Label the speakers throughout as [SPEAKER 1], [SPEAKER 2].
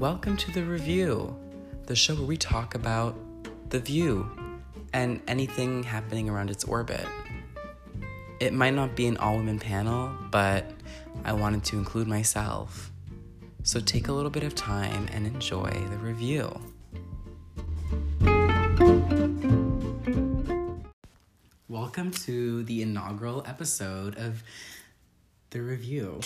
[SPEAKER 1] Welcome to The Review, the show where we talk about the view and anything happening around its orbit. It might not be an all women panel, but I wanted to include myself. So take a little bit of time and enjoy the review. Welcome to the inaugural episode of The Review.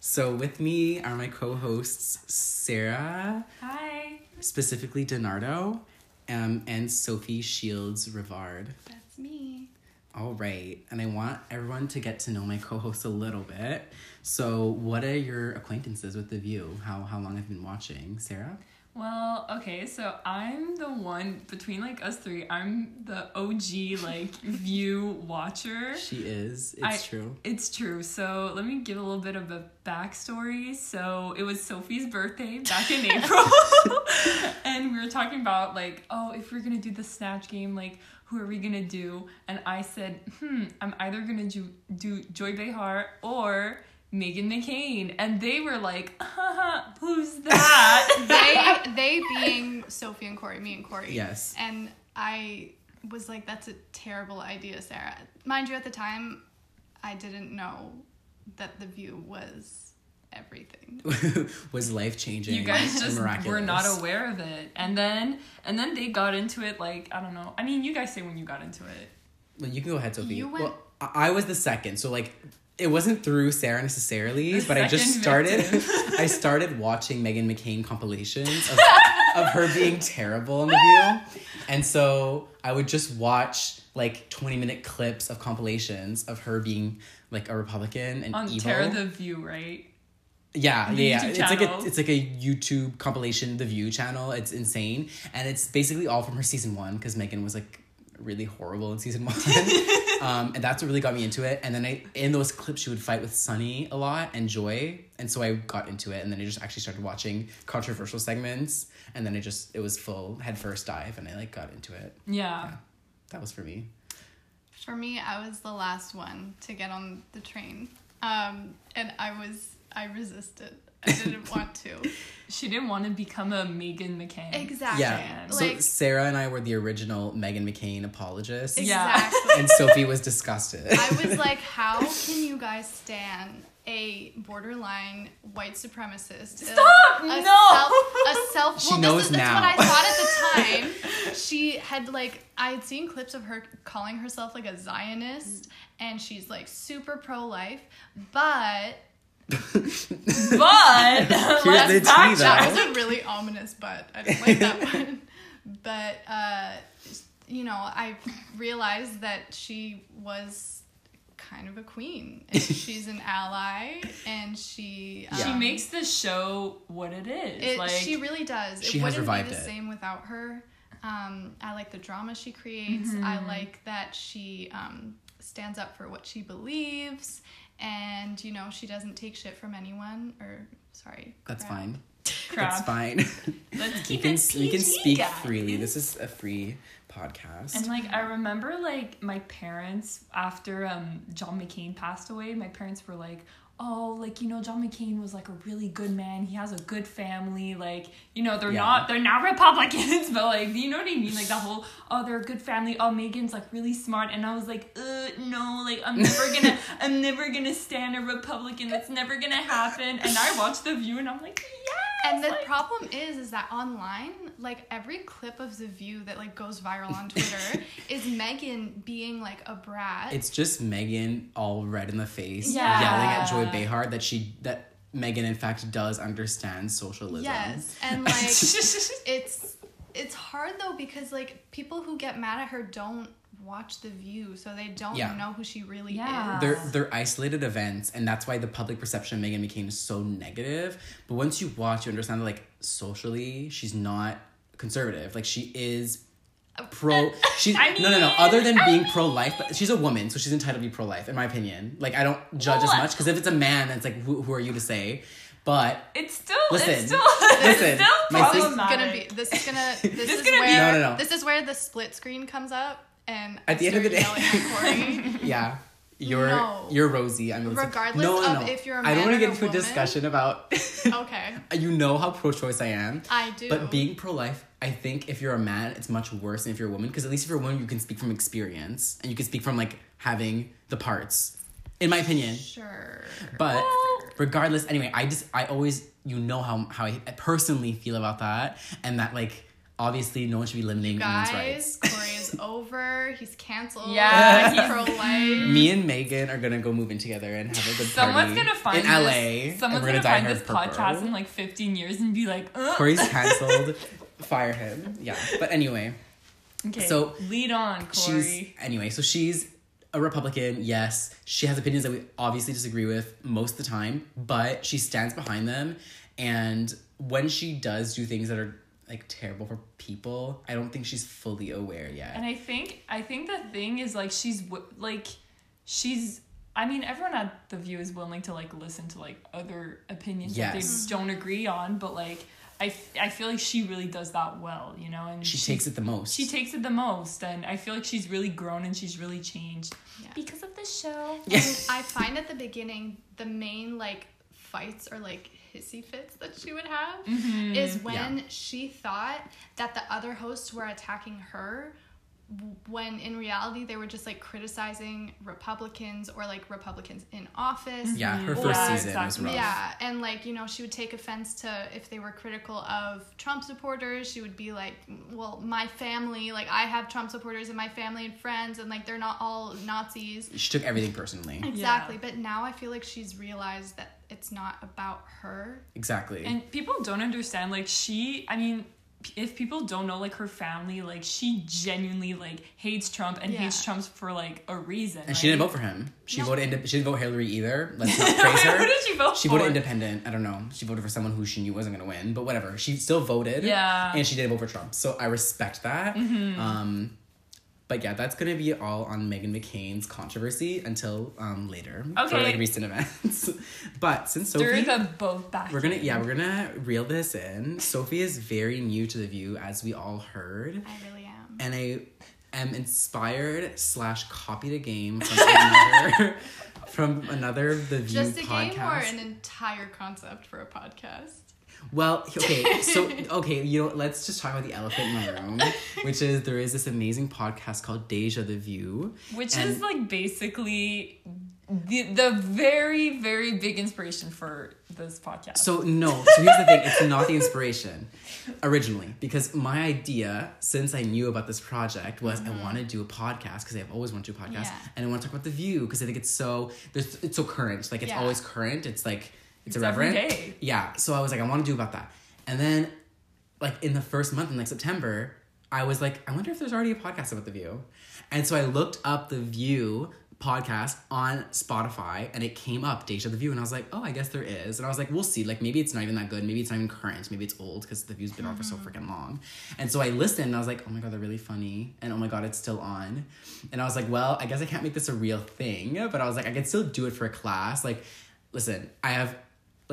[SPEAKER 1] So, with me are my co hosts Sarah,
[SPEAKER 2] Hi,
[SPEAKER 1] specifically Donardo, um, and Sophie Shields Rivard.
[SPEAKER 2] that's me.
[SPEAKER 1] All right, and I want everyone to get to know my co-host a little bit. So, what are your acquaintances with The View? How how long have you been watching, Sarah?
[SPEAKER 2] Well, okay, so I'm the one between like us three. I'm the OG like view watcher.
[SPEAKER 1] She is. It's
[SPEAKER 2] I-
[SPEAKER 1] true.
[SPEAKER 2] It's true. So let me give a little bit of a backstory. So it was Sophie's birthday back in April, and we were talking about like, oh, if we're gonna do the snatch game, like, who are we gonna do? And I said, hmm, I'm either gonna do do Joy Behar or Megan McCain, and they were like, uh who's that?
[SPEAKER 3] they they being Sophie and Corey, me and Corey.
[SPEAKER 1] Yes.
[SPEAKER 3] And I was like, that's a terrible idea, Sarah. Mind you, at the time, I didn't know that the view was everything.
[SPEAKER 1] was life changing.
[SPEAKER 2] you guys just
[SPEAKER 1] miraculous.
[SPEAKER 2] were not aware of it, and then and then they got into it like I don't know. I mean, you guys say when you got into it.
[SPEAKER 1] Well, you can go ahead, Sophie.
[SPEAKER 3] You went-
[SPEAKER 1] well, I-, I was the second, so like it wasn't through Sarah necessarily,
[SPEAKER 2] The
[SPEAKER 1] but I just
[SPEAKER 2] second
[SPEAKER 1] started.
[SPEAKER 2] victim.
[SPEAKER 1] I started watching Megan McCain compilations of, of her being terrible in the view, and so I would just watch like twenty minute clips of compilations of her being like a Republican and
[SPEAKER 2] on
[SPEAKER 1] evil.
[SPEAKER 2] Terra the View, right?
[SPEAKER 1] Yeah,
[SPEAKER 2] the
[SPEAKER 1] yeah, yeah.
[SPEAKER 2] YouTube
[SPEAKER 1] It's like a
[SPEAKER 2] channel.
[SPEAKER 1] it's like a YouTube compilation, the View channel. It's insane, and it's basically all from her season one because Megan was like really horrible in season one, um, and that's what really got me into it. And then I in those clips she would fight with Sunny a lot and Joy, and so I got into it. And then I just actually started watching controversial segments, and then I just it was full head first dive, and I like got into it.
[SPEAKER 2] Yeah.
[SPEAKER 1] That was for me.
[SPEAKER 3] For me, I was the last one to get on the train, um, and I was I resisted. I didn't want to.
[SPEAKER 2] She didn't want to become a Megan McCain.
[SPEAKER 3] Exactly.
[SPEAKER 1] Yeah. so
[SPEAKER 3] Like
[SPEAKER 1] Sarah and I were the original Megan McCain apologists,
[SPEAKER 2] Yeah.
[SPEAKER 3] exactly.
[SPEAKER 1] and Sophie was disgusted.
[SPEAKER 3] I was like, how can you guys stand a borderline white supremacist?
[SPEAKER 2] Stop!
[SPEAKER 3] A,
[SPEAKER 2] No!
[SPEAKER 3] Self, a self.
[SPEAKER 1] She
[SPEAKER 3] well,
[SPEAKER 1] knows
[SPEAKER 3] this is,
[SPEAKER 1] now.
[SPEAKER 3] That's what I thought at the time. she had like I had seen clips of her calling herself like a Zionist, and she's like super pro life, but
[SPEAKER 2] But
[SPEAKER 1] Here's the
[SPEAKER 2] let's
[SPEAKER 1] tea,
[SPEAKER 2] backtrack.
[SPEAKER 1] though.
[SPEAKER 3] that was a really ominous but. I don't like that one. But uh, you know, I realized that she was kind of a queen. And she's an ally, and she
[SPEAKER 1] Yeah.
[SPEAKER 2] She
[SPEAKER 3] um,
[SPEAKER 2] makes the show what it is.
[SPEAKER 3] it.
[SPEAKER 2] like
[SPEAKER 3] she really does.
[SPEAKER 1] She
[SPEAKER 3] it
[SPEAKER 1] has
[SPEAKER 3] wouldn't
[SPEAKER 1] revived
[SPEAKER 3] be the
[SPEAKER 1] it.
[SPEAKER 3] same without her. Um, I like the drama she creates. I like that she um, stands up for what she believes, and you know she doesn't take shit from anyone. Or sorry,
[SPEAKER 1] That's
[SPEAKER 3] crap.
[SPEAKER 1] fine.
[SPEAKER 2] crap.
[SPEAKER 1] That's fine.
[SPEAKER 2] Let's
[SPEAKER 1] you
[SPEAKER 2] keep
[SPEAKER 1] can
[SPEAKER 2] it
[SPEAKER 1] s- you can
[SPEAKER 2] PG,
[SPEAKER 1] speak
[SPEAKER 2] guys.
[SPEAKER 1] freely. This is a free podcast.
[SPEAKER 2] And like I remember like my parents after um John McCain passed away, my parents were like, "Oh, like you know John McCain was like a really good man. He has a good family. Like, you know, they're
[SPEAKER 1] Yeah.
[SPEAKER 2] not they're not Republicans, but like you know what I mean? Like the whole, "Oh, they're a good family. Oh, Megan's like really smart." And I was like, "Uh, no, like I'm never going to I'm never going to stand a Republican. That's never going to happen." And I watched The View and I'm like, "Yeah."
[SPEAKER 3] And the problem is, is that online, like every clip of the view that like goes viral on Twitter is Megan being like a brat.
[SPEAKER 1] it's just Megan all red in the face,
[SPEAKER 2] Yeah.
[SPEAKER 1] yelling at Joy Behar that she that Megan in fact does understand socialism.
[SPEAKER 3] yes, and like
[SPEAKER 2] problem
[SPEAKER 3] it's it's hard though because like people who get mad at her don't watch the view, so they don't
[SPEAKER 1] Yeah.
[SPEAKER 3] know who she really
[SPEAKER 2] Yeah.
[SPEAKER 3] is.
[SPEAKER 1] They're they're isolated events, and that's why the public perception of Megan McCain is so negative. But once you watch, you understand that like socially, she's not conservative. Like she is pro. She's
[SPEAKER 2] I
[SPEAKER 1] no no no.
[SPEAKER 2] mean,
[SPEAKER 1] Other than
[SPEAKER 2] I
[SPEAKER 1] being pro life, but she's a woman, so she's entitled to be pro life, in my opinion. Like I don't judge as
[SPEAKER 2] Well,
[SPEAKER 1] much because if it's a man, then it's like who who are you to say? But
[SPEAKER 2] It's still
[SPEAKER 1] Listen,
[SPEAKER 2] it's still
[SPEAKER 1] listen,
[SPEAKER 2] it's still
[SPEAKER 1] my sis-
[SPEAKER 3] This is gonna be.
[SPEAKER 2] problematic.
[SPEAKER 3] This is gonna. This,
[SPEAKER 2] gonna
[SPEAKER 3] is
[SPEAKER 2] be-
[SPEAKER 3] where.
[SPEAKER 1] No, no, no.
[SPEAKER 3] This is where the split screen comes up, and
[SPEAKER 1] At the end of
[SPEAKER 3] start
[SPEAKER 1] the day-
[SPEAKER 3] yelling at Corey.
[SPEAKER 1] yeah, You're
[SPEAKER 3] No.
[SPEAKER 1] you're Rosie. I'm Rosie.
[SPEAKER 3] Regardless of if you're a
[SPEAKER 1] I don't
[SPEAKER 3] man
[SPEAKER 1] wanna
[SPEAKER 3] or
[SPEAKER 1] get
[SPEAKER 3] a
[SPEAKER 1] into a
[SPEAKER 3] woman.
[SPEAKER 1] discussion about.
[SPEAKER 3] Okay.
[SPEAKER 1] you know how pro-choice I am.
[SPEAKER 3] I do.
[SPEAKER 1] But being pro-life, I think if you're a man, it's much worse than if you're a woman. Because at least if you're a woman, you can speak from experience and you can speak from like having the parts. In my opinion.
[SPEAKER 3] Sure.
[SPEAKER 1] But
[SPEAKER 2] Well-
[SPEAKER 1] regardless, anyway, I just I always you know how how I personally feel about that, and that like obviously no one should be limiting women's rights.
[SPEAKER 3] Guys, Corey is over. He's canceled.
[SPEAKER 2] Yeah,
[SPEAKER 3] He's
[SPEAKER 2] he's-
[SPEAKER 3] pro life.
[SPEAKER 1] Me and Megan are gonna go move in together and have a good party.
[SPEAKER 2] Someone's gonna find
[SPEAKER 1] in
[SPEAKER 2] this,
[SPEAKER 1] LA. and
[SPEAKER 2] Someone's
[SPEAKER 1] we're
[SPEAKER 2] gonna,
[SPEAKER 1] dye
[SPEAKER 2] find
[SPEAKER 1] her
[SPEAKER 2] this
[SPEAKER 1] purple.
[SPEAKER 2] podcast in like 15 years and be like, Ugh.
[SPEAKER 1] Corey's canceled. Fire him. Yeah. But anyway,
[SPEAKER 2] Okay,
[SPEAKER 1] so
[SPEAKER 2] so lead on, Corey.
[SPEAKER 1] she's anyway. So she's a Republican. Yes, she has opinions that we obviously disagree with most of the time, but she stands behind them. And when she does do things that are like terrible for people, I don't think she's fully aware yet.
[SPEAKER 2] And I think I think the thing is like she's wi- like she's I mean everyone at the view is willing to like listen to like other opinions
[SPEAKER 1] Yes.
[SPEAKER 2] that they don't agree on, but like I, f- I feel like she really does that well, you know, and
[SPEAKER 1] she takes it the most.
[SPEAKER 2] she takes it the most, and I feel like she's really grown and she's really changed
[SPEAKER 3] Yeah.
[SPEAKER 2] because of this show.
[SPEAKER 1] Yes.
[SPEAKER 3] I find at the beginning the main like fights or like hissy fits that she would have is when she thought that the other hosts were attacking her w- when in reality they were just like criticizing Republicans or like Republicans in office.
[SPEAKER 1] Yeah, her
[SPEAKER 2] Mhm.
[SPEAKER 1] first
[SPEAKER 2] Yeah,
[SPEAKER 1] season was
[SPEAKER 2] exactly.
[SPEAKER 1] rough.
[SPEAKER 3] Yeah, and like, you know, she would take offense to if they were critical of Trump supporters, she would be like, well, my family, like I have Trump supporters in my family and friends and like they're not all Nazis.
[SPEAKER 1] She took everything personally.
[SPEAKER 3] Exactly, but now I feel like she's realized that it's not about her.
[SPEAKER 1] Exactly.
[SPEAKER 2] And people don't understand, like, she, I mean, p- if people don't know, like, her family, like, she genuinely, like, hates Trump and
[SPEAKER 3] Yeah.
[SPEAKER 2] hates Trump for, like, a reason.
[SPEAKER 1] And she didn't vote for him. She
[SPEAKER 3] No.
[SPEAKER 1] voted. Inde- she didn't vote Hillary either. Let's not praise her.
[SPEAKER 2] Who did she vote
[SPEAKER 1] She
[SPEAKER 2] for?
[SPEAKER 1] voted independent. I don't know. She voted for someone who she knew wasn't going to win, but whatever. She still voted.
[SPEAKER 2] Yeah. Mm-hmm.
[SPEAKER 1] And she did vote for Trump. So I respect that. Um, but yeah, that's going to be all on Megan McCain's controversy until um, later for
[SPEAKER 2] Okay.
[SPEAKER 1] like recent events. but since Sophie.
[SPEAKER 2] They're the both back.
[SPEAKER 1] we're gonna yeah we're gonna reel this in. Sophie is very new to the view, as we all heard.
[SPEAKER 3] I really am.
[SPEAKER 1] and I am inspired slash copied a game from another from another The View
[SPEAKER 3] Just a
[SPEAKER 1] podcast.
[SPEAKER 3] game or an entire concept for a podcast?
[SPEAKER 1] well, okay, so okay, you know, let's just talk about the elephant in the room, which is there is this amazing podcast called Deja the View,
[SPEAKER 2] Which
[SPEAKER 1] and-
[SPEAKER 2] is, like, basically the, the very, very big inspiration for this podcast.
[SPEAKER 1] So no, so here's the thing, it's not the inspiration originally because my idea since I knew about this project was I want to do a podcast because I've always wanted to do a podcast
[SPEAKER 3] Mm-hmm. Yeah.
[SPEAKER 1] and I want to talk about the view because I think it's so there's it's so current, like it's
[SPEAKER 3] Yeah.
[SPEAKER 1] always current. It's like it's,
[SPEAKER 2] It's
[SPEAKER 1] irreverent.
[SPEAKER 2] every day.
[SPEAKER 1] Yeah. So I was like I want to do about that. And then like in the first month in like September, I was like I wonder if there's already a podcast about the view. And so I looked up the view podcast on Spotify and it came up Deja the View and I was like, "Oh, I guess there is." And I was like, "We'll see. Like maybe it's not even that good. Maybe it's not even current. Maybe it's old cuz the view's been on for so
[SPEAKER 2] Mm-hmm.
[SPEAKER 1] freaking long." And so I listened and I was like, "Oh my god, they're really funny." And "Oh my god, it's still on." And I was like, "Well, I guess I can't make this a real thing, but I was like, I can still do it for a class." Like, listen, I have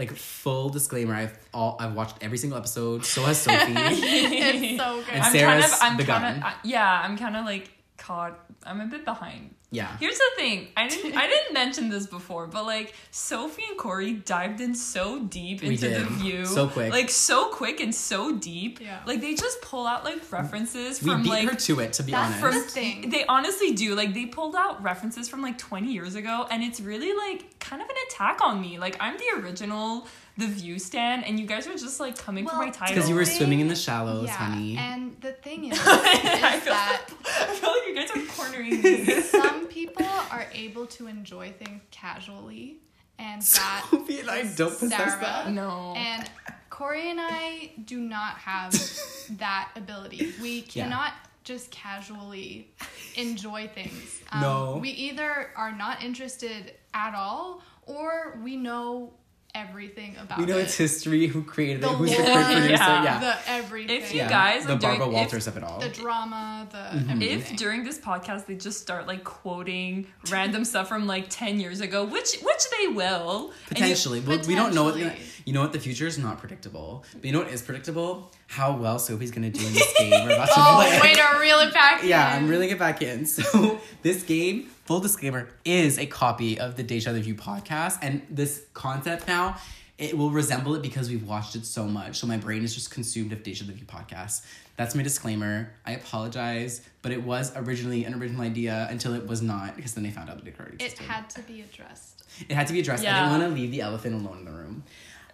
[SPEAKER 1] like full disclaimer, I've all I've watched every single episode. So has Sophie.
[SPEAKER 3] It's so good.
[SPEAKER 1] And
[SPEAKER 2] I'm kind
[SPEAKER 1] Sarah's
[SPEAKER 2] of, I'm
[SPEAKER 1] begun.
[SPEAKER 2] kind of, yeah, I'm kind of, like, caught, I'm a bit behind.
[SPEAKER 1] yeah.
[SPEAKER 2] Here's the thing. I didn't I didn't mention this before, but like Sophie and Corey dived in so deep
[SPEAKER 1] We
[SPEAKER 2] into the
[SPEAKER 1] did.
[SPEAKER 2] view.
[SPEAKER 1] So quick.
[SPEAKER 2] Like so quick and so deep.
[SPEAKER 3] Yeah.
[SPEAKER 2] Like they just pull out like references
[SPEAKER 1] We
[SPEAKER 2] from
[SPEAKER 1] beat
[SPEAKER 2] like
[SPEAKER 1] her to it, to be
[SPEAKER 3] That's
[SPEAKER 1] honest.
[SPEAKER 2] from
[SPEAKER 3] The thing.
[SPEAKER 2] they honestly do. Like they pulled out references from like 20 years ago and it's really like kind of an attack on me. Like I'm the original the view stand and you guys are just like coming for
[SPEAKER 3] Well,
[SPEAKER 2] my title.
[SPEAKER 1] Because you were
[SPEAKER 3] Thing-
[SPEAKER 1] swimming in the shallows,
[SPEAKER 3] yeah,
[SPEAKER 1] Oh, honey.
[SPEAKER 3] and the thing is, is
[SPEAKER 2] I feel,
[SPEAKER 3] that
[SPEAKER 2] I feel like you guys are cornering me.
[SPEAKER 3] some people are able to enjoy things casually, and that
[SPEAKER 1] Sophie and I don't possess
[SPEAKER 3] Sarah.
[SPEAKER 1] that.
[SPEAKER 2] no.
[SPEAKER 3] And Corey and I do not have that ability. We
[SPEAKER 1] Yeah.
[SPEAKER 3] cannot just casually enjoy things. Um,
[SPEAKER 1] No.
[SPEAKER 3] We either are not interested at all or we know everything about
[SPEAKER 1] We know
[SPEAKER 3] it.
[SPEAKER 1] it's history, who created
[SPEAKER 3] the
[SPEAKER 1] it, who's the
[SPEAKER 3] lore,
[SPEAKER 1] current producer.
[SPEAKER 2] Yeah.
[SPEAKER 1] Yeah.
[SPEAKER 3] the everything.
[SPEAKER 2] If you Yeah. guys
[SPEAKER 1] the
[SPEAKER 2] are doing-
[SPEAKER 1] Barbara
[SPEAKER 2] if-
[SPEAKER 1] Walters of it all.
[SPEAKER 3] the drama, the
[SPEAKER 1] Mm-hmm.
[SPEAKER 3] everything.
[SPEAKER 2] if during this podcast they just start like quoting random stuff from like 10 years ago which which they will and you-
[SPEAKER 1] Potentially. Well, we don't know what
[SPEAKER 3] Potentially.
[SPEAKER 1] you know what the future is not predictable. But you know what is predictable? How well Sophie's gonna do in this game. We're about to play.
[SPEAKER 3] Oh, way to reel it back
[SPEAKER 1] Yeah,
[SPEAKER 3] in.
[SPEAKER 1] I'm really get back in. So this game, full disclaimer, is a copy of the Deja the View podcast. And this concept now, it will resemble it because we've watched it so much. So my brain is just consumed of Deja the View podcast. That's my disclaimer. I apologize, but it was originally an original idea until it was not, because then they found out that it already
[SPEAKER 3] It
[SPEAKER 1] existed.
[SPEAKER 3] had to be addressed.
[SPEAKER 1] It had to be addressed. I
[SPEAKER 2] Yeah.
[SPEAKER 1] didn't want to leave the elephant alone in the room.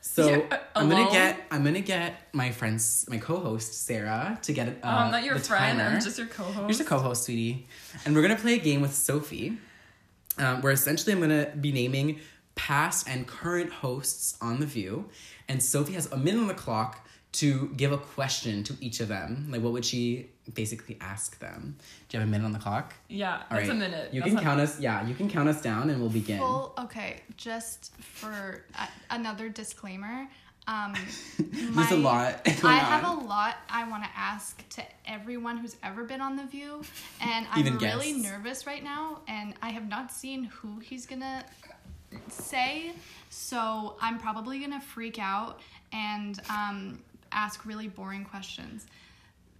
[SPEAKER 1] So
[SPEAKER 2] Yeah, uh,
[SPEAKER 1] I'm gonna
[SPEAKER 2] alone?
[SPEAKER 1] get I'm gonna get my friends my co-host Sarah to get it. Uh,
[SPEAKER 2] Oh, I'm not your
[SPEAKER 1] the
[SPEAKER 2] friend.
[SPEAKER 1] timer.
[SPEAKER 2] I'm just your co-host.
[SPEAKER 1] You're just a co-host, sweetie. And we're gonna play a game with Sophie, um, where essentially I'm gonna be naming past and current hosts on the View, and Sophie has a minute on the clock to give a question to each of them. Like, what would she basically ask them? Do you have a minute on the clock?
[SPEAKER 2] Yeah,
[SPEAKER 1] All
[SPEAKER 2] that's a
[SPEAKER 1] right.
[SPEAKER 2] minute.
[SPEAKER 1] You
[SPEAKER 2] That's
[SPEAKER 1] can
[SPEAKER 2] not-
[SPEAKER 1] count us. Yeah, you can count us down, and we'll begin.
[SPEAKER 3] Full, okay, just for uh, another disclaimer. Um,
[SPEAKER 1] There's a
[SPEAKER 3] my-
[SPEAKER 1] lot.
[SPEAKER 3] I
[SPEAKER 1] going
[SPEAKER 3] have
[SPEAKER 1] on.
[SPEAKER 3] a lot I want to ask to everyone who's ever been on The View, and
[SPEAKER 1] Even
[SPEAKER 3] I'm really
[SPEAKER 1] guests.
[SPEAKER 3] nervous right now, and I have not seen who he's gonna say, so I'm probably gonna freak out and um, ask really boring questions.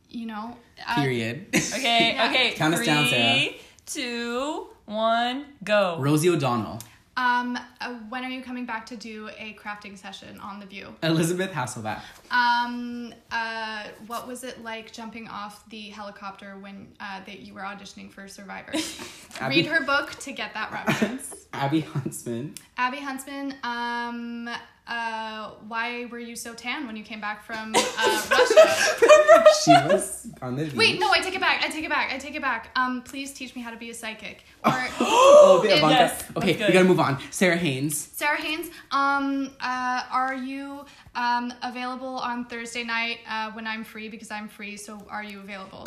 [SPEAKER 3] You know? Uh,
[SPEAKER 1] Period.
[SPEAKER 2] Okay,
[SPEAKER 3] Yeah.
[SPEAKER 2] okay.
[SPEAKER 1] Count us down, Sarah.
[SPEAKER 2] Three, two, one, go.
[SPEAKER 1] Rosie O'Donnell,
[SPEAKER 3] Um, uh, when are you coming back to do a crafting session on The View?
[SPEAKER 1] Elizabeth Hasselbeck,
[SPEAKER 3] Um, uh, what was it like jumping off the helicopter when uh, that you were auditioning for Survivor?
[SPEAKER 1] Abby-
[SPEAKER 3] Read her book to get that reference.
[SPEAKER 1] Abby Huntsman,
[SPEAKER 3] Abby Huntsman, um, uh, why were you so tan when you came back from uh, Russia?
[SPEAKER 1] she was on the
[SPEAKER 3] Wait,
[SPEAKER 1] beach.
[SPEAKER 3] no, I take it back. I take it back. I take it back. Um, please teach me how to be a psychic. Or
[SPEAKER 1] Oh, the
[SPEAKER 3] Yes,
[SPEAKER 1] Ivanka.
[SPEAKER 2] that's
[SPEAKER 1] okay,
[SPEAKER 2] good.
[SPEAKER 1] we gotta move on. Sarah Haynes,
[SPEAKER 3] Sarah Haynes, um, uh, are you um, available on Thursday night uh, when I'm free? Because I'm free, so are you available?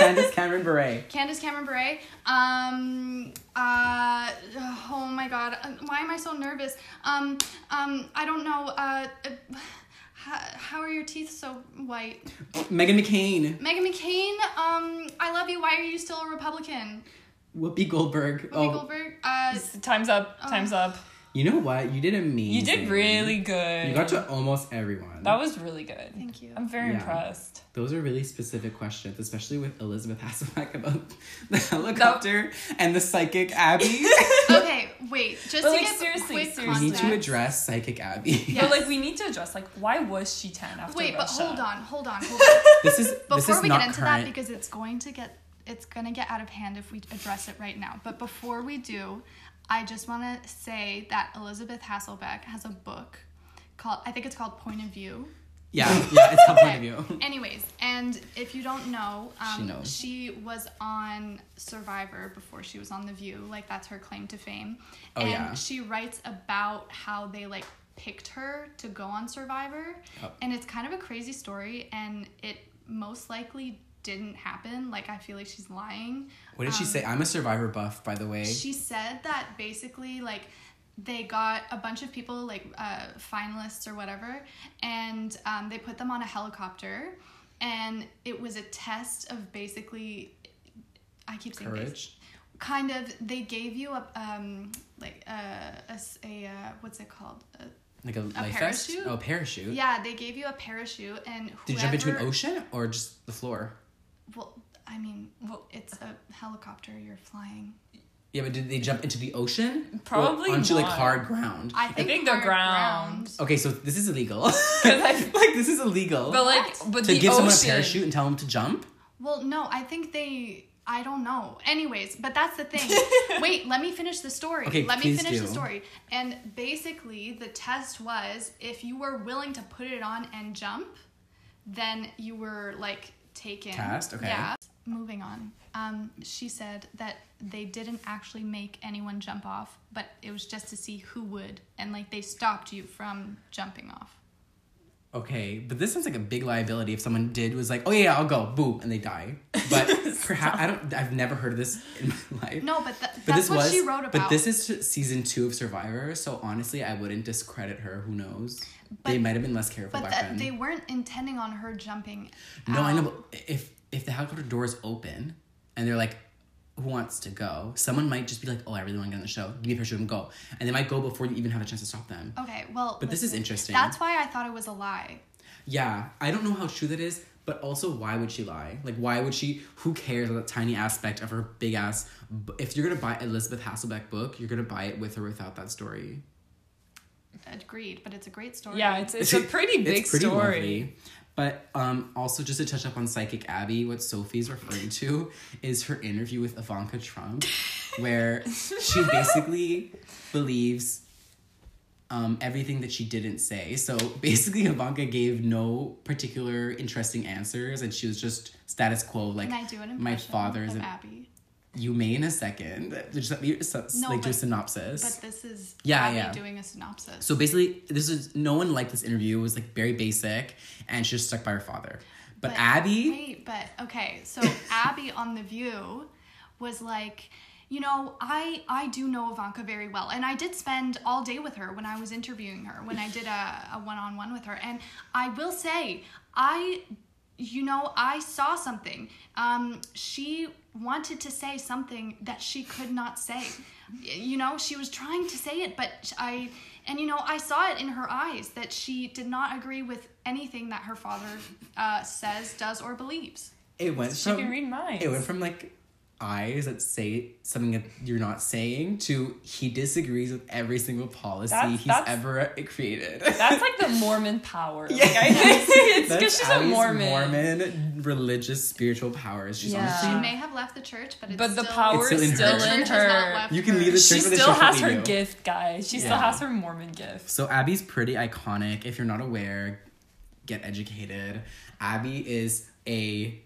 [SPEAKER 1] Candace Cameron Bure,
[SPEAKER 3] Candace Cameron Bure. Um, uh, oh my God, uh, why am I so nervous? Um, um, I don't know. Uh, uh, how, how are your teeth so white?
[SPEAKER 1] Megan McCain,
[SPEAKER 3] Megan McCain. Um, I love you. Why are you still a Republican?
[SPEAKER 1] Whoopi Goldberg. Oh,
[SPEAKER 2] Oh.
[SPEAKER 3] Whoopi Goldberg. Uh,
[SPEAKER 2] Time's up. Time's up.
[SPEAKER 1] you know what? You did amazing.
[SPEAKER 2] You did really good.
[SPEAKER 1] You got to almost everyone.
[SPEAKER 2] that was really good.
[SPEAKER 3] Thank you.
[SPEAKER 2] I'm very
[SPEAKER 1] Yeah.
[SPEAKER 2] impressed.
[SPEAKER 1] Those are really specific questions, especially with Elizabeth Hasselbeck about the helicopter and the psychic Abby.
[SPEAKER 3] okay, wait.
[SPEAKER 2] But,
[SPEAKER 3] Just to
[SPEAKER 2] like,
[SPEAKER 3] give
[SPEAKER 2] seriously,
[SPEAKER 3] quick
[SPEAKER 2] seriously.
[SPEAKER 1] we need
[SPEAKER 3] context.
[SPEAKER 1] to address psychic Abby.
[SPEAKER 3] Yeah. Yes.
[SPEAKER 2] But like, we need to address like, why was she ten after
[SPEAKER 3] Wait, but
[SPEAKER 2] Russia?
[SPEAKER 3] hold on, hold on, hold on.
[SPEAKER 1] This is this
[SPEAKER 3] before
[SPEAKER 1] is
[SPEAKER 3] we
[SPEAKER 1] not
[SPEAKER 3] get into
[SPEAKER 1] current.
[SPEAKER 3] that because it's going to get it's going to get out of hand if we address it right now but before we do i just want to say that elizabeth hasselbeck has a book called i think it's called point of view
[SPEAKER 1] yeah, yeah, it's helpful of you.
[SPEAKER 3] anyways and if you don't know um,
[SPEAKER 1] She knows.
[SPEAKER 3] she was on survivor before she was on the view like that's her claim to fame
[SPEAKER 1] Oh,
[SPEAKER 3] and
[SPEAKER 1] yeah.
[SPEAKER 3] she writes about how they like picked her to go on survivor
[SPEAKER 1] Yep.
[SPEAKER 3] and it's kind of a crazy story and it most likely didn't happen like i feel like she's lying
[SPEAKER 1] What did she say? I'm a survivor buff, by the way.
[SPEAKER 3] she said that basically like they got a bunch of people like uh, finalists or whatever and um, they put them on a helicopter and it was a test of basically i keep saying basi-
[SPEAKER 1] Courage?
[SPEAKER 3] kind of they gave you a um like uh, a, s- a, uh, what's it called uh,
[SPEAKER 1] Like a, life
[SPEAKER 3] parachute?
[SPEAKER 1] vest? Oh, parachute.
[SPEAKER 3] yeah they gave you a parachute and whoever,
[SPEAKER 1] Did you jump into an ocean or just the floor?
[SPEAKER 3] well i mean
[SPEAKER 2] Well-
[SPEAKER 3] it's a helicopter you're flying
[SPEAKER 1] Yeah, but did they jump into the ocean?
[SPEAKER 2] Probably
[SPEAKER 1] Or onto like
[SPEAKER 2] not.
[SPEAKER 1] hard ground.
[SPEAKER 3] i think,
[SPEAKER 2] think the
[SPEAKER 3] hard
[SPEAKER 2] ground.
[SPEAKER 1] okay, so this is illegal.
[SPEAKER 2] I-
[SPEAKER 1] like this is illegal.
[SPEAKER 2] But like,
[SPEAKER 3] What?
[SPEAKER 2] but
[SPEAKER 1] to
[SPEAKER 2] the
[SPEAKER 1] give
[SPEAKER 2] ocean.
[SPEAKER 1] someone a parachute and tell them to jump.
[SPEAKER 3] Well, no, I think they. I don't know. Anyways, but that's the thing. Wait, let me finish the story.
[SPEAKER 1] Okay,
[SPEAKER 3] let me
[SPEAKER 1] please
[SPEAKER 3] finish
[SPEAKER 1] do.
[SPEAKER 3] the story. And basically, the test was if you were willing to put it on and jump, then you were like taken.
[SPEAKER 1] Cast, okay.
[SPEAKER 3] Yeah. Moving on. Um, she said that they didn't actually make anyone jump off, but it was just to see who would, and like they stopped you from jumping off.
[SPEAKER 1] Okay, but this sounds like a big liability if someone did was like, oh yeah, I'll go, boom, and they die. But perhaps I don't. I've never heard of this in my life.
[SPEAKER 3] No, but, th-
[SPEAKER 1] But
[SPEAKER 3] that's
[SPEAKER 1] this
[SPEAKER 3] what
[SPEAKER 1] was.
[SPEAKER 3] she wrote about.
[SPEAKER 1] But this is season two of Survivor, so honestly, I wouldn't discredit her. Who knows? they
[SPEAKER 3] But-
[SPEAKER 1] might have been less careful
[SPEAKER 3] But
[SPEAKER 1] back
[SPEAKER 3] that
[SPEAKER 1] then.
[SPEAKER 3] they weren't intending on her jumping.
[SPEAKER 1] No, I
[SPEAKER 3] out.
[SPEAKER 1] know. But if if the helicopter door is open and they're like, "Who wants to go?" Someone might just be like, "Oh, I really want to get on the show. Give me a parachute and go." And they might go before you even have a chance to stop them.
[SPEAKER 3] Oh. Okay, well,
[SPEAKER 1] But this is
[SPEAKER 3] listen,
[SPEAKER 1] interesting.
[SPEAKER 3] That's why I thought it was a lie.
[SPEAKER 1] Yeah, I don't know how true that is, But also, why would she lie? Like, why would she? Who cares about that tiny aspect of her big ass? b- If you're gonna buy Elizabeth Hasselbeck book, you're gonna buy it with or without that story.
[SPEAKER 3] Agreed, but it's a great story.
[SPEAKER 2] Yeah, it's it's a pretty big
[SPEAKER 1] It's pretty
[SPEAKER 2] story.
[SPEAKER 1] lovely. But um, also, just to touch up on Psychic Abby, what Sophie's referring to is her interview with Ivanka Trump, where she basically believes um, everything that she didn't say. So basically, Ivanka gave no particular interesting answers, and she was just status quo. Like
[SPEAKER 3] Can I do an impression
[SPEAKER 1] my father is.
[SPEAKER 3] of
[SPEAKER 1] A,
[SPEAKER 3] Abby?
[SPEAKER 1] you may in a second. Just let me so,
[SPEAKER 3] No,
[SPEAKER 1] like do a
[SPEAKER 3] but-
[SPEAKER 1] synopsis.
[SPEAKER 3] But this is
[SPEAKER 1] Yeah,
[SPEAKER 3] Abby
[SPEAKER 1] yeah.
[SPEAKER 3] doing a synopsis.
[SPEAKER 1] So basically, this is no one liked this interview. It was like very basic, and she was stuck by her father. But, Abby,
[SPEAKER 3] Wait, but okay. So Abby on The View was like, you know, I I do know Ivanka very well, and I did spend all day with her when I was interviewing her, when I did a a one on one with her, and I will say, I, you know, I saw something. Um, she wanted to say something that she could not say. Y- You know, she was trying to say it, but sh- I. And you know, I saw it in her eyes that she did not agree with anything that her father uh, says, does, or believes.
[SPEAKER 1] it went
[SPEAKER 2] She
[SPEAKER 1] from
[SPEAKER 2] can read minds.
[SPEAKER 1] it went from like eyes that say something that you're not saying to he disagrees with every single policy
[SPEAKER 2] That's-
[SPEAKER 1] he's
[SPEAKER 2] that's-
[SPEAKER 1] ever created.
[SPEAKER 2] That's like the Mormon power. Like, I think it's because she's a
[SPEAKER 1] Abby's
[SPEAKER 2] Mormon.
[SPEAKER 1] Mormon religious spiritual powers. She's
[SPEAKER 2] Yeah.
[SPEAKER 1] yeah.
[SPEAKER 3] She
[SPEAKER 2] Uh,
[SPEAKER 3] may have left the church, but it's
[SPEAKER 2] But the
[SPEAKER 3] still-
[SPEAKER 2] power
[SPEAKER 1] It's still
[SPEAKER 2] is
[SPEAKER 1] in
[SPEAKER 2] still
[SPEAKER 1] her.
[SPEAKER 2] in
[SPEAKER 3] Church has not
[SPEAKER 2] her.
[SPEAKER 3] left
[SPEAKER 1] You can leave the
[SPEAKER 2] She
[SPEAKER 1] church, but
[SPEAKER 2] still has her
[SPEAKER 1] you.
[SPEAKER 2] gift, guys. She still
[SPEAKER 1] Yeah.
[SPEAKER 2] has her Mormon gift.
[SPEAKER 1] So Abby's pretty iconic. If you're not aware, get educated. Abby is a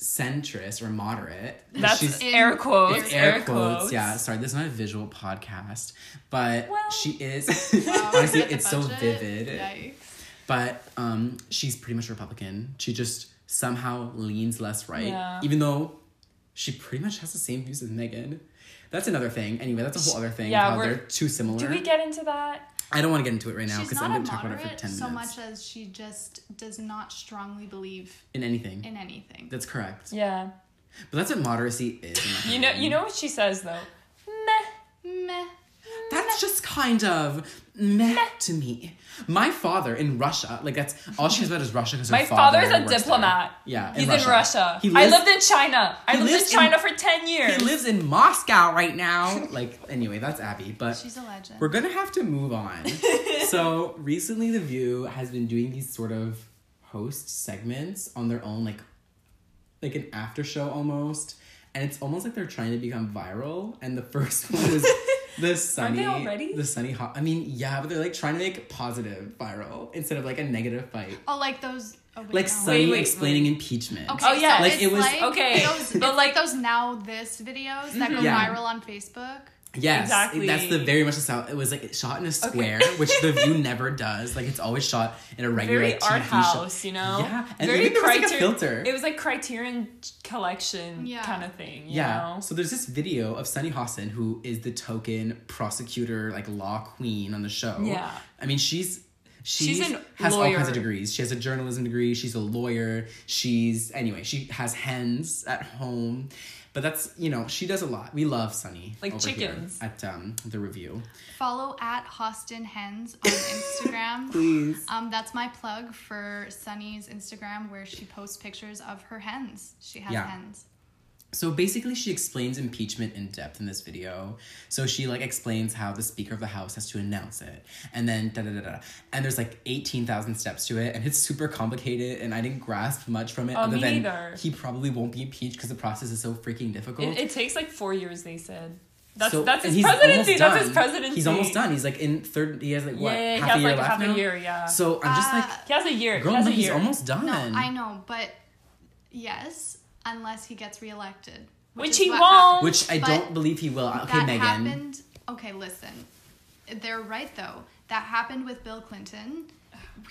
[SPEAKER 1] centrist or moderate.
[SPEAKER 2] That's
[SPEAKER 1] She's-
[SPEAKER 2] air quotes.
[SPEAKER 1] it's air, quotes. Yeah, sorry, this is not a visual podcast, but
[SPEAKER 2] Well-
[SPEAKER 1] she is.
[SPEAKER 3] Wow,
[SPEAKER 1] honestly,
[SPEAKER 3] look at the
[SPEAKER 1] it's so
[SPEAKER 3] budget.
[SPEAKER 1] vivid.
[SPEAKER 3] Yikes.
[SPEAKER 1] But um, she's pretty much Republican. She just somehow leans less right,
[SPEAKER 2] Yeah.
[SPEAKER 1] even though she pretty much has the same views as Megan. That's another thing. Anyway, that's a whole other thing.
[SPEAKER 2] Yeah,
[SPEAKER 1] how
[SPEAKER 2] we're-
[SPEAKER 1] they're too similar.
[SPEAKER 2] Do we get into that?
[SPEAKER 1] I don't want to get into it right now
[SPEAKER 3] She's
[SPEAKER 1] because I'm
[SPEAKER 3] not a
[SPEAKER 1] going to talk about it for
[SPEAKER 3] moderate
[SPEAKER 1] 10 minutes.
[SPEAKER 3] so much as she just does not strongly believe
[SPEAKER 1] in anything.
[SPEAKER 3] in anything.
[SPEAKER 1] That's correct.
[SPEAKER 2] Yeah.
[SPEAKER 1] But that's what moderacy is. in my
[SPEAKER 2] You know.
[SPEAKER 1] opinion.
[SPEAKER 2] You know what she says though. Meh.
[SPEAKER 3] Meh.
[SPEAKER 1] That's just kind of meh to me. My father in Russia, like that's all she cares about is Russia because
[SPEAKER 2] My
[SPEAKER 1] father
[SPEAKER 2] father's a
[SPEAKER 1] works there.
[SPEAKER 2] diplomat.
[SPEAKER 1] Yeah,
[SPEAKER 2] He's in Russia.
[SPEAKER 1] He
[SPEAKER 2] I
[SPEAKER 1] lives,
[SPEAKER 2] lived in China. I
[SPEAKER 1] he
[SPEAKER 2] lived
[SPEAKER 1] lives
[SPEAKER 2] in
[SPEAKER 1] in-
[SPEAKER 2] China for ten years.
[SPEAKER 1] He lives in Moscow right now. Like anyway, that's Abby. But
[SPEAKER 3] She's a legend.
[SPEAKER 1] we're gonna have to move on. so recently, The View has been doing these sort of host segments on their own, like like an after show almost, and it's almost like they're trying to become viral. And the first one was the sunny,
[SPEAKER 2] already?
[SPEAKER 1] the sunny hot. I mean, yeah, but they're like trying to make positive viral instead of like a negative fight,
[SPEAKER 3] oh, like those. Oh, wait,
[SPEAKER 1] like
[SPEAKER 3] no.
[SPEAKER 1] Sunny
[SPEAKER 2] Wait, wait,
[SPEAKER 1] explaining
[SPEAKER 2] wait.
[SPEAKER 1] impeachment.
[SPEAKER 3] Okay,
[SPEAKER 2] Oh, yeah.
[SPEAKER 3] so
[SPEAKER 1] Like,
[SPEAKER 3] it's
[SPEAKER 1] it was-
[SPEAKER 2] okay,
[SPEAKER 3] Those,
[SPEAKER 2] but
[SPEAKER 3] it's like,
[SPEAKER 2] like-
[SPEAKER 3] those now this videos that go
[SPEAKER 1] Yeah.
[SPEAKER 3] viral on Facebook.
[SPEAKER 1] Yes,
[SPEAKER 2] Exactly.
[SPEAKER 1] That's the very much the south. It was like shot in a square, which the view never does. Like it's always shot in a regular
[SPEAKER 2] very
[SPEAKER 1] TV
[SPEAKER 2] art
[SPEAKER 1] Show.
[SPEAKER 2] house, you know.
[SPEAKER 1] Yeah, and
[SPEAKER 2] very
[SPEAKER 1] even there was, like, a
[SPEAKER 2] criter-
[SPEAKER 1] filter.
[SPEAKER 2] It was like Criterion collection
[SPEAKER 3] Yeah.
[SPEAKER 2] kind of thing. You
[SPEAKER 1] Yeah.
[SPEAKER 2] Know?
[SPEAKER 1] So there's this video of Sunny Hawson, who is the token prosecutor, like law queen on the show.
[SPEAKER 2] Yeah.
[SPEAKER 1] I mean, she's she
[SPEAKER 2] She's an
[SPEAKER 1] has all kinds
[SPEAKER 2] lawyer.
[SPEAKER 1] of degrees. She has a journalism degree. She's a lawyer. She's anyway. She has hens at home, but that's you know she does a lot. We love Sunny
[SPEAKER 2] Like
[SPEAKER 1] over here
[SPEAKER 2] chickens.
[SPEAKER 1] at um, the review.
[SPEAKER 3] Follow at Hostin Hens on Instagram.
[SPEAKER 1] Please.
[SPEAKER 3] Um, that's my plug for Sunny's Instagram where she posts pictures of her hens. She has
[SPEAKER 1] Yeah.
[SPEAKER 3] hens.
[SPEAKER 1] So basically, she explains impeachment in depth in this video. So she like explains how the Speaker of the House has to announce it, and then da da da da. And there's like eighteen thousand steps to it, and it's super complicated. And I didn't grasp much from it,
[SPEAKER 2] Oh,
[SPEAKER 1] other
[SPEAKER 2] me
[SPEAKER 1] than
[SPEAKER 2] neither.
[SPEAKER 1] he probably won't be impeached because the process is so freaking difficult.
[SPEAKER 2] It, it takes like four years. They said. That's
[SPEAKER 1] So-
[SPEAKER 2] that's
[SPEAKER 1] and he's
[SPEAKER 2] his presidency.
[SPEAKER 1] almost
[SPEAKER 2] That's his
[SPEAKER 1] done.
[SPEAKER 2] presidency.
[SPEAKER 1] He's almost done. He's like in third. He has like what
[SPEAKER 2] Yeah, yeah, he
[SPEAKER 1] half a
[SPEAKER 2] has
[SPEAKER 1] year
[SPEAKER 2] like
[SPEAKER 1] left
[SPEAKER 2] half
[SPEAKER 1] now?
[SPEAKER 2] a year. Yeah.
[SPEAKER 1] So I'm just
[SPEAKER 3] Uh,
[SPEAKER 1] like,
[SPEAKER 2] he has a year.
[SPEAKER 1] girl,
[SPEAKER 2] he has
[SPEAKER 1] no,
[SPEAKER 2] a
[SPEAKER 1] he's
[SPEAKER 2] year.
[SPEAKER 1] almost done.
[SPEAKER 3] No, I know, but yes, unless he gets reelected,
[SPEAKER 2] Which
[SPEAKER 3] is
[SPEAKER 2] he
[SPEAKER 3] what
[SPEAKER 2] won't.
[SPEAKER 1] Which I
[SPEAKER 3] But
[SPEAKER 1] don't believe he will. Uh, Okay,
[SPEAKER 3] that
[SPEAKER 1] Megan.
[SPEAKER 3] happened. Okay, listen. They're right though. That happened with Bill Clinton.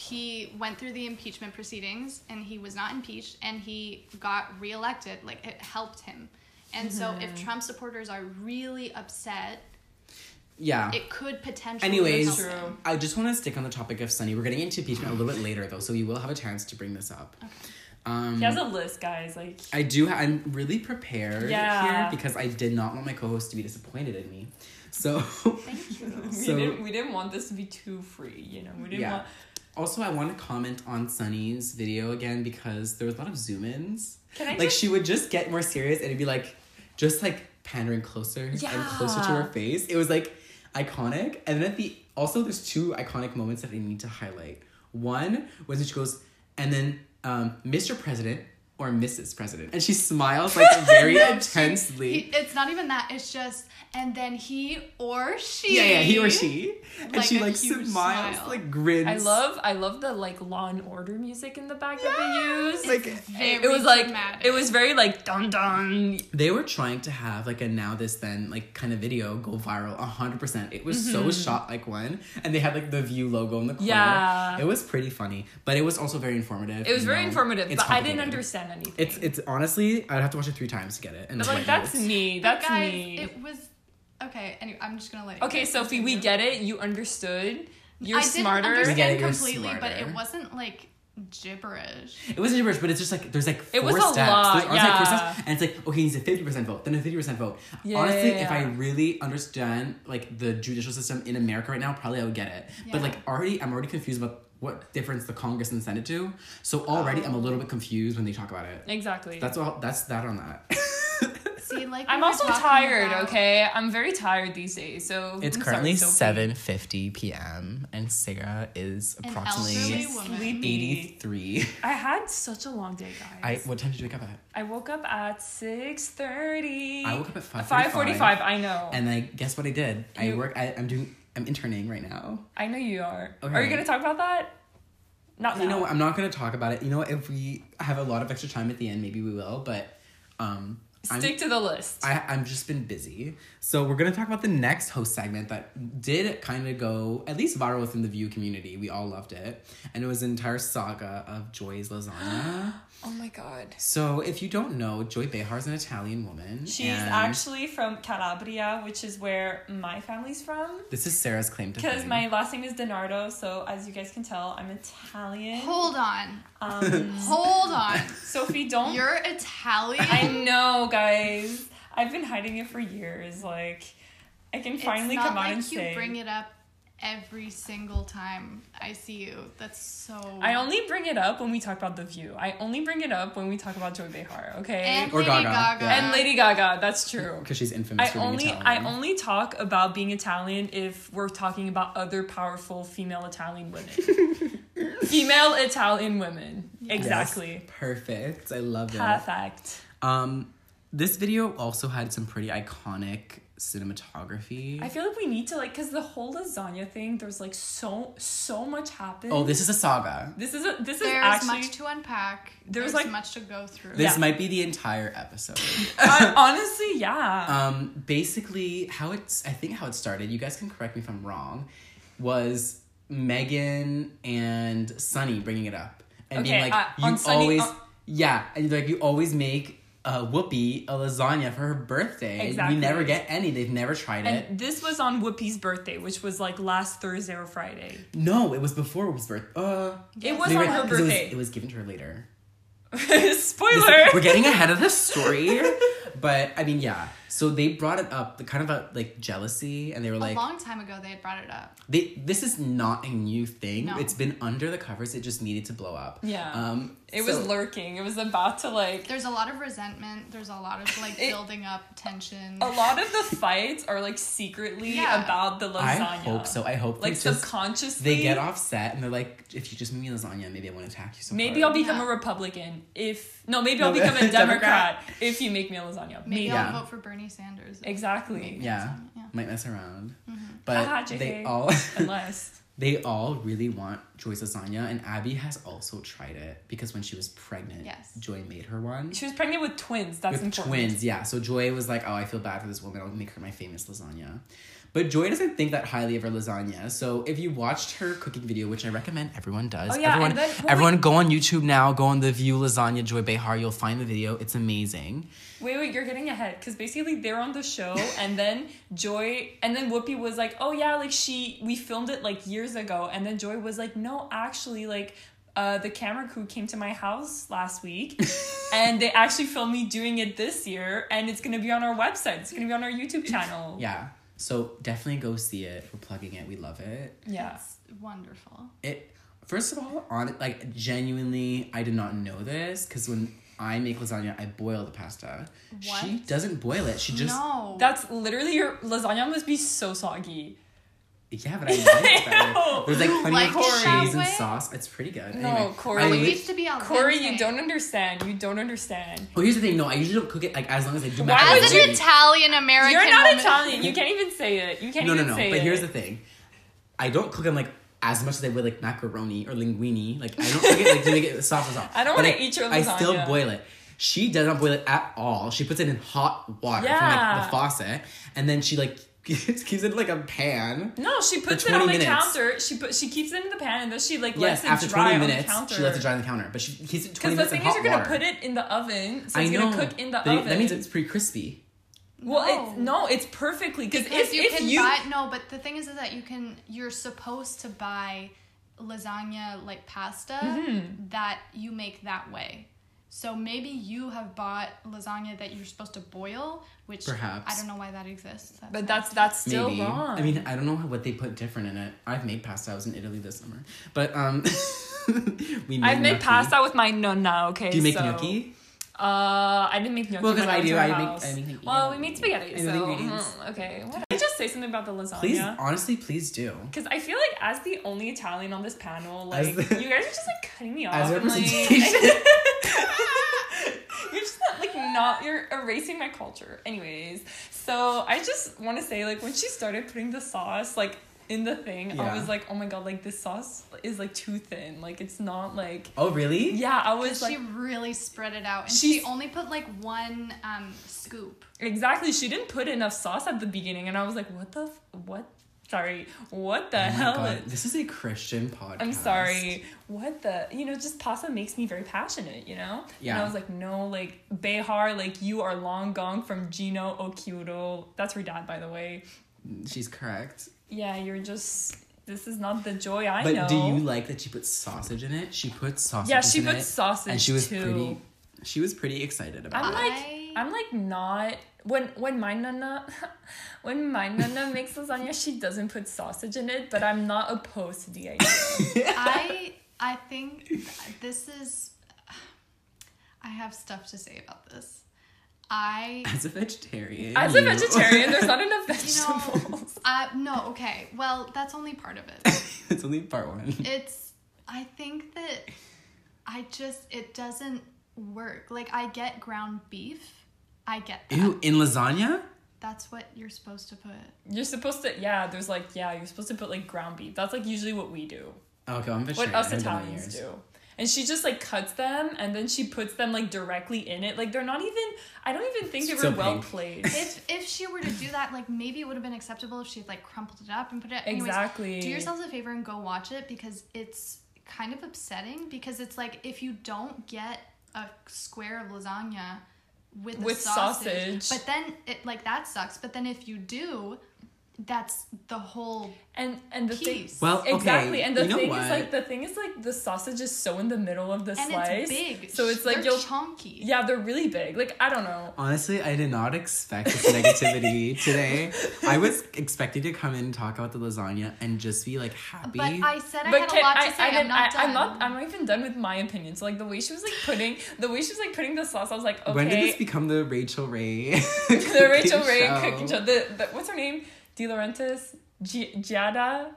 [SPEAKER 3] He went through the impeachment proceedings and he was not impeached and he got reelected. Like it helped him. And so
[SPEAKER 2] Mm-hmm.
[SPEAKER 3] if Trump supporters are really upset,
[SPEAKER 1] Yeah.
[SPEAKER 3] it could potentially
[SPEAKER 1] Anyways,
[SPEAKER 3] help him.
[SPEAKER 1] I just want to stick on the topic of Sunny. We're getting into impeachment a little bit later, though, so we will have a chance to bring this up. Um,
[SPEAKER 2] He has a list, guys. Like
[SPEAKER 1] I do. Ha- I'm really prepared
[SPEAKER 2] Yeah.
[SPEAKER 1] here because I did not want my co-host to be disappointed in me. So,
[SPEAKER 3] Thank you.
[SPEAKER 2] we
[SPEAKER 1] so
[SPEAKER 2] didn't. We didn't want this to be too free. You know. We didn't
[SPEAKER 1] yeah.
[SPEAKER 2] want.
[SPEAKER 1] Also, I want to comment on Sunny's video again because there was a lot of zoom ins.
[SPEAKER 2] Can I
[SPEAKER 1] Like
[SPEAKER 2] just-
[SPEAKER 1] she would just get more serious and it'd be like just like pandering closer and closer to her
[SPEAKER 2] Yeah.
[SPEAKER 1] face. It was like iconic. And then at the also there's two iconic moments that I need to highlight. One was when she goes, and then um, Mr. President or Mrs. President. And she smiles like very
[SPEAKER 3] No, she-
[SPEAKER 1] intensely.
[SPEAKER 3] he- it's not even that. It's just, and then he or she.
[SPEAKER 1] yeah, yeah, he or she. And
[SPEAKER 3] Like
[SPEAKER 1] she
[SPEAKER 3] a
[SPEAKER 1] like
[SPEAKER 3] huge
[SPEAKER 1] smiles,
[SPEAKER 3] smile.
[SPEAKER 1] like grins.
[SPEAKER 2] I love I love the like Law and Order music in the back that they use.
[SPEAKER 1] like
[SPEAKER 3] Very
[SPEAKER 2] it was like
[SPEAKER 3] dramatic.
[SPEAKER 2] it was very like dun dun.
[SPEAKER 1] they were trying to have like a now this then like kind of video go viral 100% it was
[SPEAKER 2] Mm-hmm.
[SPEAKER 1] so shot like one and they had like the view logo in the corner
[SPEAKER 2] Yeah.
[SPEAKER 1] it was pretty funny but it was also very informative
[SPEAKER 2] It was
[SPEAKER 1] you
[SPEAKER 2] very
[SPEAKER 1] know.
[SPEAKER 2] informative,
[SPEAKER 1] It's
[SPEAKER 2] but I didn't
[SPEAKER 1] complicated.
[SPEAKER 2] understand anything.
[SPEAKER 1] it's it's honestly i'd have to watch it three times to get it and
[SPEAKER 2] but
[SPEAKER 1] it's
[SPEAKER 2] like
[SPEAKER 1] what it
[SPEAKER 2] that's
[SPEAKER 1] is.
[SPEAKER 2] me. That's
[SPEAKER 3] Guys,
[SPEAKER 2] me.
[SPEAKER 3] it was okay. Anyway, I'm just gonna let. you
[SPEAKER 2] okay,
[SPEAKER 3] guys
[SPEAKER 2] Sophie, we
[SPEAKER 3] continue.
[SPEAKER 2] get it. You understood. You're
[SPEAKER 3] I
[SPEAKER 2] smarter.
[SPEAKER 3] Didn't
[SPEAKER 1] We get
[SPEAKER 3] understand
[SPEAKER 1] it, you're
[SPEAKER 3] completely, but
[SPEAKER 1] smarter.
[SPEAKER 3] it wasn't like gibberish.
[SPEAKER 1] it wasn't gibberish but it's just like there's like four
[SPEAKER 2] It was a
[SPEAKER 1] steps
[SPEAKER 2] lot,
[SPEAKER 1] There's honestly, like, four
[SPEAKER 2] yeah.
[SPEAKER 1] steps, and it's like okay he needs a 50% vote then a 50% vote
[SPEAKER 2] Yeah,
[SPEAKER 1] honestly
[SPEAKER 2] yeah,
[SPEAKER 1] if i
[SPEAKER 2] yeah.
[SPEAKER 1] really understand like the judicial system in america right now probably i would get it but
[SPEAKER 3] Yeah.
[SPEAKER 1] like already i'm already confused about what difference the congress and senate do so
[SPEAKER 2] Oh.
[SPEAKER 1] already i'm a little bit confused when they talk about it
[SPEAKER 2] Exactly.
[SPEAKER 1] That's all. That's that on that.
[SPEAKER 3] See, like we
[SPEAKER 2] I'm
[SPEAKER 3] were
[SPEAKER 2] also
[SPEAKER 3] talking
[SPEAKER 2] tired,
[SPEAKER 3] about-
[SPEAKER 2] okay? I'm very tired these days. So
[SPEAKER 1] it's
[SPEAKER 2] I'm sorry,
[SPEAKER 1] currently
[SPEAKER 2] Sophie.
[SPEAKER 1] seven fifty p.m. and Sarah is approximately
[SPEAKER 3] elderly
[SPEAKER 2] She's
[SPEAKER 3] woman.
[SPEAKER 1] eighty
[SPEAKER 2] sleepy.
[SPEAKER 1] three.
[SPEAKER 2] I had such a long day,
[SPEAKER 1] I
[SPEAKER 2] guys.
[SPEAKER 1] what time did you wake up at?
[SPEAKER 2] I, woke up at six thirty.
[SPEAKER 1] I woke up at 5:45.
[SPEAKER 2] Five forty-five. I know.
[SPEAKER 1] And I guess what I did. I
[SPEAKER 2] You-
[SPEAKER 1] work. I, I'm doing. I'm interning right now.
[SPEAKER 2] I know you are.
[SPEAKER 1] Okay.
[SPEAKER 2] Are you gonna talk about that? Not now.
[SPEAKER 1] You know what? I'm not gonna talk about it. You know what? If we have a lot of extra time at the end, maybe we will. But um, I'm-
[SPEAKER 2] Stick to the list.
[SPEAKER 1] I, I've just been busy. So we're gonna talk about the next host segment that did kind of go at least viral within the View community. We all loved it, and it was an entire saga of Joy's lasagna.
[SPEAKER 2] oh my god.
[SPEAKER 1] so if you don't know, Joy Behar is an Italian woman.
[SPEAKER 2] She's
[SPEAKER 1] and
[SPEAKER 2] actually from Calabria, which is where my family's from.
[SPEAKER 1] this is Sarah's claim to
[SPEAKER 2] Because
[SPEAKER 1] fame.
[SPEAKER 2] my last name is Donardo, so as you guys can tell, I'm Italian.
[SPEAKER 3] Hold on,
[SPEAKER 2] Um,
[SPEAKER 3] hold on.
[SPEAKER 2] Sophie, don't.
[SPEAKER 3] You're Italian.
[SPEAKER 2] I know, guys. I've been hiding it for years. Like, I can finally
[SPEAKER 3] it's not
[SPEAKER 2] come out
[SPEAKER 3] like
[SPEAKER 2] and
[SPEAKER 3] you
[SPEAKER 2] say.
[SPEAKER 3] bring it up every single time I see you. That's so.
[SPEAKER 2] I only bring it up when we talk about The View. I only bring it up when we talk about Joy Behar, okay?
[SPEAKER 3] and
[SPEAKER 1] Or
[SPEAKER 3] Lady
[SPEAKER 1] Gaga,
[SPEAKER 3] Gaga,
[SPEAKER 1] yeah.
[SPEAKER 2] And Lady Gaga, that's true.
[SPEAKER 1] because she's infamous
[SPEAKER 2] I
[SPEAKER 1] for being
[SPEAKER 2] only
[SPEAKER 1] Italian.
[SPEAKER 2] I only talk about being Italian if we're talking about other powerful female Italian women. female Italian women.
[SPEAKER 1] Yes,
[SPEAKER 2] Exactly.
[SPEAKER 1] perfect. I love it.
[SPEAKER 2] Perfect.
[SPEAKER 1] Um, this video also had some pretty iconic cinematography.
[SPEAKER 2] I feel like we need to like cuz the whole lasagna thing there's like so so much happened.
[SPEAKER 1] oh, this is a saga.
[SPEAKER 2] this is a, this is
[SPEAKER 3] There's
[SPEAKER 2] actually
[SPEAKER 3] much to unpack.
[SPEAKER 2] There's,
[SPEAKER 3] There's,
[SPEAKER 2] like-
[SPEAKER 3] much to go through.
[SPEAKER 1] This
[SPEAKER 2] Yeah.
[SPEAKER 1] might be the entire episode.
[SPEAKER 2] Hon- honestly, yeah.
[SPEAKER 1] um basically how it's i think how it started you guys can correct me if i'm wrong was megan and sunny bringing it up and being
[SPEAKER 2] Okay,
[SPEAKER 1] like
[SPEAKER 2] uh, on
[SPEAKER 1] you
[SPEAKER 2] Sunny-
[SPEAKER 1] always
[SPEAKER 2] on-
[SPEAKER 1] yeah and like you always make uh, whoopi a lasagna for her birthday
[SPEAKER 2] Exactly.
[SPEAKER 1] we never get any they've never tried it
[SPEAKER 2] and this was on Whoopi's birthday, which was like last Thursday or Friday.
[SPEAKER 1] no it was before it was birth uh
[SPEAKER 2] It was
[SPEAKER 1] maybe
[SPEAKER 2] on
[SPEAKER 1] right-
[SPEAKER 2] her
[SPEAKER 1] 'cause it was-
[SPEAKER 2] birthday.
[SPEAKER 1] it was given to her later This-
[SPEAKER 2] Spoiler.
[SPEAKER 1] we're getting ahead of the story but i mean yeah so they brought it up the kind of a, like jealousy and they were
[SPEAKER 3] a
[SPEAKER 1] like
[SPEAKER 3] long time ago, they had brought it up.
[SPEAKER 1] they, this is not a new thing.
[SPEAKER 3] No.
[SPEAKER 1] It's been under the covers. It just needed to blow up.
[SPEAKER 2] Yeah.
[SPEAKER 1] Um,
[SPEAKER 2] It
[SPEAKER 1] so-
[SPEAKER 2] was lurking. It was about to like
[SPEAKER 3] There's a lot of resentment. There's a lot of like building up tension.
[SPEAKER 2] a lot of the fights are like secretly
[SPEAKER 3] Yeah.
[SPEAKER 2] about the lasagna.
[SPEAKER 1] I hope so. I hope
[SPEAKER 2] Like
[SPEAKER 1] they just-
[SPEAKER 2] subconsciously,
[SPEAKER 1] they get offset and they're like, if you just make me lasagna, maybe I won't attack you so
[SPEAKER 2] Maybe
[SPEAKER 1] hard."
[SPEAKER 2] I'll become
[SPEAKER 3] Yeah.
[SPEAKER 2] a Republican if no. Maybe
[SPEAKER 1] No,
[SPEAKER 2] I'll become a
[SPEAKER 1] Democrat.
[SPEAKER 2] Democrat if you make me a lasagna.
[SPEAKER 3] Maybe
[SPEAKER 2] Maybe.
[SPEAKER 1] Yeah.
[SPEAKER 3] I'll vote for Bernie Sanders.
[SPEAKER 2] Exactly.
[SPEAKER 1] Yeah.
[SPEAKER 3] Yeah. Mm-hmm.
[SPEAKER 1] Might mess around. But
[SPEAKER 2] Haha,
[SPEAKER 1] they
[SPEAKER 2] JK.
[SPEAKER 1] all
[SPEAKER 2] Unless
[SPEAKER 1] they all really want Joy's lasagna and Abby has also tried it because when she was pregnant,
[SPEAKER 3] Yes.
[SPEAKER 1] Joy made her one.
[SPEAKER 2] she was pregnant with twins. That's
[SPEAKER 1] with
[SPEAKER 2] important.
[SPEAKER 1] twins, yeah. So Joy was like, "Oh, I feel bad for this woman. I'll make her my famous lasagna." But Joy doesn't think that highly of her lasagna. So if you watched her cooking video, which I recommend everyone does,
[SPEAKER 2] Oh, yeah,
[SPEAKER 1] everyone,
[SPEAKER 2] and then- well,
[SPEAKER 1] everyone go on YouTube now. Go on the View Lasagna Joy Behar. You'll find the video. It's amazing.
[SPEAKER 2] Wait, wait, you're getting ahead because basically they're on the show, and then Joy, and then Whoopi was like, "Oh yeah, like she, we filmed it like years ago," and then Joy was like, "No, actually, like." Uh, the camera crew came to my house last week and they actually filmed me doing it this year and it's gonna be on our website it's gonna be on our youtube channel
[SPEAKER 1] Yeah. So definitely go see it. We're plugging it. We love it.
[SPEAKER 2] yeah
[SPEAKER 3] It's wonderful.
[SPEAKER 1] It First of all, on like genuinely, I did not know this because when I make lasagna, I boil the pasta. She
[SPEAKER 3] What?
[SPEAKER 1] doesn't boil it. She just
[SPEAKER 3] no.
[SPEAKER 2] That's literally your lasagna must be so soggy.
[SPEAKER 1] yeah, but I like it
[SPEAKER 2] I
[SPEAKER 1] that way.
[SPEAKER 2] know.
[SPEAKER 1] There's like plenty
[SPEAKER 3] like
[SPEAKER 1] of
[SPEAKER 2] it that
[SPEAKER 1] cheese and
[SPEAKER 3] way?
[SPEAKER 1] sauce. It's pretty good.
[SPEAKER 2] No,
[SPEAKER 1] Anyway,
[SPEAKER 2] Corey.
[SPEAKER 1] I
[SPEAKER 3] Well, it
[SPEAKER 1] lit-
[SPEAKER 3] used to be on
[SPEAKER 2] Corey, you
[SPEAKER 3] Wednesday.
[SPEAKER 2] don't understand. You don't understand.
[SPEAKER 1] oh, here's the thing. No, I usually don't cook it like as long as I do
[SPEAKER 2] Why
[SPEAKER 1] macaroni.
[SPEAKER 2] would
[SPEAKER 3] As
[SPEAKER 1] and
[SPEAKER 3] an
[SPEAKER 1] cheese.
[SPEAKER 3] Italian American,
[SPEAKER 2] You're not
[SPEAKER 3] woman,
[SPEAKER 2] Italian. You can't even say it. You can't
[SPEAKER 1] no, no,
[SPEAKER 2] even
[SPEAKER 1] no.
[SPEAKER 2] say
[SPEAKER 1] But
[SPEAKER 2] it.
[SPEAKER 1] here's the thing. I don't cook them like as much as I would like macaroni or linguine. Like I don't cook it like to make it soft as all.
[SPEAKER 2] I don't
[SPEAKER 1] But
[SPEAKER 2] wanna eat your
[SPEAKER 1] I still
[SPEAKER 2] lasagna.
[SPEAKER 1] boil it. She does not boil it at all. She puts it in hot water from like
[SPEAKER 2] Yeah.
[SPEAKER 1] the faucet, and then she like keeps it in like a pan.
[SPEAKER 2] No, she puts it
[SPEAKER 1] 20
[SPEAKER 2] on the
[SPEAKER 1] minutes.
[SPEAKER 2] counter. She put she keeps it in the pan and then she like
[SPEAKER 1] Yes,
[SPEAKER 2] lets it
[SPEAKER 1] after
[SPEAKER 2] dry
[SPEAKER 1] twenty
[SPEAKER 2] on the
[SPEAKER 1] minutes,
[SPEAKER 2] counter.
[SPEAKER 1] she lets it dry on the counter. But she keeps it twenty
[SPEAKER 2] Because
[SPEAKER 1] minutes
[SPEAKER 2] the
[SPEAKER 1] in
[SPEAKER 2] thing is,
[SPEAKER 1] hot
[SPEAKER 2] you're gonna
[SPEAKER 1] water.
[SPEAKER 2] put it in the oven, so
[SPEAKER 1] I
[SPEAKER 2] it's
[SPEAKER 1] know.
[SPEAKER 2] gonna cook in the
[SPEAKER 1] That-
[SPEAKER 2] oven.
[SPEAKER 1] That means it's pretty crispy.
[SPEAKER 2] well, it's
[SPEAKER 3] No.
[SPEAKER 2] no, it's perfectly because
[SPEAKER 3] Because
[SPEAKER 2] if
[SPEAKER 3] you
[SPEAKER 2] if
[SPEAKER 3] can
[SPEAKER 2] you
[SPEAKER 3] buy no, but the thing is, is that you can. You're supposed to buy lasagna like pasta
[SPEAKER 2] Mm-hmm.
[SPEAKER 3] that you make that way. So maybe you have bought lasagna that you're supposed to boil, which
[SPEAKER 1] Perhaps.
[SPEAKER 3] I don't know why that exists. That's
[SPEAKER 2] but that's that's still
[SPEAKER 1] Maybe.
[SPEAKER 2] wrong.
[SPEAKER 1] I mean, I don't know what they put different in it. I've made pasta. I was in Italy this summer, but um, we made
[SPEAKER 2] I've made
[SPEAKER 1] gnocchi.
[SPEAKER 2] pasta with my nonna. Okay,
[SPEAKER 1] Do you make
[SPEAKER 2] so,
[SPEAKER 1] gnocchi?
[SPEAKER 2] Uh, I didn't make gnocchi.
[SPEAKER 1] Well, 'cause
[SPEAKER 2] when I
[SPEAKER 1] I
[SPEAKER 2] was
[SPEAKER 1] do.
[SPEAKER 2] in
[SPEAKER 1] I
[SPEAKER 2] her
[SPEAKER 1] make-
[SPEAKER 2] house.
[SPEAKER 1] I make-
[SPEAKER 2] well, we
[SPEAKER 1] yeah.
[SPEAKER 2] made spaghetti.
[SPEAKER 1] I know the
[SPEAKER 2] so
[SPEAKER 1] ingredients.
[SPEAKER 2] mm, okay, what? Can I just say something about the lasagna?
[SPEAKER 1] Please, honestly, please do.
[SPEAKER 2] Because I feel like as the only Italian on this panel,
[SPEAKER 1] As
[SPEAKER 2] like
[SPEAKER 1] the-
[SPEAKER 2] you guys are just like cutting me off.
[SPEAKER 1] As
[SPEAKER 2] and, like,
[SPEAKER 1] representation.
[SPEAKER 2] you're just not, like not you're erasing my culture. Anyways, so I just want to say like when she started putting the sauce like in the thing,
[SPEAKER 1] Yeah.
[SPEAKER 2] I was like, oh my god, like this sauce is like too thin. Like it's not like
[SPEAKER 1] Oh, really?
[SPEAKER 2] yeah. I was
[SPEAKER 3] she
[SPEAKER 2] like
[SPEAKER 3] really spread it out, and she
[SPEAKER 2] She's-
[SPEAKER 3] only put like one um, scoop.
[SPEAKER 2] exactly. She didn't put enough sauce at the beginning, and I was like, what the f- what? Sorry, what the
[SPEAKER 1] Oh my
[SPEAKER 2] hell?
[SPEAKER 1] God,
[SPEAKER 2] is-
[SPEAKER 1] This is a Christian podcast.
[SPEAKER 2] I'm sorry. What the? You know, just pasta makes me very passionate. You know. And
[SPEAKER 1] Yeah.
[SPEAKER 2] I was like, no, like Behar, like you are long gone from Gino Okiuro. That's her dad, by the way.
[SPEAKER 1] She's correct.
[SPEAKER 2] Yeah, you're just. This is not the joy I
[SPEAKER 1] But
[SPEAKER 2] know.
[SPEAKER 1] do you like that she put sausage in it? She put sausage.
[SPEAKER 2] Yeah, she
[SPEAKER 1] in
[SPEAKER 2] put
[SPEAKER 1] it,
[SPEAKER 2] sausage
[SPEAKER 1] and she was
[SPEAKER 2] too.
[SPEAKER 1] pretty. She was pretty excited about
[SPEAKER 2] I'm
[SPEAKER 1] it.
[SPEAKER 2] like,
[SPEAKER 3] I-
[SPEAKER 2] I'm like not when when my nana, when my nana makes lasagna, she doesn't put sausage in it. But I'm not opposed to the idea.
[SPEAKER 3] I I think this is. I have stuff to say about this. I
[SPEAKER 1] As a vegetarian.
[SPEAKER 2] As a
[SPEAKER 1] you-
[SPEAKER 2] vegetarian, there's not enough
[SPEAKER 3] You know-
[SPEAKER 2] vegetables.
[SPEAKER 3] uh, no okay. Well, that's only part of it.
[SPEAKER 1] it's only part one.
[SPEAKER 3] It's I think that I just it doesn't work. Like I get ground beef. I get that.
[SPEAKER 1] Ew, in lasagna?
[SPEAKER 3] That's what you're supposed to put.
[SPEAKER 2] You're supposed to, yeah, there's like, yeah, you're supposed to put like ground beef. That's like usually what we do,
[SPEAKER 1] Okay, I'm
[SPEAKER 2] what
[SPEAKER 1] vegetarian.
[SPEAKER 2] us
[SPEAKER 1] I've been on
[SPEAKER 2] Italians
[SPEAKER 1] yours.
[SPEAKER 2] do. And she just like cuts them and then she puts them like directly in it. Like they're not even, I don't even think they were
[SPEAKER 1] So
[SPEAKER 2] well
[SPEAKER 1] pink.
[SPEAKER 2] placed.
[SPEAKER 3] If if she were to do that, like maybe it would have been acceptable if she'd like crumpled it up and put it anyways,
[SPEAKER 2] Exactly.
[SPEAKER 3] Do yourselves a favor and go watch it because it's kind of upsetting because it's like if you don't get a square of lasagna with the
[SPEAKER 2] With
[SPEAKER 3] sausage,
[SPEAKER 2] sausage.
[SPEAKER 3] but then it like that sucks. But then if you do, that's the whole
[SPEAKER 2] And and the thing,
[SPEAKER 3] piece.
[SPEAKER 1] Well, Oh, okay,
[SPEAKER 2] exactly. And the
[SPEAKER 1] you know
[SPEAKER 2] thing
[SPEAKER 1] what?
[SPEAKER 2] is like the thing is like the sausage is so in the middle of the
[SPEAKER 3] and
[SPEAKER 2] slice,
[SPEAKER 3] it's big,
[SPEAKER 2] so it's like
[SPEAKER 3] They're
[SPEAKER 2] you'll,
[SPEAKER 3] chunky.
[SPEAKER 2] yeah, they're really big. Like I don't know.
[SPEAKER 1] Honestly, I did not expect this negativity today. I was expecting to come in and talk about the lasagna and just be like happy.
[SPEAKER 3] But I said I
[SPEAKER 2] But
[SPEAKER 3] had
[SPEAKER 2] can-
[SPEAKER 3] a lot
[SPEAKER 2] I-
[SPEAKER 3] to
[SPEAKER 2] I
[SPEAKER 3] say. I, am
[SPEAKER 2] didn't-
[SPEAKER 3] not
[SPEAKER 2] I,
[SPEAKER 3] done.
[SPEAKER 2] I'm not. I'm not even done with my opinion. So like the way she was like putting, the way she was like putting the sauce, I was like, okay.
[SPEAKER 1] When did this become the Rachel Ray?
[SPEAKER 2] the Rachel Ray cooking show. The, the what's her name? De Laurentiis, Gi- Giada.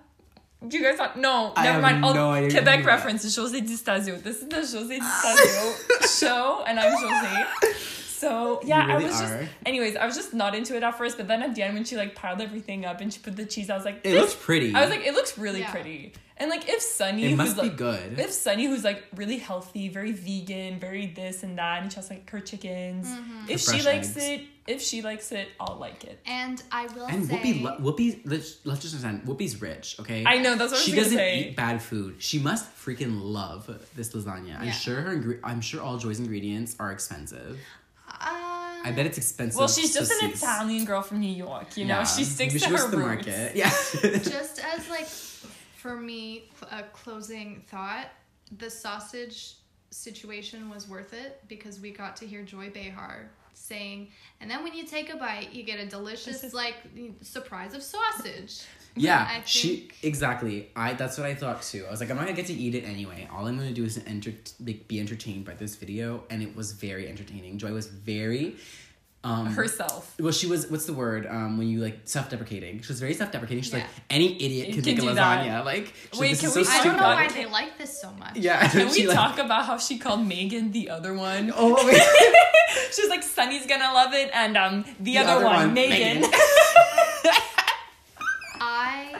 [SPEAKER 2] Do you guys not? No,
[SPEAKER 1] I
[SPEAKER 2] never
[SPEAKER 1] have
[SPEAKER 2] mind.
[SPEAKER 1] no idea who
[SPEAKER 2] Quebec
[SPEAKER 1] that-
[SPEAKER 2] reference. The José Distasio. This is the José Distasio show, and I'm José. So yeah,
[SPEAKER 1] You really
[SPEAKER 2] I was
[SPEAKER 1] are.
[SPEAKER 2] just. Anyways, I was just not into it at first, but then at the end when she like piled everything up and she put the cheese, I was like,
[SPEAKER 1] It
[SPEAKER 2] this-
[SPEAKER 1] looks pretty.
[SPEAKER 2] I was like, it looks really
[SPEAKER 3] Yeah.
[SPEAKER 2] pretty. And like, if Sunny,
[SPEAKER 1] it
[SPEAKER 2] who's
[SPEAKER 1] must be
[SPEAKER 2] like,
[SPEAKER 1] good.
[SPEAKER 2] if Sunny, who's like really healthy, very vegan, very this and that, and she has like her chickens.
[SPEAKER 1] The
[SPEAKER 2] If she
[SPEAKER 1] fresh
[SPEAKER 2] likes
[SPEAKER 1] eggs.
[SPEAKER 2] it, if she likes it, I'll like it.
[SPEAKER 3] And I will
[SPEAKER 1] and
[SPEAKER 3] say,
[SPEAKER 1] Whoopi, lo- Whoopi, let's, let's just understand. Whoopi's rich, okay?
[SPEAKER 2] I know that's what I was
[SPEAKER 1] she
[SPEAKER 2] gonna
[SPEAKER 1] doesn't
[SPEAKER 2] say.
[SPEAKER 1] eat bad food. She must freaking love this lasagna. I'm
[SPEAKER 3] Yeah.
[SPEAKER 1] sure her. Ingre- I'm sure all Joy's ingredients are expensive.
[SPEAKER 3] uh,
[SPEAKER 1] I bet it's expensive.
[SPEAKER 2] Well, she's just an
[SPEAKER 1] sauce.
[SPEAKER 2] Italian girl from New York, you know.
[SPEAKER 1] Yeah.
[SPEAKER 2] She sticks
[SPEAKER 1] Maybe
[SPEAKER 2] to
[SPEAKER 1] she goes
[SPEAKER 2] her
[SPEAKER 1] the
[SPEAKER 2] roots.
[SPEAKER 1] market. Yeah.
[SPEAKER 3] just as like for me cl- a closing thought the sausage situation was worth it because we got to hear joy behar saying and then when you take a bite you get a delicious like surprise of sausage
[SPEAKER 1] Yeah,
[SPEAKER 3] I
[SPEAKER 1] she
[SPEAKER 3] think-
[SPEAKER 1] exactly. I that's what I thought too. I was like, I'm not gonna get to eat it anyway. All I'm gonna do is enter, like, be entertained by this video, and it was very entertaining. Joy was very, um,
[SPEAKER 2] herself.
[SPEAKER 1] well, she was. What's the word? Um, when you like self-deprecating, she was very self-deprecating. She's like,
[SPEAKER 3] Yeah.
[SPEAKER 1] any idiot
[SPEAKER 2] You
[SPEAKER 1] can,
[SPEAKER 2] can
[SPEAKER 1] make a
[SPEAKER 2] do that.
[SPEAKER 1] lasagna. Like, she's like,
[SPEAKER 2] Wait,
[SPEAKER 1] this
[SPEAKER 2] can
[SPEAKER 1] is
[SPEAKER 2] we
[SPEAKER 1] so
[SPEAKER 2] talk
[SPEAKER 3] I don't
[SPEAKER 1] stupid.
[SPEAKER 3] know why
[SPEAKER 2] Stupid.
[SPEAKER 3] they like this so much.
[SPEAKER 1] Yeah,
[SPEAKER 2] Can we
[SPEAKER 1] she, like-
[SPEAKER 2] talk about how she called Megan the other one?
[SPEAKER 1] Oh, wait.
[SPEAKER 2] She was like, Sunny's gonna love it, and um, the,
[SPEAKER 1] The
[SPEAKER 2] other,
[SPEAKER 1] other
[SPEAKER 2] one,
[SPEAKER 1] one,
[SPEAKER 2] Megan.
[SPEAKER 1] Megan.
[SPEAKER 3] I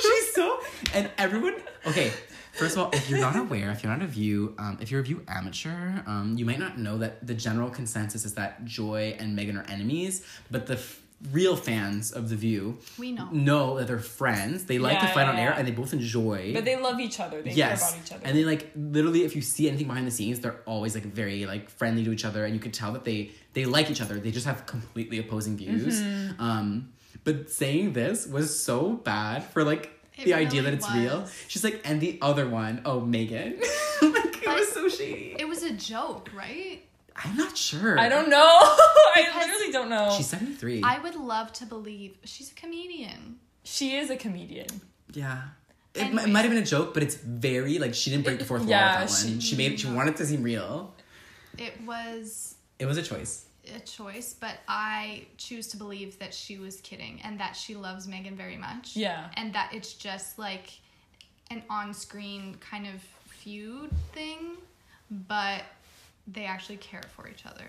[SPEAKER 1] She's so and everyone. Okay, first of all, if you're not aware, if you're not a view, um, if you're a view amateur, um, you might not know that the general consensus is that Joy and Megan are enemies, but the f- real fans of the View
[SPEAKER 3] we know.
[SPEAKER 1] know that they're friends. They like to
[SPEAKER 2] Yeah,
[SPEAKER 1] fight on
[SPEAKER 2] yeah,
[SPEAKER 1] air,
[SPEAKER 2] yeah.
[SPEAKER 1] and they both enjoy.
[SPEAKER 2] but they love each other. They
[SPEAKER 1] yes,
[SPEAKER 2] care about each other.
[SPEAKER 1] and they like literally. If you see anything behind the scenes, they're always like very like friendly to each other, and you could tell that they they like each other. They just have completely opposing views.
[SPEAKER 2] Mm-hmm.
[SPEAKER 1] Um, but saying this was so bad for like
[SPEAKER 3] It
[SPEAKER 1] the idea that
[SPEAKER 3] really
[SPEAKER 1] it's real.
[SPEAKER 3] was.
[SPEAKER 1] She's like, and the other one, oh Megan, like it was so shady.
[SPEAKER 3] It was a joke, right?
[SPEAKER 1] I'm not sure.
[SPEAKER 2] I don't know. I
[SPEAKER 3] Because-
[SPEAKER 2] literally don't know.
[SPEAKER 1] She's seventy three.
[SPEAKER 3] I would love to believe she's a comedian.
[SPEAKER 2] she is a comedian.
[SPEAKER 1] Yeah. It, m- it
[SPEAKER 3] Anyways.
[SPEAKER 1] might have been a joke, but it's very like she didn't break the fourth wall
[SPEAKER 2] Yeah,
[SPEAKER 1] with that
[SPEAKER 2] she-
[SPEAKER 1] one. She made she wanted it to seem real.
[SPEAKER 3] It was
[SPEAKER 1] It was a choice.
[SPEAKER 3] a choice, but I choose to believe that she was kidding and that she loves Megan very much.
[SPEAKER 2] Yeah.
[SPEAKER 3] And that it's just like an on screen kind of feud thing, but they actually care for each other.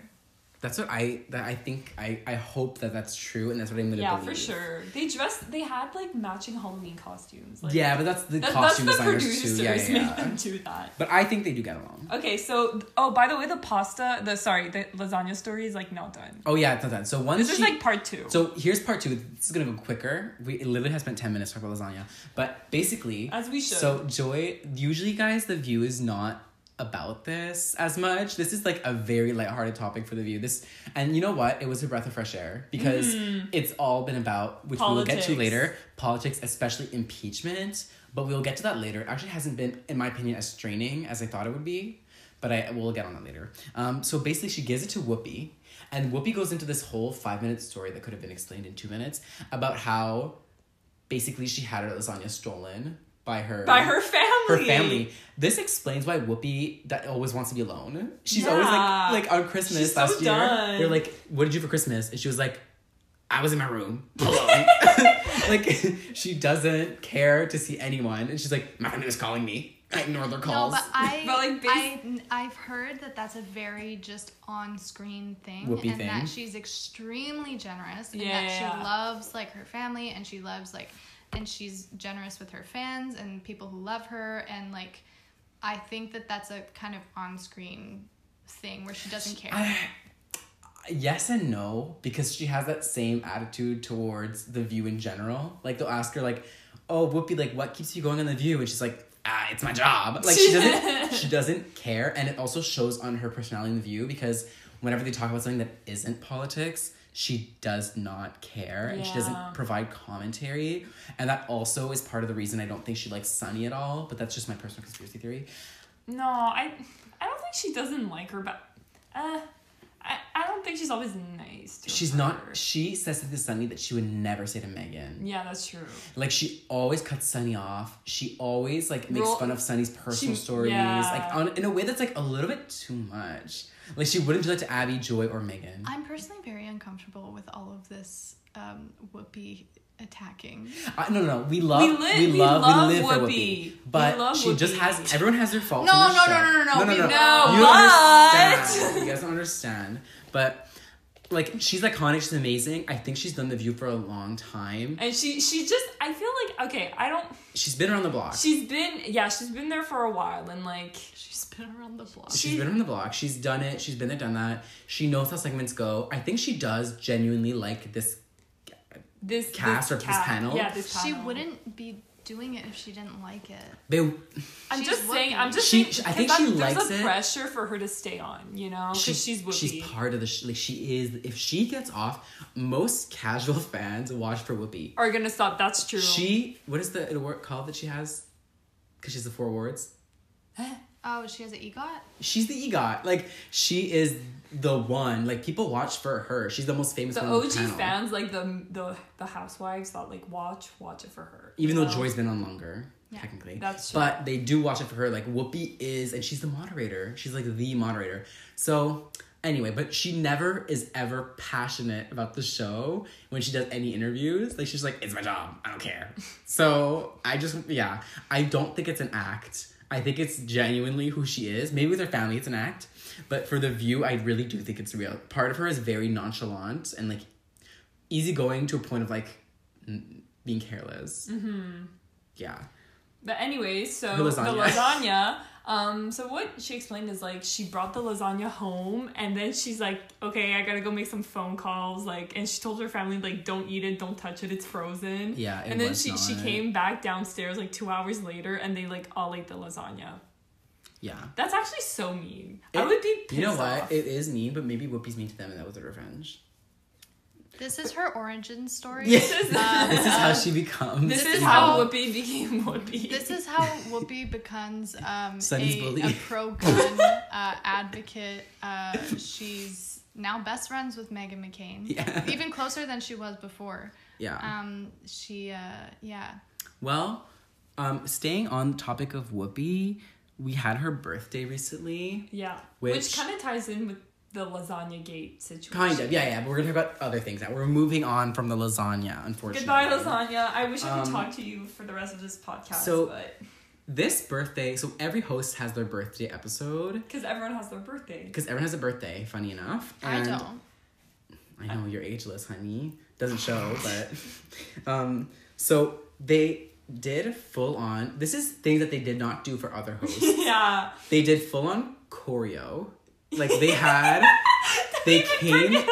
[SPEAKER 1] That's what I that I think I I hope that that's true and that's what I'm gonna
[SPEAKER 2] Yeah, for
[SPEAKER 1] believe.
[SPEAKER 2] sure. They dressed. They had like matching Halloween costumes. Like,
[SPEAKER 1] yeah, but that's the
[SPEAKER 2] that, that's
[SPEAKER 1] costume
[SPEAKER 2] the
[SPEAKER 1] designers
[SPEAKER 2] producers
[SPEAKER 1] too. Yeah, yeah.
[SPEAKER 2] made
[SPEAKER 1] yeah.
[SPEAKER 2] them do that.
[SPEAKER 1] But I think they do get along.
[SPEAKER 2] Okay, so oh, by the way, the pasta, the sorry, the lasagna story is like not done.
[SPEAKER 1] Oh yeah, it's not that. So once
[SPEAKER 2] This is
[SPEAKER 1] she-
[SPEAKER 2] like part two.
[SPEAKER 1] so here's part two. This is gonna go quicker. We it literally have spent ten minutes talking about lasagna, but basically,
[SPEAKER 2] As we should.
[SPEAKER 1] So Joy, usually guys, the view is not about this as much. This is like a very lighthearted topic for the view. This and you know what? It was a breath of fresh air because
[SPEAKER 2] Mm.
[SPEAKER 1] it's all been about which we'll get to
[SPEAKER 2] Politics.
[SPEAKER 1] later politics, especially impeachment. But we'll get to that later. It actually hasn't been, in my opinion, as straining as I thought it would be. But I will get on that later. Um, so basically, she gives it to Whoopi, and Whoopi goes into this whole five minute story that could have been explained in two minutes about how basically she had her lasagna stolen by her
[SPEAKER 2] by her family.
[SPEAKER 1] her family. This explains why Whoopi that always wants to be alone. She's always
[SPEAKER 2] Yeah.
[SPEAKER 1] like like on Christmas
[SPEAKER 2] She's so
[SPEAKER 1] last year.
[SPEAKER 2] done.
[SPEAKER 1] They're like, "What did you for Christmas?" And she was like, "I was in my room alone." like she doesn't care to see anyone, and she's like, "My family was calling me. I ignore their calls."
[SPEAKER 3] No, but I,
[SPEAKER 2] But, like, bas-
[SPEAKER 3] I, have heard that that's a very just on screen thing,
[SPEAKER 1] Whoopee
[SPEAKER 3] and that
[SPEAKER 1] thing.
[SPEAKER 3] she's extremely generous, and
[SPEAKER 2] Yeah,
[SPEAKER 3] that
[SPEAKER 2] yeah, yeah.
[SPEAKER 3] she loves like her family, and she loves like, and she's generous with her fans and people who love her, and like, I think that that's a kind of on screen thing where she doesn't care.
[SPEAKER 1] yes and no because she has that same attitude towards the view in general like they'll ask her like oh whoopee like what keeps you going on the view and she's like ah it's my job like she doesn't she doesn't care and it also shows on her personality in the view because whenever they talk about something that isn't politics she does not care and she
[SPEAKER 2] Yeah.
[SPEAKER 1] doesn't provide commentary and that also is part of the reason i don't think she likes sunny at all but that's just my personal conspiracy theory
[SPEAKER 2] No, I, I don't think she doesn't like her, but, uh, I, I don't think she's always nice. To
[SPEAKER 1] she's
[SPEAKER 2] her.
[SPEAKER 1] not she says to sunny that she would never say to megan
[SPEAKER 2] Yeah, that's true.
[SPEAKER 1] Like she always cuts Sunny off. She always like makes
[SPEAKER 2] Roll-
[SPEAKER 1] fun of Sunny's personal
[SPEAKER 2] She-
[SPEAKER 1] stories,
[SPEAKER 2] yeah.
[SPEAKER 1] like on, in a way that's like a little bit too much. Like she wouldn't do that to Abby, Joy, or Megan.
[SPEAKER 3] I'm personally very uncomfortable with all of this um, whoopee attacking.
[SPEAKER 1] I, no, no, no. We love, we,
[SPEAKER 2] li- we
[SPEAKER 1] love,
[SPEAKER 2] love
[SPEAKER 1] we live for
[SPEAKER 2] Whoopi.
[SPEAKER 1] Whoopi.
[SPEAKER 2] We
[SPEAKER 1] But
[SPEAKER 2] love
[SPEAKER 1] she just
[SPEAKER 2] Whoopi.
[SPEAKER 1] has everyone has their faults.
[SPEAKER 3] No,
[SPEAKER 1] on this
[SPEAKER 3] no,
[SPEAKER 1] show.
[SPEAKER 3] no, no, no, we-
[SPEAKER 2] no,
[SPEAKER 1] You
[SPEAKER 2] but-
[SPEAKER 1] don't understand. You guys don't understand. But like she's iconic. She's amazing. I think she's done the View for a long time.
[SPEAKER 2] And she, she just, I feel like, okay, I don't,
[SPEAKER 1] She's been around the block.
[SPEAKER 2] she's been, yeah, she's been there for a while, and like,
[SPEAKER 3] She's been around the block.
[SPEAKER 1] She's been on the block. She's done it. She's been there, done that. She knows how segments go. I think she does genuinely like this.
[SPEAKER 2] this
[SPEAKER 1] Cast or
[SPEAKER 2] this
[SPEAKER 1] this
[SPEAKER 2] cat-
[SPEAKER 1] panel?
[SPEAKER 2] Yeah, this
[SPEAKER 3] She
[SPEAKER 2] panel.
[SPEAKER 3] wouldn't be doing it if she didn't like it.
[SPEAKER 1] They,
[SPEAKER 2] I'm
[SPEAKER 3] She's
[SPEAKER 2] just saying. I'm
[SPEAKER 3] Whoopi.
[SPEAKER 2] just
[SPEAKER 1] She-
[SPEAKER 2] saying.
[SPEAKER 1] she- I
[SPEAKER 2] because
[SPEAKER 1] think
[SPEAKER 2] that-
[SPEAKER 1] she
[SPEAKER 2] there's
[SPEAKER 1] likes
[SPEAKER 2] a
[SPEAKER 1] it.
[SPEAKER 2] pressure for her to stay on, you know,
[SPEAKER 1] she-
[SPEAKER 2] because she's Whoopi.
[SPEAKER 1] She's part of the. Sh- like she is. If she gets off, most casual fans watch for Whoopi.
[SPEAKER 2] are gonna stop. That's true.
[SPEAKER 1] She. What is the award called that she has? Because she's the four awards.
[SPEAKER 3] Oh, she has an EGOT?
[SPEAKER 1] She's the EGOT. Like she is the one. Like people watch for her. She's the most famous.
[SPEAKER 2] The
[SPEAKER 1] one on
[SPEAKER 2] OG
[SPEAKER 1] panel.
[SPEAKER 2] fans, like the the the housewives, thought like watch watch it for her.
[SPEAKER 1] Even though
[SPEAKER 2] Well,
[SPEAKER 1] Joy's been on longer,
[SPEAKER 3] Yeah,
[SPEAKER 1] technically.
[SPEAKER 2] that's true.
[SPEAKER 1] But they do watch it for her. Like Whoopi is, and she's the moderator. She's like the moderator. So anyway, but she never is ever passionate about the show when she does any interviews. Like she's like, it's my job. I don't care. so I just yeah, I don't think it's an act. I think it's genuinely who she is. Maybe with her family, it's an act. But for the view, I really do think it's real. Part of her is very nonchalant and like easygoing to a point of like n- being careless. Mm-hmm. Yeah.
[SPEAKER 2] But anyway, so
[SPEAKER 1] The
[SPEAKER 2] the
[SPEAKER 1] lasagna.
[SPEAKER 2] lasagna. um, so what she explained is like she brought the lasagna home and then she's like, okay, I gotta go make some phone calls. Like, and she told her family like, don't eat it, don't touch it, it's frozen.
[SPEAKER 1] Yeah, it
[SPEAKER 2] and then
[SPEAKER 1] was
[SPEAKER 2] she she
[SPEAKER 1] not-
[SPEAKER 2] came back downstairs like two hours later and they like all ate the lasagna.
[SPEAKER 1] Yeah.
[SPEAKER 2] That's actually so mean. I
[SPEAKER 1] It-
[SPEAKER 2] would be pissed
[SPEAKER 1] You know what?
[SPEAKER 2] off.
[SPEAKER 1] It is mean, but maybe Whoopi's mean to them, and that was her revenge.
[SPEAKER 3] This is her origin story.
[SPEAKER 1] Yes.
[SPEAKER 3] Um,
[SPEAKER 1] This is how she becomes.
[SPEAKER 2] this,
[SPEAKER 3] This
[SPEAKER 2] is
[SPEAKER 3] is
[SPEAKER 2] how
[SPEAKER 3] how-
[SPEAKER 2] Whoopi became Whoopi.
[SPEAKER 3] This is how Whoopi becomes um,
[SPEAKER 1] Sonny's bully.
[SPEAKER 3] a, a pro gun uh, advocate. Uh, she's now best friends with Megan McCain,
[SPEAKER 1] Yeah.
[SPEAKER 3] even closer than she was before.
[SPEAKER 1] Yeah.
[SPEAKER 3] Um, she, uh, yeah,
[SPEAKER 1] Well, um, staying on the topic of Whoopi, we had her birthday recently.
[SPEAKER 2] yeah,
[SPEAKER 1] Which-
[SPEAKER 2] which, kind of ties in with the lasagna gate situation.
[SPEAKER 1] Kind of, yeah, yeah. But we're gonna talk about other things now. We're moving on from the lasagna, unfortunately.
[SPEAKER 2] Goodbye, lasagna. I wish I could
[SPEAKER 1] Um,
[SPEAKER 2] talk to you for the rest of this podcast,
[SPEAKER 1] so-
[SPEAKER 2] but
[SPEAKER 1] This birthday, so every host has their birthday episode
[SPEAKER 2] because everyone has their birthday.
[SPEAKER 1] because everyone has a birthday. Funny enough,
[SPEAKER 3] I
[SPEAKER 1] And-
[SPEAKER 3] don't.
[SPEAKER 1] I know you're ageless, honey. Doesn't show, but um, so they did full on. This is things that they did not do for other hosts.
[SPEAKER 2] yeah,
[SPEAKER 1] they did full on choreo. Like they had, they came in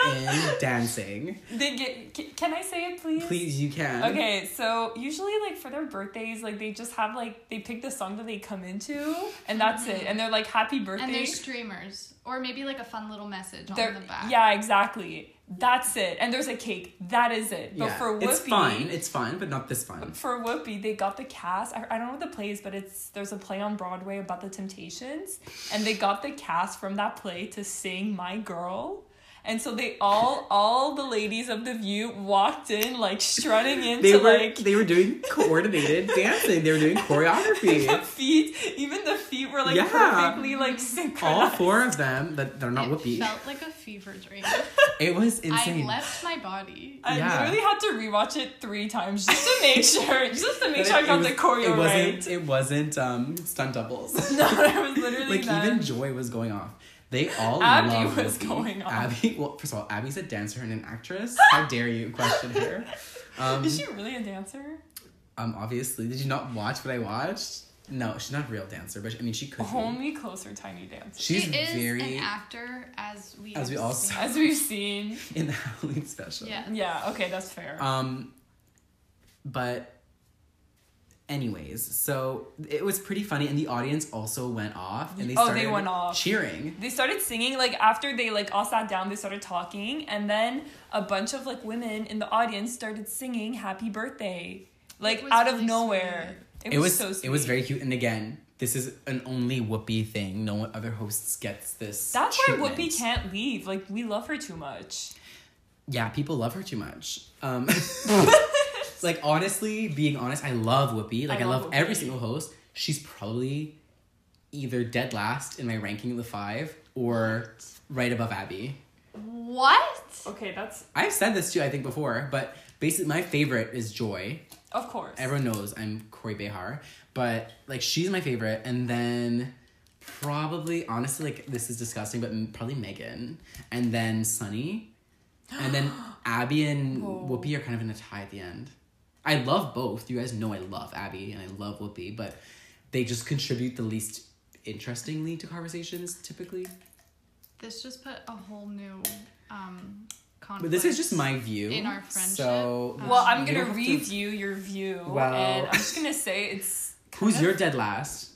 [SPEAKER 1] dancing.
[SPEAKER 2] they get. c- Can I say it, please?
[SPEAKER 1] Please, you can.
[SPEAKER 2] Okay, so usually like for their birthdays, like they just have like they pick the song that they come into, and that's it. And they're like, "Happy birthday!"
[SPEAKER 3] And they're streamers, or maybe like a fun little message
[SPEAKER 2] They're-
[SPEAKER 3] on the back.
[SPEAKER 2] yeah, exactly. That's it. And there's a cake. That is it. But
[SPEAKER 1] yeah.
[SPEAKER 2] for Whoopi,
[SPEAKER 1] it's fun. It's fun, but not this fun.
[SPEAKER 2] for Whoopi, they got the cast. I, I don't know what the play is, but it's there's a play on Broadway about the Temptations, and they got the cast from that play to sing "My Girl," and so they all all the ladies of the View walked in like strutting into
[SPEAKER 1] They were
[SPEAKER 2] like
[SPEAKER 1] they were doing coordinated dancing. They were doing
[SPEAKER 2] the
[SPEAKER 1] choreography.
[SPEAKER 2] feet. Even the feet were like
[SPEAKER 1] Yeah.
[SPEAKER 2] perfectly like
[SPEAKER 1] All
[SPEAKER 2] synchronized.
[SPEAKER 1] four of them that they're not
[SPEAKER 3] it
[SPEAKER 1] Whoopi.
[SPEAKER 3] felt like a fever dream.
[SPEAKER 1] It was insane.
[SPEAKER 3] I left my body.
[SPEAKER 2] I
[SPEAKER 1] yeah.
[SPEAKER 2] literally had to rewatch it three times just to make sure, just to make
[SPEAKER 1] But
[SPEAKER 2] sure I
[SPEAKER 1] it
[SPEAKER 2] got
[SPEAKER 1] was-
[SPEAKER 2] the choreo
[SPEAKER 1] it wasn't,
[SPEAKER 2] right.
[SPEAKER 1] It wasn't um, stunt doubles.
[SPEAKER 2] No, I was literally
[SPEAKER 1] like
[SPEAKER 2] done.
[SPEAKER 1] even Joy was going off. They all
[SPEAKER 2] Abby
[SPEAKER 1] love
[SPEAKER 2] was
[SPEAKER 1] Whoopi.
[SPEAKER 2] going off.
[SPEAKER 1] Abby, well, first of all, Abby's a dancer and an actress. How dare you question her? Um,
[SPEAKER 2] Is she really a dancer?
[SPEAKER 1] um, obviously, did you not watch what I watched? No, she's not a real dancer, but she, I mean, she could.
[SPEAKER 2] Hold
[SPEAKER 1] Be.
[SPEAKER 2] me closer, tiny dancer.
[SPEAKER 1] She's
[SPEAKER 3] she is
[SPEAKER 1] very
[SPEAKER 3] an actor, as we
[SPEAKER 1] as we
[SPEAKER 3] have
[SPEAKER 1] all
[SPEAKER 3] seen.
[SPEAKER 1] saw.
[SPEAKER 2] As we've seen.
[SPEAKER 1] in the Halloween special.
[SPEAKER 3] Yeah.
[SPEAKER 2] Yeah, okay, that's fair.
[SPEAKER 1] Um, but anyways, so it was pretty funny, and the audience also went off, and they
[SPEAKER 2] Oh, they
[SPEAKER 1] started
[SPEAKER 2] went off.
[SPEAKER 1] cheering.
[SPEAKER 2] they started singing, like after they like all sat down, they started talking, and then a bunch of like women in the audience started singing happy birthday. Like
[SPEAKER 3] It was
[SPEAKER 2] out of
[SPEAKER 3] really
[SPEAKER 2] nowhere.
[SPEAKER 1] It was
[SPEAKER 2] so sweet.
[SPEAKER 1] it was very cute, and again, this is an only Whoopi thing. No one other hosts gets this.
[SPEAKER 2] That's why
[SPEAKER 1] treatment.
[SPEAKER 2] Whoopi can't leave. Like we love her too much.
[SPEAKER 1] Yeah, people love her too much. Um, like honestly, being honest, I love Whoopi. Like I,
[SPEAKER 2] I
[SPEAKER 1] love,
[SPEAKER 2] love
[SPEAKER 1] every
[SPEAKER 2] Whoopi.
[SPEAKER 1] single host. She's probably either dead last in my ranking of the five or right above Abby.
[SPEAKER 3] What?
[SPEAKER 2] Okay, that's
[SPEAKER 1] I've said this too, I think before, but basically my favorite is Joy.
[SPEAKER 2] of course.
[SPEAKER 1] Everyone knows I'm Corey Behar, but like she's my favorite, and then probably honestly like this is disgusting, but m- probably Megan, and then Sunny, and then Abby and
[SPEAKER 2] Whoa.
[SPEAKER 1] Whoopi are kind of in a tie at the end. I love both. You guys know I love Abby and I love Whoopi, but they just contribute the least interestingly to conversations typically.
[SPEAKER 3] This just put a whole new um, conflict.
[SPEAKER 1] But this is just my view.
[SPEAKER 3] In our friendship,
[SPEAKER 1] So
[SPEAKER 3] um,
[SPEAKER 2] well, I'm
[SPEAKER 1] you
[SPEAKER 2] gonna
[SPEAKER 1] don't have to-
[SPEAKER 2] review your view
[SPEAKER 1] Well-
[SPEAKER 2] and I'm just gonna say it's
[SPEAKER 1] Who's
[SPEAKER 2] kind
[SPEAKER 1] your
[SPEAKER 2] of-
[SPEAKER 1] dead last?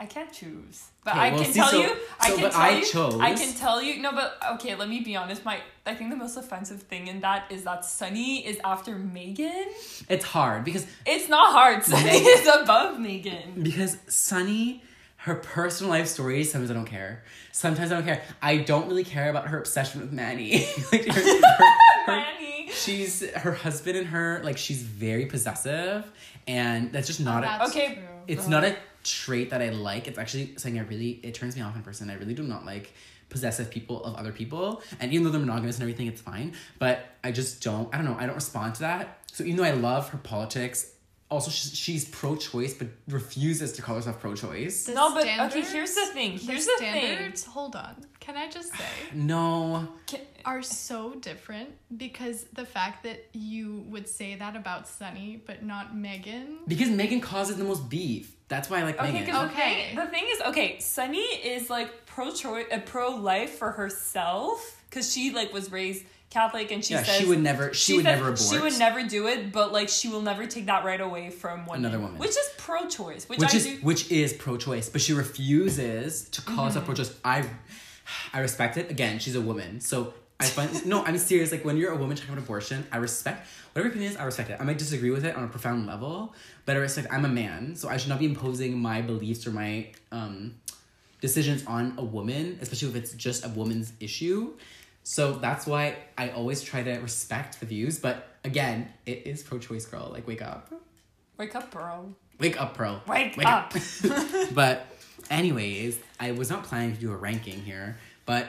[SPEAKER 2] I can't choose, but
[SPEAKER 1] Okay,
[SPEAKER 2] I
[SPEAKER 1] well,
[SPEAKER 2] can
[SPEAKER 1] see,
[SPEAKER 2] tell
[SPEAKER 1] so-
[SPEAKER 2] you. I
[SPEAKER 1] so,
[SPEAKER 2] can
[SPEAKER 1] but
[SPEAKER 2] tell
[SPEAKER 1] I
[SPEAKER 2] you.
[SPEAKER 1] chose-
[SPEAKER 2] I can tell you. No, but okay. Let me be honest. My I think the most offensive thing in that is that Sunny is after Megan.
[SPEAKER 1] It's hard because
[SPEAKER 2] It's not hard. Sunny
[SPEAKER 1] Megan-
[SPEAKER 2] is above Megan.
[SPEAKER 1] because Sunny Her personal life stories, sometimes I don't care. Sometimes I don't care. I don't really care about her obsession with Manny. like her- her- her
[SPEAKER 2] Manny.
[SPEAKER 1] she's her husband and her like she's very possessive and that's just not a,
[SPEAKER 3] That's
[SPEAKER 2] Okay.
[SPEAKER 3] true.
[SPEAKER 1] it's not a trait that i like it's actually something i really it turns me off in person i really do not like possessive people of other people and even though they're monogamous and everything it's fine but i just don't i don't know i don't respond to that so even though i love her politics also she's, she's pro-choice but refuses to call herself pro-choice
[SPEAKER 3] The
[SPEAKER 2] No, but okay,
[SPEAKER 3] standards-
[SPEAKER 2] here's the thing.
[SPEAKER 3] the
[SPEAKER 2] Here's the, thing.
[SPEAKER 3] standards, Hold on. Can I just say?
[SPEAKER 1] no
[SPEAKER 2] Can-
[SPEAKER 3] are so different because the fact that you would say that about Sunny but not Megan.
[SPEAKER 1] because megan causes the most beef that's why i like
[SPEAKER 2] Okay,
[SPEAKER 1] megan
[SPEAKER 2] because
[SPEAKER 3] Okay.
[SPEAKER 2] the, thing, the thing is, okay, Sunny is like pro choice, uh, pro life for herself because she like was raised Catholic and she
[SPEAKER 1] yeah
[SPEAKER 2] says
[SPEAKER 1] she would never she, would
[SPEAKER 2] said
[SPEAKER 1] never abort
[SPEAKER 2] She would never do it, but like she will never take that right away from women,
[SPEAKER 1] Another woman.
[SPEAKER 2] which is pro choice, which,
[SPEAKER 1] which
[SPEAKER 2] I
[SPEAKER 1] is
[SPEAKER 2] do. Mm-hmm.
[SPEAKER 1] which is pro-choice, but she refuses to call herself pro-choice. I, I respect it. Again, she's a woman, so I find no. I'm serious. Like when you're a woman talking about abortion, I respect whatever your opinion is. I respect it. I might disagree with it on a profound level, but I respect. I'm a man, so I should not be imposing my beliefs or my um, decisions on a woman, especially if it's just a woman's issue. So that's why I always try to respect the views. But again, it is pro-choice, girl. Like wake up.
[SPEAKER 2] Wake up, girl.
[SPEAKER 1] Wake up, Pearl.
[SPEAKER 2] Wake up.
[SPEAKER 1] but, anyways, I was not planning to do a ranking here, but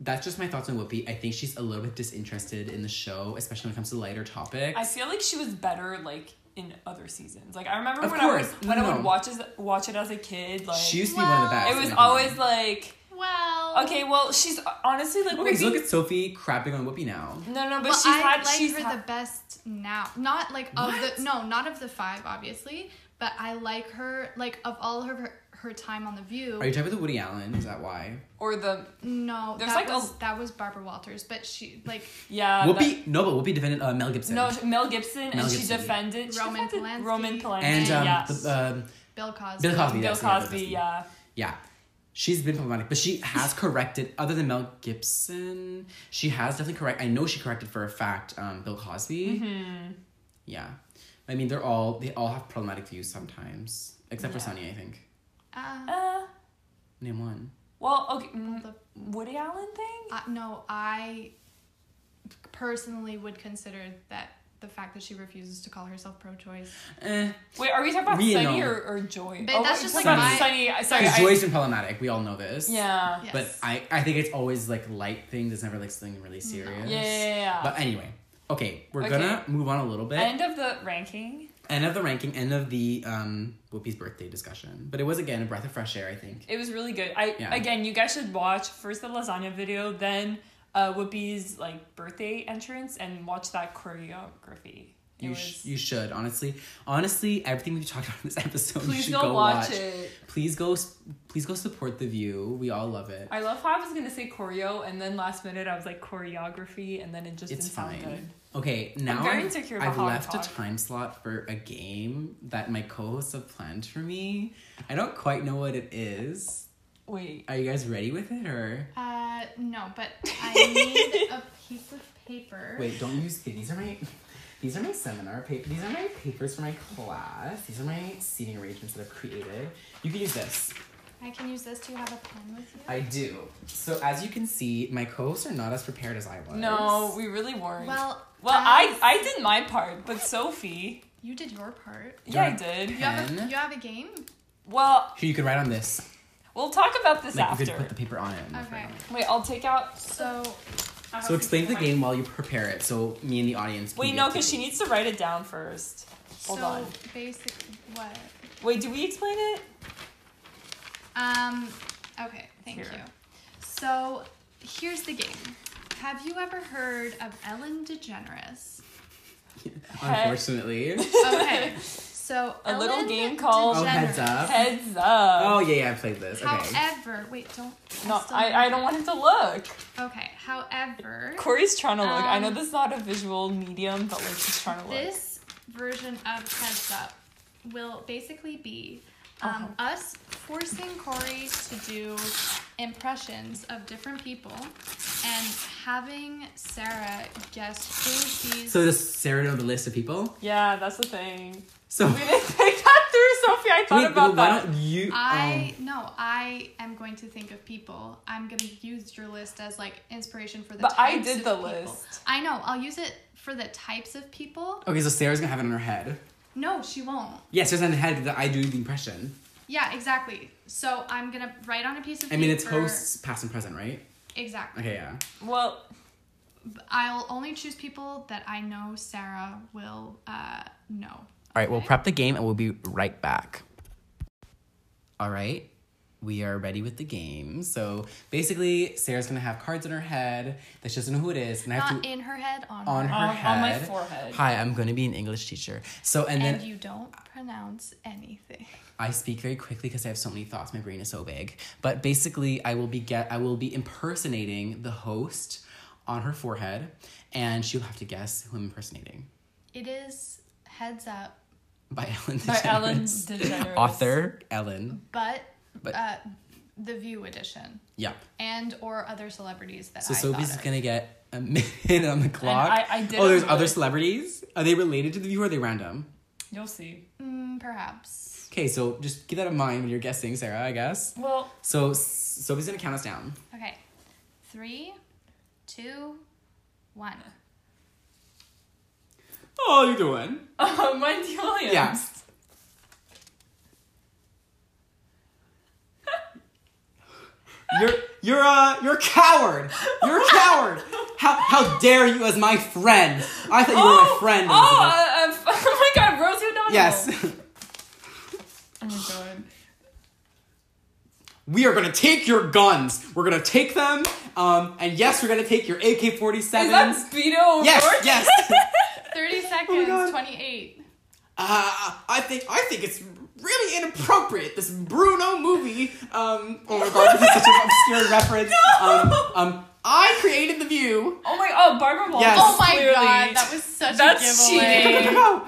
[SPEAKER 1] that's just my thoughts on Whoopi. I think she's a little bit disinterested in the show, especially when it comes to lighter topics.
[SPEAKER 2] I feel like she was better like in other seasons. Like I remember
[SPEAKER 1] Of
[SPEAKER 2] when
[SPEAKER 1] course,
[SPEAKER 2] I was, when I
[SPEAKER 1] no.
[SPEAKER 2] would watch as, watch it as a kid. Like
[SPEAKER 1] she used to be one of the
[SPEAKER 3] Well,
[SPEAKER 1] best.
[SPEAKER 2] it
[SPEAKER 1] in
[SPEAKER 2] was
[SPEAKER 1] my
[SPEAKER 2] always
[SPEAKER 1] opinion.
[SPEAKER 2] like
[SPEAKER 3] Well,
[SPEAKER 2] okay, well she's honestly like
[SPEAKER 1] Okay, so
[SPEAKER 2] Whoopi-
[SPEAKER 1] look at Sophie crapping on Whoopi now.
[SPEAKER 2] no, no, but
[SPEAKER 3] But
[SPEAKER 2] she's
[SPEAKER 3] I
[SPEAKER 2] had
[SPEAKER 3] like
[SPEAKER 2] she's
[SPEAKER 3] her
[SPEAKER 2] had,
[SPEAKER 3] the best now. Not like of
[SPEAKER 1] What?
[SPEAKER 3] the no, not of the five, obviously. But I like her like of all her her, her time on the View.
[SPEAKER 1] Are you talking about the Woody Allen? Is that why?
[SPEAKER 2] or the
[SPEAKER 3] no,
[SPEAKER 2] There's
[SPEAKER 3] that
[SPEAKER 2] like a-
[SPEAKER 3] was that was Barbara Walters, but she like
[SPEAKER 2] yeah
[SPEAKER 1] Whoopi? no, but Whoopi defended uh, Mel
[SPEAKER 2] that-
[SPEAKER 1] Gibson.
[SPEAKER 2] Uh, no Mel Gibson
[SPEAKER 1] Mel
[SPEAKER 2] and she
[SPEAKER 1] Gibson.
[SPEAKER 2] defended she
[SPEAKER 3] Roman
[SPEAKER 2] defended
[SPEAKER 3] Polanski.
[SPEAKER 2] Roman Polanski
[SPEAKER 1] and um,
[SPEAKER 2] yes.
[SPEAKER 1] the, um,
[SPEAKER 3] Bill Cosby.
[SPEAKER 1] Bill Cosby.
[SPEAKER 2] Bill
[SPEAKER 1] that's the name of
[SPEAKER 2] Cosby
[SPEAKER 1] it.
[SPEAKER 2] yeah
[SPEAKER 1] Yeah. She's been problematic, but she has corrected, other than Mel Gibson, she has definitely correct. I know she corrected for a fact um, Bill
[SPEAKER 2] Mm-hmm.
[SPEAKER 1] Cosby.
[SPEAKER 2] Hmm.
[SPEAKER 1] Yeah. I mean, they're all, they all have problematic views sometimes. Except for
[SPEAKER 2] Yeah.
[SPEAKER 1] Sunny, I think.
[SPEAKER 3] Uh,
[SPEAKER 2] uh,
[SPEAKER 1] Name one.
[SPEAKER 2] well okay mm,
[SPEAKER 3] the-
[SPEAKER 2] Woody Allen thing
[SPEAKER 3] I, no, I personally would consider that the fact that she refuses to call herself pro-choice
[SPEAKER 1] Eh.
[SPEAKER 2] wait are we talking about
[SPEAKER 1] We
[SPEAKER 2] Sunny
[SPEAKER 1] know.
[SPEAKER 2] or, or Joy Oh,
[SPEAKER 3] But that's
[SPEAKER 2] we're
[SPEAKER 3] just,
[SPEAKER 2] talking
[SPEAKER 1] like,
[SPEAKER 2] about
[SPEAKER 1] my-
[SPEAKER 2] Sunny I- sorry
[SPEAKER 1] 'Cause
[SPEAKER 2] I,
[SPEAKER 1] Joy's been problematic. We all know this.
[SPEAKER 2] yeah
[SPEAKER 3] Yes.
[SPEAKER 1] But I, I think it's always like light things. It's never like something really serious.
[SPEAKER 2] Yeah, yeah, yeah.
[SPEAKER 1] But anyway, okay, we're
[SPEAKER 2] Okay.
[SPEAKER 1] gonna move on a little bit.
[SPEAKER 2] end of the ranking
[SPEAKER 1] end of the ranking, end of the um, Whoopi's birthday discussion. But it was again a breath of fresh air, I think.
[SPEAKER 2] It was really good. I
[SPEAKER 1] Yeah.
[SPEAKER 2] again, you guys should watch first the lasagna video, then uh, Whoopi's like birthday entrance, and watch that choreography. It
[SPEAKER 1] You,
[SPEAKER 2] was,
[SPEAKER 1] sh- you should honestly, honestly, everything we've talked about in this episode. you
[SPEAKER 2] please
[SPEAKER 1] should
[SPEAKER 2] go, watch, it.
[SPEAKER 1] Please go, s- please go support the view. We all love it.
[SPEAKER 2] I love how I was gonna say choreo, and then last minute I was like choreography, and then it just
[SPEAKER 1] it's
[SPEAKER 2] didn't sound
[SPEAKER 1] fine.
[SPEAKER 2] good.
[SPEAKER 1] Okay, now
[SPEAKER 2] very
[SPEAKER 1] I've-
[SPEAKER 2] insecure about
[SPEAKER 1] I've
[SPEAKER 2] how I
[SPEAKER 1] left a
[SPEAKER 2] talk.
[SPEAKER 1] time slot for a game that my co-hosts have planned for me. I don't quite know what it is.
[SPEAKER 2] Wait,
[SPEAKER 1] Are you guys ready with it or?
[SPEAKER 3] Uh, no, but I need a piece of paper.
[SPEAKER 1] Wait, don't use these are my these are my seminar papers. These are my papers for my class. These are my seating arrangements that I've created. You can use this.
[SPEAKER 3] I can use this. Do you have a pen with you?
[SPEAKER 1] I do. So as you can see, my co-hosts are not as prepared as I was.
[SPEAKER 2] no, we really weren't.
[SPEAKER 3] well,
[SPEAKER 2] well, I
[SPEAKER 3] guys,
[SPEAKER 2] I did my part, but Sophie,
[SPEAKER 3] You did your part.
[SPEAKER 2] yeah, I
[SPEAKER 1] Don't-
[SPEAKER 2] did.
[SPEAKER 3] You have, a,
[SPEAKER 1] Pen?
[SPEAKER 3] you have a game?
[SPEAKER 2] Well,
[SPEAKER 1] Here you could write on this.
[SPEAKER 2] we'll talk about this
[SPEAKER 1] Like you could
[SPEAKER 2] after.
[SPEAKER 1] put the paper on it. and write
[SPEAKER 3] Okay.
[SPEAKER 1] on it.
[SPEAKER 2] Wait, I'll take out.
[SPEAKER 3] So,
[SPEAKER 2] I have
[SPEAKER 1] So
[SPEAKER 2] to
[SPEAKER 1] explain
[SPEAKER 2] take
[SPEAKER 1] the
[SPEAKER 2] my-
[SPEAKER 1] game while you prepare it, so me and the audience. Can
[SPEAKER 2] Wait,
[SPEAKER 1] get
[SPEAKER 2] no,
[SPEAKER 1] to
[SPEAKER 2] because
[SPEAKER 1] it.
[SPEAKER 2] she needs to write it down first. Hold
[SPEAKER 3] so
[SPEAKER 2] on.
[SPEAKER 3] basically, what?
[SPEAKER 2] Wait, do we explain it?
[SPEAKER 3] Um, okay, thank
[SPEAKER 2] Here.
[SPEAKER 3] you. So, here's the game. Have you ever heard of Ellen DeGeneres?
[SPEAKER 1] Unfortunately.
[SPEAKER 3] Okay, so
[SPEAKER 2] A little
[SPEAKER 3] Ellen
[SPEAKER 2] game called-
[SPEAKER 1] Oh, heads
[SPEAKER 3] DeGeneres.
[SPEAKER 1] up.
[SPEAKER 2] Heads up.
[SPEAKER 1] oh yeah, yeah, I played this. Okay.
[SPEAKER 3] However, wait, don't.
[SPEAKER 2] no,
[SPEAKER 3] still
[SPEAKER 2] I, I don't want him to look.
[SPEAKER 3] Okay, however.
[SPEAKER 2] Corey's trying to look. I know
[SPEAKER 3] Um,
[SPEAKER 2] this is not a visual medium, but like he's trying to look.
[SPEAKER 3] This version of Heads Up will basically be
[SPEAKER 1] Uh-huh.
[SPEAKER 3] um, us forcing Corey to do impressions of different people and having Sarah guess who these.
[SPEAKER 1] So does Sarah know the list of people?
[SPEAKER 2] yeah, that's the thing.
[SPEAKER 1] So
[SPEAKER 2] We didn't think that Sophie, I thought
[SPEAKER 1] Wait,
[SPEAKER 2] about
[SPEAKER 1] why
[SPEAKER 2] that.
[SPEAKER 1] don't you?
[SPEAKER 3] I
[SPEAKER 1] um,
[SPEAKER 3] no, I am going to think of people. I'm going to use your list as like inspiration for the.
[SPEAKER 2] But I
[SPEAKER 3] types
[SPEAKER 2] did
[SPEAKER 3] of
[SPEAKER 2] the
[SPEAKER 3] people.
[SPEAKER 2] list.
[SPEAKER 3] I know. I'll use it for the types of people.
[SPEAKER 1] um, okay, so Sarah's gonna have it in her head.
[SPEAKER 3] No, she won't.
[SPEAKER 1] Yeah, Sarah's in her head that I do the impression.
[SPEAKER 3] Yeah, exactly. So I'm gonna write on a piece of.
[SPEAKER 1] I mean, it's
[SPEAKER 3] paper-
[SPEAKER 1] hosts, past and present, right?
[SPEAKER 3] Exactly.
[SPEAKER 1] Okay, yeah.
[SPEAKER 2] Well,
[SPEAKER 3] I'll only choose people that I know Sarah will uh, know.
[SPEAKER 1] All right, we'll prep the game and we'll be right back. All right, we are ready with the game. So basically, Sarah's gonna have cards in her head that she doesn't know who it is, and I have
[SPEAKER 3] Not
[SPEAKER 1] to
[SPEAKER 3] in her head, on,
[SPEAKER 1] on
[SPEAKER 3] her.
[SPEAKER 1] her
[SPEAKER 2] On-
[SPEAKER 1] head.
[SPEAKER 2] on my forehead.
[SPEAKER 1] Hi, I'm gonna be an English teacher. So and then
[SPEAKER 3] And you don't pronounce anything.
[SPEAKER 1] I speak very quickly because I have so many thoughts. My brain is so big. But basically, I will be get I will be impersonating the host on her forehead, and she'll have to guess who I'm impersonating.
[SPEAKER 3] It is heads up,
[SPEAKER 1] By Ellen.
[SPEAKER 2] By Ellen
[SPEAKER 1] DeGeneres.
[SPEAKER 2] DeGeneres.
[SPEAKER 1] Author Ellen.
[SPEAKER 3] but,
[SPEAKER 1] But-
[SPEAKER 3] uh, the View edition
[SPEAKER 1] Yep.
[SPEAKER 3] and or other celebrities that
[SPEAKER 1] So
[SPEAKER 3] I
[SPEAKER 1] Sophie's
[SPEAKER 3] thought of.
[SPEAKER 1] gonna get a minute on the clock.
[SPEAKER 2] I- I did
[SPEAKER 1] oh, there's
[SPEAKER 2] it.
[SPEAKER 1] other celebrities. Are they related to the viewer? Or are they random?
[SPEAKER 2] you'll see.
[SPEAKER 3] Mm, perhaps.
[SPEAKER 1] Okay, so just keep that in mind when you're guessing, Sarah. I guess.
[SPEAKER 2] Well,
[SPEAKER 1] So S- Sophie's gonna count us down.
[SPEAKER 3] Okay, three, two, one.
[SPEAKER 1] Oh, you're doing.
[SPEAKER 2] um, Wendy Williams.
[SPEAKER 1] Yeah. You're you're a you're a coward. You're a coward. How how dare you as my friend? I thought you were my friend. Elizabeth.
[SPEAKER 2] Oh, uh, uh, oh my God, Rose O'Donnell.
[SPEAKER 1] yes.
[SPEAKER 2] Oh my God.
[SPEAKER 1] We are gonna take your guns. We're gonna take them. Um, and yes, we're gonna take your AK forty
[SPEAKER 2] Is that
[SPEAKER 1] sevens.
[SPEAKER 2] Speedo?
[SPEAKER 1] Yes,
[SPEAKER 2] O'Rourke?
[SPEAKER 1] yes.
[SPEAKER 3] Thirty seconds.
[SPEAKER 1] God.
[SPEAKER 3] Twenty-eight.
[SPEAKER 1] Uh, I think I think it's really inappropriate. This Bruno movie. Um, oh my god, this is such an obscure reference. Um, um, I created the view.
[SPEAKER 2] Oh my. Oh, Barbara Walters.
[SPEAKER 1] Yes.
[SPEAKER 3] Oh my
[SPEAKER 2] clearly.
[SPEAKER 3] god, that was such
[SPEAKER 2] That's
[SPEAKER 3] a giveaway.
[SPEAKER 2] cheating.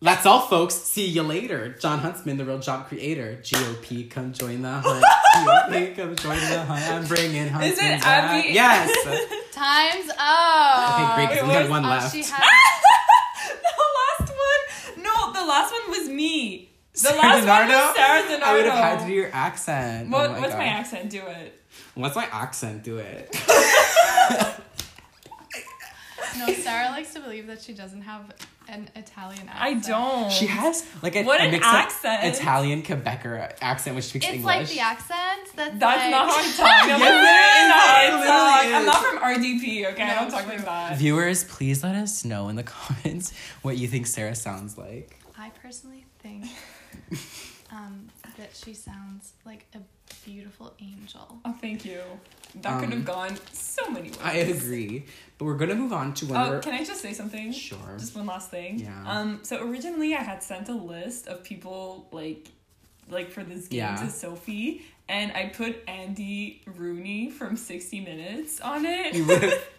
[SPEAKER 1] That's all, folks. See you later. John Huntsman, the real job creator. GOP, come join the hunt. GOP, come join the hunt. I'm bringing Huntsman back.
[SPEAKER 2] Abby?
[SPEAKER 1] Yes.
[SPEAKER 3] Times up.
[SPEAKER 1] Okay, great. 'cause
[SPEAKER 2] It
[SPEAKER 1] we had
[SPEAKER 2] was-
[SPEAKER 1] one
[SPEAKER 3] Oh,
[SPEAKER 1] left.
[SPEAKER 3] she had-
[SPEAKER 2] the last one. No, the last one was me. The
[SPEAKER 1] Sarah
[SPEAKER 2] last one
[SPEAKER 1] Bernardo?
[SPEAKER 2] was Sarah Zanardo.
[SPEAKER 1] I would have had to do your accent.
[SPEAKER 2] What,
[SPEAKER 1] oh my
[SPEAKER 2] what's my
[SPEAKER 1] God.
[SPEAKER 2] accent? Do it.
[SPEAKER 1] What's my accent? Do it.
[SPEAKER 3] No, Sarah likes to believe that she doesn't have an Italian accent.
[SPEAKER 2] I don't.
[SPEAKER 1] She has like a,
[SPEAKER 2] What
[SPEAKER 1] a
[SPEAKER 2] an
[SPEAKER 1] mix of
[SPEAKER 2] accent.
[SPEAKER 1] Italian Quebecer accent, which speaks
[SPEAKER 3] It's
[SPEAKER 1] English.
[SPEAKER 3] like the accent that's,
[SPEAKER 2] That's
[SPEAKER 3] like,
[SPEAKER 2] not how I talk. I'm,
[SPEAKER 1] Yes, it is.
[SPEAKER 2] not how I
[SPEAKER 1] It
[SPEAKER 2] talk.
[SPEAKER 1] literally
[SPEAKER 2] I'm
[SPEAKER 1] is.
[SPEAKER 2] not from RDP, okay? I
[SPEAKER 3] No,
[SPEAKER 2] don't talk like
[SPEAKER 3] true.
[SPEAKER 2] that.
[SPEAKER 1] Viewers, please let us know in the comments what you think Sarah sounds like.
[SPEAKER 3] I personally think um, that she sounds like a beautiful angel.
[SPEAKER 2] Oh, thank you. That could have gone so many ways.
[SPEAKER 1] Um, I agree, but we're gonna move on to one.
[SPEAKER 2] Oh,
[SPEAKER 1] of
[SPEAKER 2] can I just say something?
[SPEAKER 1] Sure.
[SPEAKER 2] Just one last thing.
[SPEAKER 1] Yeah.
[SPEAKER 2] Um. So originally, I had sent a list of people like, like for this game
[SPEAKER 1] Yeah.
[SPEAKER 2] to Sophie, and I put Andy Rooney from Sixty Minutes on
[SPEAKER 1] you
[SPEAKER 2] it
[SPEAKER 1] would have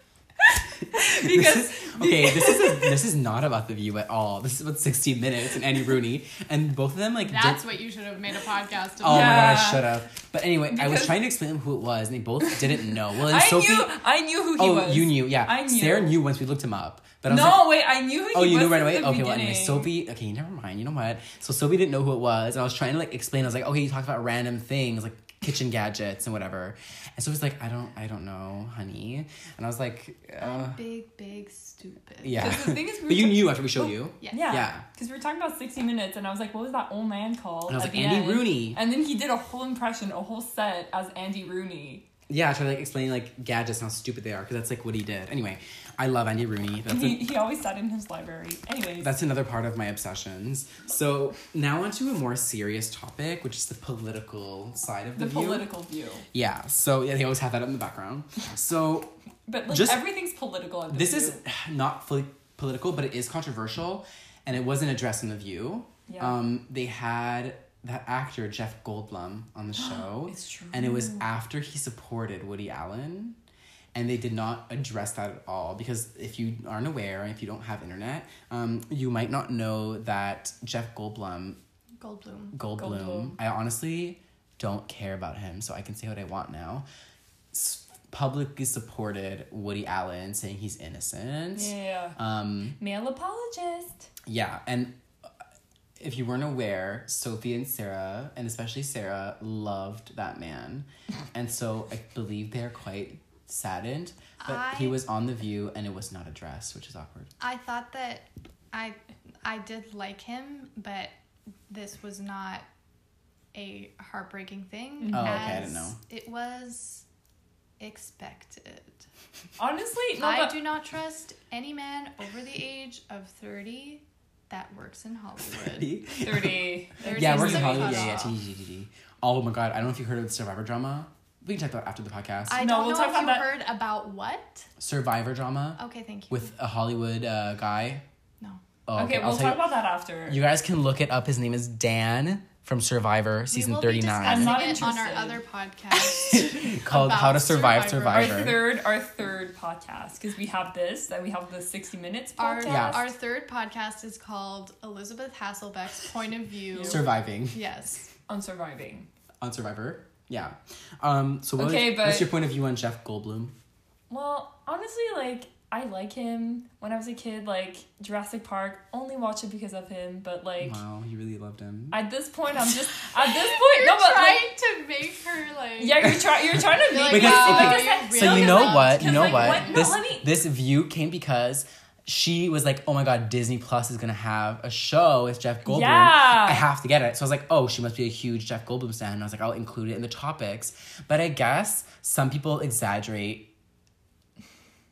[SPEAKER 2] because
[SPEAKER 1] okay, this is a, this is not about the view at all. This is about 60 Minutes and Andy Rooney, and both of them like. did-
[SPEAKER 3] That's what you should have made a podcast
[SPEAKER 1] Oh
[SPEAKER 3] about.
[SPEAKER 1] my god, I
[SPEAKER 2] Yeah.
[SPEAKER 1] should have. But anyway, I was
[SPEAKER 2] Because-
[SPEAKER 1] trying to explain who it was, and they both didn't know. Well, and
[SPEAKER 2] I
[SPEAKER 1] Sophie.
[SPEAKER 2] knew I knew who he
[SPEAKER 1] oh,
[SPEAKER 2] was.
[SPEAKER 1] you knew, yeah.
[SPEAKER 2] I knew.
[SPEAKER 1] Sarah knew once we looked him up, but I was
[SPEAKER 2] no,
[SPEAKER 1] like,
[SPEAKER 2] wait, I knew who
[SPEAKER 1] Oh,
[SPEAKER 2] he
[SPEAKER 1] you
[SPEAKER 2] was.
[SPEAKER 1] knew right away?
[SPEAKER 2] at the
[SPEAKER 1] Okay, well, anyway,
[SPEAKER 2] beginning.
[SPEAKER 1] Sophie, okay, never mind. You know what? So Sophie didn't know who it was. And I was trying to like explain. I was like, okay, you talked about random things like kitchen gadgets and whatever. And Sophie's like, I don't, I don't know, honey. And I was like, uh,
[SPEAKER 3] Big, big, stupid.
[SPEAKER 1] yeah.
[SPEAKER 2] Um, Because the thing is, we
[SPEAKER 1] but you
[SPEAKER 2] were- Oh,
[SPEAKER 1] knew after we showed you.
[SPEAKER 3] Yeah.
[SPEAKER 2] Yeah.
[SPEAKER 1] Yeah.
[SPEAKER 2] Because we were talking about 60 Minutes, and I was like, what was that old man called?
[SPEAKER 1] And I was
[SPEAKER 2] at
[SPEAKER 1] like,
[SPEAKER 2] the
[SPEAKER 1] Andy
[SPEAKER 2] end?
[SPEAKER 1] Rooney.
[SPEAKER 2] And then he did a whole impression, a whole set as Andy Rooney.
[SPEAKER 1] Yeah, I tried to like explain like gadgets and how stupid they are because that's like what he did. Anyway, I love Andy Rooney.
[SPEAKER 2] And
[SPEAKER 1] That's
[SPEAKER 2] he,
[SPEAKER 1] a,
[SPEAKER 2] he always sat in his library. Anyways.
[SPEAKER 1] that's another part of my obsessions. So now onto a more serious topic, which is the political side of the,
[SPEAKER 2] the
[SPEAKER 1] view.
[SPEAKER 2] political view.
[SPEAKER 1] yeah. So yeah, they always have that in the background. So
[SPEAKER 2] But like
[SPEAKER 1] Just-
[SPEAKER 2] everything's political at the
[SPEAKER 1] this
[SPEAKER 2] view.
[SPEAKER 1] is not fully political, but it is controversial, and it wasn't addressed in the View.
[SPEAKER 2] Yeah.
[SPEAKER 1] Um, they had that actor Jeff Goldblum on the show.
[SPEAKER 2] It's true.
[SPEAKER 1] And it
[SPEAKER 2] Mm.
[SPEAKER 1] was after he supported Woody Allen, and they did not address that at all because if you aren't aware and if you don't have internet, um, you might not know that Jeff Goldblum
[SPEAKER 3] Goldblum.
[SPEAKER 1] Goldblum.
[SPEAKER 2] Goldblum.
[SPEAKER 1] I honestly don't care about him, so I can say what I want now. S- publicly supported Woody Allen, saying he's innocent.
[SPEAKER 2] Yeah.
[SPEAKER 1] Um,
[SPEAKER 2] Male apologist.
[SPEAKER 1] yeah, and uh, if you weren't aware, Sophie and Sarah, and especially Sarah, loved that man. and so I believe they are quite saddened. But he
[SPEAKER 3] I-
[SPEAKER 1] was on The View and it was not addressed, which is awkward.
[SPEAKER 3] I thought that I I did like him, but this was not a heartbreaking thing.
[SPEAKER 1] Oh, okay, I
[SPEAKER 3] as
[SPEAKER 1] didn't know.
[SPEAKER 3] It was expected.
[SPEAKER 2] Honestly, no,
[SPEAKER 3] I
[SPEAKER 2] but-
[SPEAKER 3] do not trust any man over the age of thirty that works in Hollywood.
[SPEAKER 1] Ready?
[SPEAKER 2] 30.
[SPEAKER 1] Yeah,
[SPEAKER 3] There's
[SPEAKER 1] we're in
[SPEAKER 3] some
[SPEAKER 1] Hollywood. Yeah, E yeah.
[SPEAKER 3] cutoff.
[SPEAKER 1] TGGG. Oh my god, I don't know if you heard of the Survivor drama. We can talk about it after the podcast.
[SPEAKER 3] I
[SPEAKER 2] No,
[SPEAKER 3] don't
[SPEAKER 2] we'll
[SPEAKER 3] know
[SPEAKER 2] talk
[SPEAKER 3] if
[SPEAKER 2] about
[SPEAKER 3] you
[SPEAKER 2] that-
[SPEAKER 3] heard about what.
[SPEAKER 1] Survivor drama
[SPEAKER 3] Okay, thank you.
[SPEAKER 1] with a Hollywood uh, guy.
[SPEAKER 3] no.
[SPEAKER 1] Oh,
[SPEAKER 2] okay,
[SPEAKER 1] I'll
[SPEAKER 2] we'll
[SPEAKER 1] tell
[SPEAKER 2] talk
[SPEAKER 1] you.
[SPEAKER 2] about that after.
[SPEAKER 1] You guys can look it up. His name is Dan from Survivor
[SPEAKER 3] we
[SPEAKER 1] season
[SPEAKER 3] will
[SPEAKER 1] thirty
[SPEAKER 3] Be discussing
[SPEAKER 1] nine,
[SPEAKER 2] I'm not
[SPEAKER 3] it on our
[SPEAKER 2] interested.
[SPEAKER 3] other podcast.
[SPEAKER 1] called "How
[SPEAKER 3] about
[SPEAKER 1] to Survive
[SPEAKER 3] Survivor.
[SPEAKER 2] our
[SPEAKER 1] Survivor."
[SPEAKER 2] third, our third podcast, because we have this, then we have the sixty minutes
[SPEAKER 3] our,
[SPEAKER 2] podcast.
[SPEAKER 1] Yeah.
[SPEAKER 3] our third podcast is called Elizabeth Hasselbeck's Point of View.
[SPEAKER 1] Surviving
[SPEAKER 3] yes.
[SPEAKER 2] on surviving.
[SPEAKER 1] on Survivor. Yeah. Um. So what was-
[SPEAKER 2] Okay, but-
[SPEAKER 1] what's your point of view on Jeff Goldblum?
[SPEAKER 2] Well, honestly, like I like him. When I was a kid, like Jurassic Park, only watched it because of him. But like
[SPEAKER 1] Wow, you really loved him.
[SPEAKER 2] at this point, I'm just at this point.
[SPEAKER 3] You're
[SPEAKER 2] no, but
[SPEAKER 3] trying
[SPEAKER 2] like,
[SPEAKER 3] to make her like.
[SPEAKER 2] yeah, you're trying. You're trying to
[SPEAKER 3] You're
[SPEAKER 2] make
[SPEAKER 3] like,
[SPEAKER 1] Because-
[SPEAKER 2] us-
[SPEAKER 1] okay,
[SPEAKER 2] like I said,
[SPEAKER 3] you
[SPEAKER 1] So
[SPEAKER 3] really
[SPEAKER 1] you know
[SPEAKER 3] loved-
[SPEAKER 1] what? You
[SPEAKER 2] 'cause,
[SPEAKER 1] know
[SPEAKER 2] like,
[SPEAKER 1] what?
[SPEAKER 2] what- no,
[SPEAKER 1] This
[SPEAKER 2] let me-
[SPEAKER 1] this view came because she was like, "Oh my god, Disney Plus is gonna have a show with Jeff Goldblum.
[SPEAKER 2] Yeah.
[SPEAKER 1] I have to get it." So I was like, "Oh, she must be a huge Jeff Goldblum fan." And I was like, "I'll include it in the topics." But I guess some people exaggerate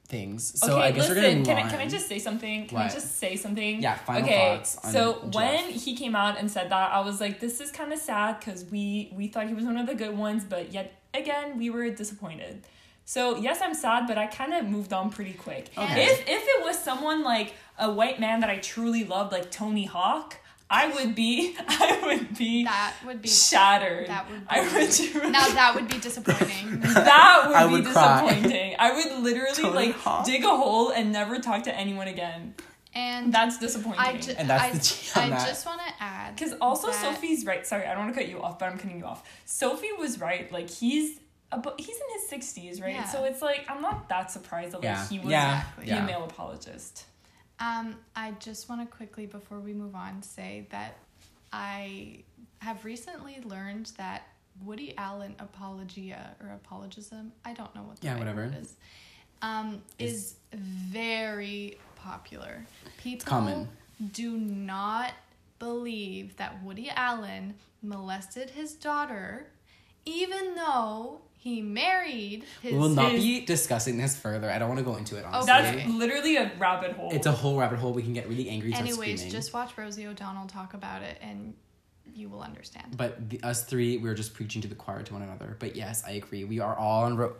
[SPEAKER 1] things. So
[SPEAKER 2] okay,
[SPEAKER 1] I guess
[SPEAKER 2] listen,
[SPEAKER 1] we're gonna move
[SPEAKER 2] can, I,
[SPEAKER 1] on.
[SPEAKER 2] can I just say something? Can I
[SPEAKER 1] What?
[SPEAKER 2] just say something?
[SPEAKER 1] Yeah, final
[SPEAKER 2] okay,
[SPEAKER 1] thoughts on
[SPEAKER 2] so
[SPEAKER 1] Jeff.
[SPEAKER 2] when he came out and said that, I was like, this is kind of sad because we we thought he was one of the good ones, but yet again we were disappointed. So yes, I'm sad, but I kind of moved on pretty quick.
[SPEAKER 1] Okay.
[SPEAKER 2] If if it was someone like a white man that I truly loved, like Tony Hawk, I would be I would be
[SPEAKER 3] That would be.
[SPEAKER 2] shattered.
[SPEAKER 3] that would
[SPEAKER 2] I
[SPEAKER 3] be-
[SPEAKER 2] would truly
[SPEAKER 3] Now that would be disappointing.
[SPEAKER 2] that would
[SPEAKER 1] I
[SPEAKER 2] be
[SPEAKER 1] would cry.
[SPEAKER 2] disappointing. I would literally
[SPEAKER 1] Tony
[SPEAKER 2] like
[SPEAKER 1] Hawk.
[SPEAKER 2] dig a hole and never talk to anyone again.
[SPEAKER 3] And
[SPEAKER 2] That's disappointing.
[SPEAKER 3] I, ju-
[SPEAKER 1] And that's
[SPEAKER 3] I,
[SPEAKER 1] the tea on
[SPEAKER 3] I
[SPEAKER 1] that.
[SPEAKER 3] just want to add.
[SPEAKER 2] Because also
[SPEAKER 3] that-
[SPEAKER 2] Sophie's right. Sorry, I don't want to cut you off, but I'm cutting you off. Sophie was right. Like he's about, he's in his sixties, right?
[SPEAKER 3] Yeah.
[SPEAKER 2] So it's like I'm not that surprised that like
[SPEAKER 1] yeah.
[SPEAKER 2] he was
[SPEAKER 1] yeah.
[SPEAKER 3] Exactly.
[SPEAKER 2] be
[SPEAKER 1] Yeah.
[SPEAKER 2] a male apologist.
[SPEAKER 3] Um, I just want to quickly, before we move on, say that I have recently learned that Woody Allen apologia or apologism, I don't know what the
[SPEAKER 1] Yeah,
[SPEAKER 3] right
[SPEAKER 1] whatever.
[SPEAKER 3] word is, um, is very popular. People
[SPEAKER 1] common.
[SPEAKER 3] do not believe that Woody Allen molested his daughter, even though he married his.
[SPEAKER 1] We will not
[SPEAKER 2] his-
[SPEAKER 1] be discussing this further. I don't want to go into it. Honestly,
[SPEAKER 2] That's
[SPEAKER 3] Okay.
[SPEAKER 2] literally a rabbit hole.
[SPEAKER 1] it's a whole rabbit hole. We can get really angry. start
[SPEAKER 3] Anyways,
[SPEAKER 1] screaming.
[SPEAKER 3] just watch Rosie O'Donnell talk about it and you will understand.
[SPEAKER 1] But the, us three, we we're just preaching to the choir to one another. But yes, I agree. We are all on. Ro-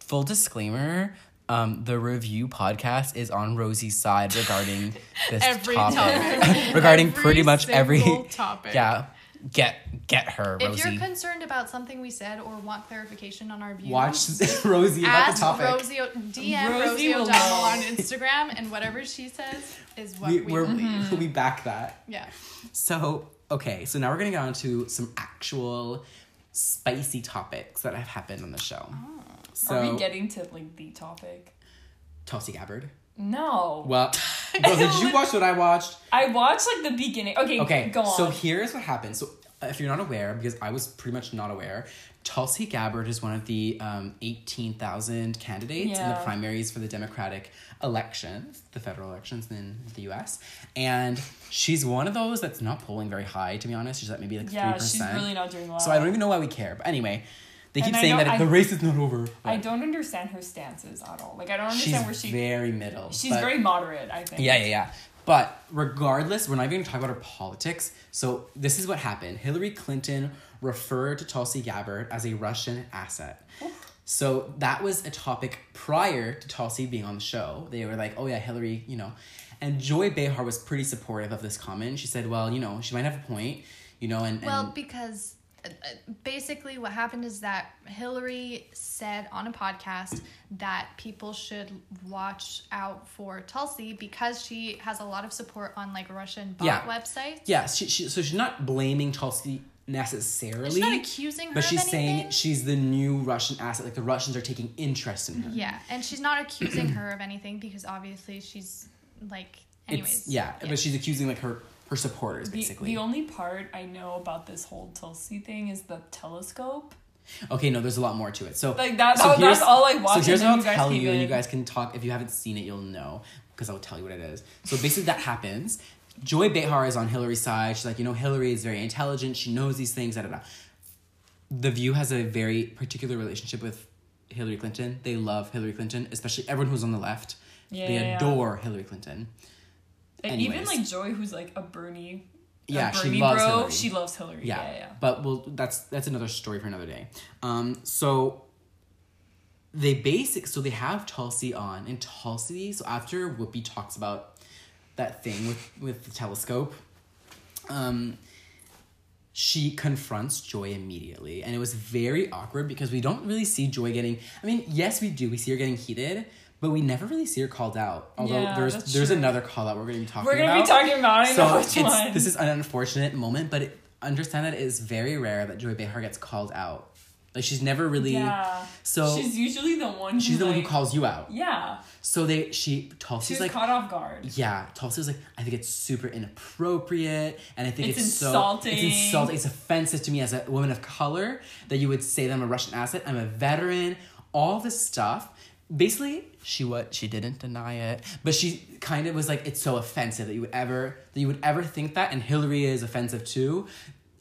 [SPEAKER 1] Full disclaimer: um, the review podcast is on Rosie's side regarding this
[SPEAKER 3] Every
[SPEAKER 1] topic,
[SPEAKER 3] topic.
[SPEAKER 1] regarding
[SPEAKER 3] Every
[SPEAKER 1] pretty much every
[SPEAKER 3] single topic.
[SPEAKER 1] Yeah, get get her,
[SPEAKER 3] If
[SPEAKER 1] Rosie.
[SPEAKER 3] you're concerned about something we said or want clarification on our views,
[SPEAKER 1] Watch Rosie about the
[SPEAKER 3] ask
[SPEAKER 1] topic.
[SPEAKER 3] Rosie O- DM
[SPEAKER 2] Rosie
[SPEAKER 3] Rosie,
[SPEAKER 2] will
[SPEAKER 3] O'Donnell
[SPEAKER 2] know.
[SPEAKER 3] on Instagram, and whatever she says is what
[SPEAKER 1] we
[SPEAKER 3] we,
[SPEAKER 1] we're, Mm-hmm.
[SPEAKER 3] believe.
[SPEAKER 1] we back that.
[SPEAKER 3] Yeah,
[SPEAKER 1] So, okay, so now we're gonna get on to some actual spicy topics that have happened on the show. So,
[SPEAKER 2] Oh. Are we getting to like the topic?
[SPEAKER 1] Tulsi Gabbard.
[SPEAKER 2] No.
[SPEAKER 1] Well, girl, did you watch what I watched?
[SPEAKER 2] I watched like the beginning. Okay,
[SPEAKER 1] Okay,
[SPEAKER 2] go on.
[SPEAKER 1] so here's what happened. So, if you're not aware, because I was pretty much not aware, Tulsi Gabbard is one of the um, 18,000 candidates in the
[SPEAKER 2] Yeah.
[SPEAKER 1] primaries for the Democratic elections, the federal elections in the US. And she's one of those that's not polling very high, to be honest. She's at maybe like
[SPEAKER 2] yeah,
[SPEAKER 1] 3%.
[SPEAKER 2] she's really not doing well.
[SPEAKER 1] So I don't even know why we care. But anyway, they keep
[SPEAKER 2] And I
[SPEAKER 1] saying
[SPEAKER 2] know-
[SPEAKER 1] that
[SPEAKER 2] I-
[SPEAKER 1] the race is not over.
[SPEAKER 2] I don't understand her stances at all. Like I don't
[SPEAKER 1] She's
[SPEAKER 2] understand where she.
[SPEAKER 1] very middle.
[SPEAKER 2] she's
[SPEAKER 1] but-
[SPEAKER 2] very moderate. I think.
[SPEAKER 1] Yeah, yeah, yeah. But regardless, we're not even going to talk about her politics. So this is what happened. Hillary Clinton referred to Tulsi Gabbard as a Russian asset. So that was a topic prior to Tulsi being on the show. They were like, "Oh yeah, Hillary," you know. And Joy Behar was pretty supportive of this comment. She said, "Well, you know, she might have a point, you know." And, and
[SPEAKER 3] well, because uh, uh, basically what happened is that Hillary said on a podcast that people should watch out for Tulsi because she has a lot of support on like Russian bot
[SPEAKER 1] Yeah.
[SPEAKER 3] websites.
[SPEAKER 1] yeah, she, she, so she's not blaming Tulsi necessarily.
[SPEAKER 3] She's not accusing her
[SPEAKER 1] but
[SPEAKER 3] of
[SPEAKER 1] she's saying
[SPEAKER 3] anything.
[SPEAKER 1] she's the new Russian asset. Like the Russians are taking interest in her.
[SPEAKER 3] Yeah, and she's not accusing her of anything because obviously she's like, anyways.
[SPEAKER 1] It's, yeah, but she's accusing like her her supporters
[SPEAKER 2] The,
[SPEAKER 1] basically.
[SPEAKER 2] the only part I know about this whole Tulsi thing is the telescope.
[SPEAKER 1] okay, no, there's a lot more to it. So
[SPEAKER 2] Like that.
[SPEAKER 1] so
[SPEAKER 2] that-
[SPEAKER 1] here's-
[SPEAKER 2] that's all I watched.
[SPEAKER 1] So here's
[SPEAKER 2] and
[SPEAKER 1] what
[SPEAKER 2] then
[SPEAKER 1] I'll
[SPEAKER 2] guys
[SPEAKER 1] tell
[SPEAKER 2] came
[SPEAKER 1] you, and
[SPEAKER 2] in.
[SPEAKER 1] you guys can talk. If you haven't seen it, you'll know because I'll tell you what it is. So basically, that happens. Joy Behar is on Hillary's side. She's like, you know, Hillary is very intelligent. She knows these things. Da da da. The View has a very particular relationship with Hillary Clinton. They love Hillary Clinton, especially everyone who's on the left. they
[SPEAKER 2] Yeah.
[SPEAKER 1] adore Hillary Clinton.
[SPEAKER 2] And even
[SPEAKER 1] anyways.
[SPEAKER 2] like Joy, who's like a Bernie. a
[SPEAKER 1] Yeah, she
[SPEAKER 2] Bernie
[SPEAKER 1] loves
[SPEAKER 2] bro,
[SPEAKER 1] Hillary.
[SPEAKER 2] She loves Hillary.
[SPEAKER 1] yeah.
[SPEAKER 2] Yeah, yeah. yeah.
[SPEAKER 1] But well, that's that's another story for another day. Um, so they basic so they have Tulsi on and Tulsi. So after Whoopi talks about that thing with with the telescope, um, she confronts Joy immediately, and it was very awkward because we don't really see Joy getting. I mean, yes, we do. We see her getting heated. But we never really see her called out. Although
[SPEAKER 2] Yeah,
[SPEAKER 1] there's
[SPEAKER 2] that's
[SPEAKER 1] there's
[SPEAKER 2] true.
[SPEAKER 1] another call out we're going to be talking
[SPEAKER 2] We're gonna
[SPEAKER 1] about
[SPEAKER 2] be talking about. I know which
[SPEAKER 1] so it's,
[SPEAKER 2] one.
[SPEAKER 1] this is an unfortunate moment, but it, understand that it is very rare that Joy Behar gets called out. Like she's never really.
[SPEAKER 2] yeah.
[SPEAKER 1] So she's,
[SPEAKER 2] she's usually the one. who,
[SPEAKER 1] the one who
[SPEAKER 2] like-
[SPEAKER 1] calls you out.
[SPEAKER 2] Yeah,
[SPEAKER 1] So they she
[SPEAKER 2] she
[SPEAKER 1] Tulsi's
[SPEAKER 2] was
[SPEAKER 1] like
[SPEAKER 2] caught off guard.
[SPEAKER 1] yeah Tulsi was like I think it's super inappropriate and I think it's,
[SPEAKER 2] It's
[SPEAKER 1] so it's
[SPEAKER 2] insulting.
[SPEAKER 1] insulting it's offensive to me as a woman of color that you would say that I'm a Russian asset I'm a veteran all this stuff. Basically, she what she didn't deny it, but she kind of was like, "It's so offensive that you would ever that you would ever think that." And Hillary is offensive too,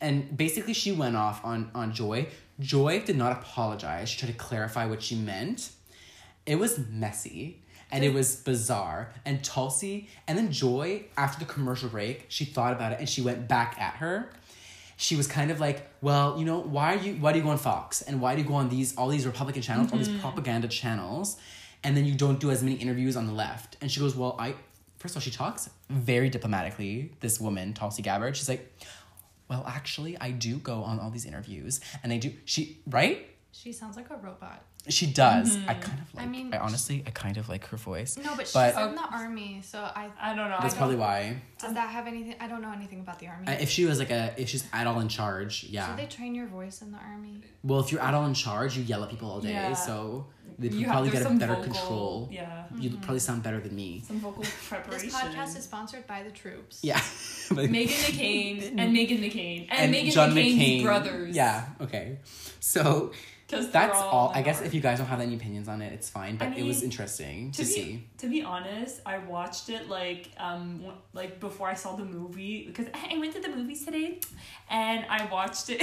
[SPEAKER 1] and basically she went off on on Joy. Joy did not apologize. She tried to clarify what she meant, it was messy and it was bizarre and tulsi and then joy after the commercial break she thought about it and she went back at her she was kind of like well you know why are you why do you go on fox and why do you go on these all these republican channels all these propaganda channels and then you don't do as many interviews on the left and she goes well i first of all she talks very diplomatically this woman tulsi gabbard she's like well actually i do go on all these interviews and i do she right
[SPEAKER 3] She sounds like a robot.
[SPEAKER 1] she does.
[SPEAKER 2] Mm-hmm.
[SPEAKER 1] I kind of like. I
[SPEAKER 3] mean-
[SPEAKER 1] honestly, I kind of like her voice.
[SPEAKER 3] No, but she's
[SPEAKER 1] But-
[SPEAKER 3] in the army, so I.
[SPEAKER 2] I don't know.
[SPEAKER 1] That's
[SPEAKER 2] I don't-
[SPEAKER 1] probably why.
[SPEAKER 3] Does that have anything? I don't know anything about the army.
[SPEAKER 1] Uh, If she was like a, if she's at all in charge,
[SPEAKER 3] Do
[SPEAKER 1] yeah.
[SPEAKER 3] they train your voice in the army?
[SPEAKER 1] well, if you're at all in charge, you yell at people all day,
[SPEAKER 2] Yeah.
[SPEAKER 1] so they
[SPEAKER 2] you have-
[SPEAKER 1] probably
[SPEAKER 2] there's
[SPEAKER 1] get a
[SPEAKER 2] some
[SPEAKER 1] better
[SPEAKER 2] vocal-
[SPEAKER 1] control.
[SPEAKER 2] Yeah,
[SPEAKER 1] You'd probably sound better than me.
[SPEAKER 2] some vocal
[SPEAKER 3] This
[SPEAKER 2] preparation.
[SPEAKER 3] podcast is sponsored by the troops.
[SPEAKER 1] Yeah. But-
[SPEAKER 2] Megan McCain and Megan McCain and, Megan
[SPEAKER 1] John
[SPEAKER 2] McCain's
[SPEAKER 1] McCain.
[SPEAKER 2] brothers.
[SPEAKER 1] Yeah. Okay. So
[SPEAKER 2] because
[SPEAKER 1] that's all. I guess if you guys don't have any opinions on it, it's fine. But
[SPEAKER 2] I
[SPEAKER 1] it was
[SPEAKER 2] mean,
[SPEAKER 1] interesting to,
[SPEAKER 2] to be,
[SPEAKER 1] see.
[SPEAKER 2] to be honest, I watched it like um w- like before I saw the movie because I I went to the movies today, and I watched it.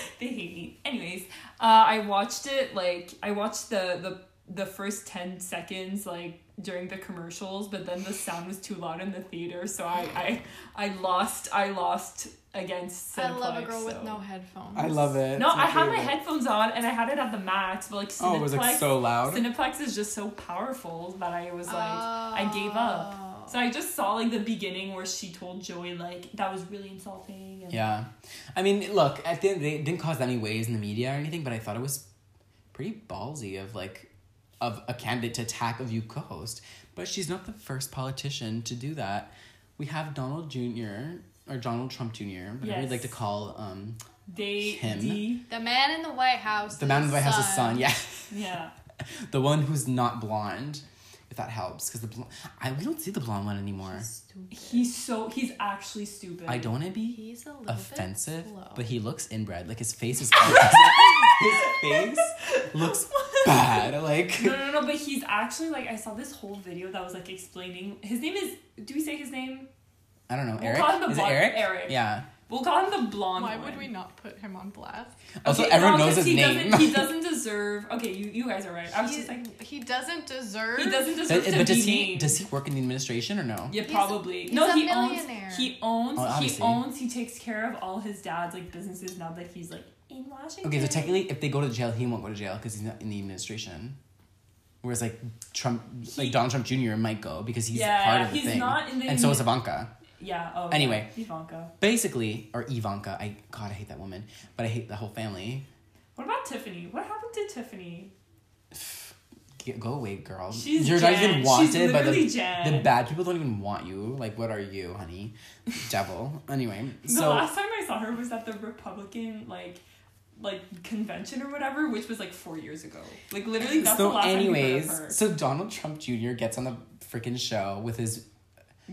[SPEAKER 2] they hate me. Anyways, uh, I watched it like I watched the the the first ten seconds like during the commercials, but then the sound was too loud in the theater, so I I, I lost I lost against.
[SPEAKER 3] I love a
[SPEAKER 2] Cineplex,
[SPEAKER 3] girl with
[SPEAKER 2] so.
[SPEAKER 3] no headphones.
[SPEAKER 1] I love it.
[SPEAKER 2] No, I had my headphones on and I had it at the max, but like Cineplex,
[SPEAKER 1] Oh, it was like so loud.
[SPEAKER 2] Cineplex is just so powerful that I was like, I gave up.
[SPEAKER 3] Oh.
[SPEAKER 2] So I just saw like the beginning where she told Joey like that was really insulting. And
[SPEAKER 1] Yeah. I mean, look, at the end, of the day, it didn't cause any waves in the media or anything, but I thought it was pretty ballsy of like of a candidate to attack a view co-host. But she's not the first politician to do that. We have Donald Jr. or Donald Trump Jr. Whatever you'd like
[SPEAKER 2] Yes.
[SPEAKER 1] to call um
[SPEAKER 2] They
[SPEAKER 1] Him.
[SPEAKER 2] D-
[SPEAKER 3] The man in the White House.
[SPEAKER 1] the man in the White House's son. Yeah,
[SPEAKER 2] yeah.
[SPEAKER 1] the one who's not blonde. If that helps, because the blonde, I we don't see the blonde one anymore.
[SPEAKER 3] Stupid.
[SPEAKER 2] He's so he's actually stupid.
[SPEAKER 1] I don't want to be
[SPEAKER 3] He's a little
[SPEAKER 1] offensive,
[SPEAKER 3] bit slow.
[SPEAKER 1] but he looks inbred. Like his face is his face looks bad. Like
[SPEAKER 2] No, no, no, but he's actually like I saw this whole video that was like explaining his name is do we say his name?
[SPEAKER 1] I don't know.
[SPEAKER 2] We'll
[SPEAKER 1] Eric
[SPEAKER 2] call him the
[SPEAKER 1] is it
[SPEAKER 2] blonde-
[SPEAKER 1] Eric?
[SPEAKER 2] Eric.
[SPEAKER 1] Yeah.
[SPEAKER 2] We'll call him the blonde.
[SPEAKER 3] Why
[SPEAKER 2] one.
[SPEAKER 3] would we not put him on blast?
[SPEAKER 1] Also,
[SPEAKER 2] Okay,
[SPEAKER 1] everyone
[SPEAKER 2] no,
[SPEAKER 1] knows his
[SPEAKER 2] 'cause he
[SPEAKER 1] name.
[SPEAKER 2] Doesn't, he doesn't deserve. Okay, you, you guys are right. I was
[SPEAKER 3] he,
[SPEAKER 2] just like,
[SPEAKER 3] he doesn't deserve.
[SPEAKER 2] he doesn't
[SPEAKER 1] But,
[SPEAKER 2] deserve to
[SPEAKER 1] but
[SPEAKER 2] be
[SPEAKER 1] does he
[SPEAKER 2] named.
[SPEAKER 1] does he work in the administration or no?
[SPEAKER 2] yeah,
[SPEAKER 3] He's-
[SPEAKER 2] probably.
[SPEAKER 3] he's
[SPEAKER 2] no,
[SPEAKER 3] a
[SPEAKER 2] he
[SPEAKER 3] millionaire.
[SPEAKER 2] owns. He owns.
[SPEAKER 1] Oh,
[SPEAKER 2] he
[SPEAKER 1] obviously.
[SPEAKER 2] owns. He takes care of all his dad's like businesses now that he's like in Washington.
[SPEAKER 1] Okay, so technically, if they go to jail, he won't go to jail because he's not in the administration. Whereas like Trump, like Donald Trump Jr. might go because he's
[SPEAKER 2] Yeah,
[SPEAKER 1] part of the
[SPEAKER 2] he's
[SPEAKER 1] thing,
[SPEAKER 2] not in the-
[SPEAKER 1] and so is Ivanka.
[SPEAKER 2] Yeah. Oh.
[SPEAKER 1] Anyway.
[SPEAKER 2] yeah, Ivanka.
[SPEAKER 1] Basically, or Ivanka. I God, I hate that woman, but I hate the whole family.
[SPEAKER 2] What about Tiffany? What happened to Tiffany?
[SPEAKER 1] Get, go away, girl. Um,
[SPEAKER 2] She's
[SPEAKER 1] You're not even
[SPEAKER 2] Jen.
[SPEAKER 1] wanted
[SPEAKER 2] She's
[SPEAKER 1] by the
[SPEAKER 2] literally Jen.
[SPEAKER 1] the bad people. Don't even want you. Like, what are you, honey? Devil. Anyway,
[SPEAKER 2] The
[SPEAKER 1] so
[SPEAKER 2] last time I saw her was at the Republican like like convention or whatever, which was like four years ago. Like literally, that's the
[SPEAKER 1] so
[SPEAKER 2] last time we heard of
[SPEAKER 1] anyways
[SPEAKER 2] her.
[SPEAKER 1] so donald trump jr gets on the freaking show with his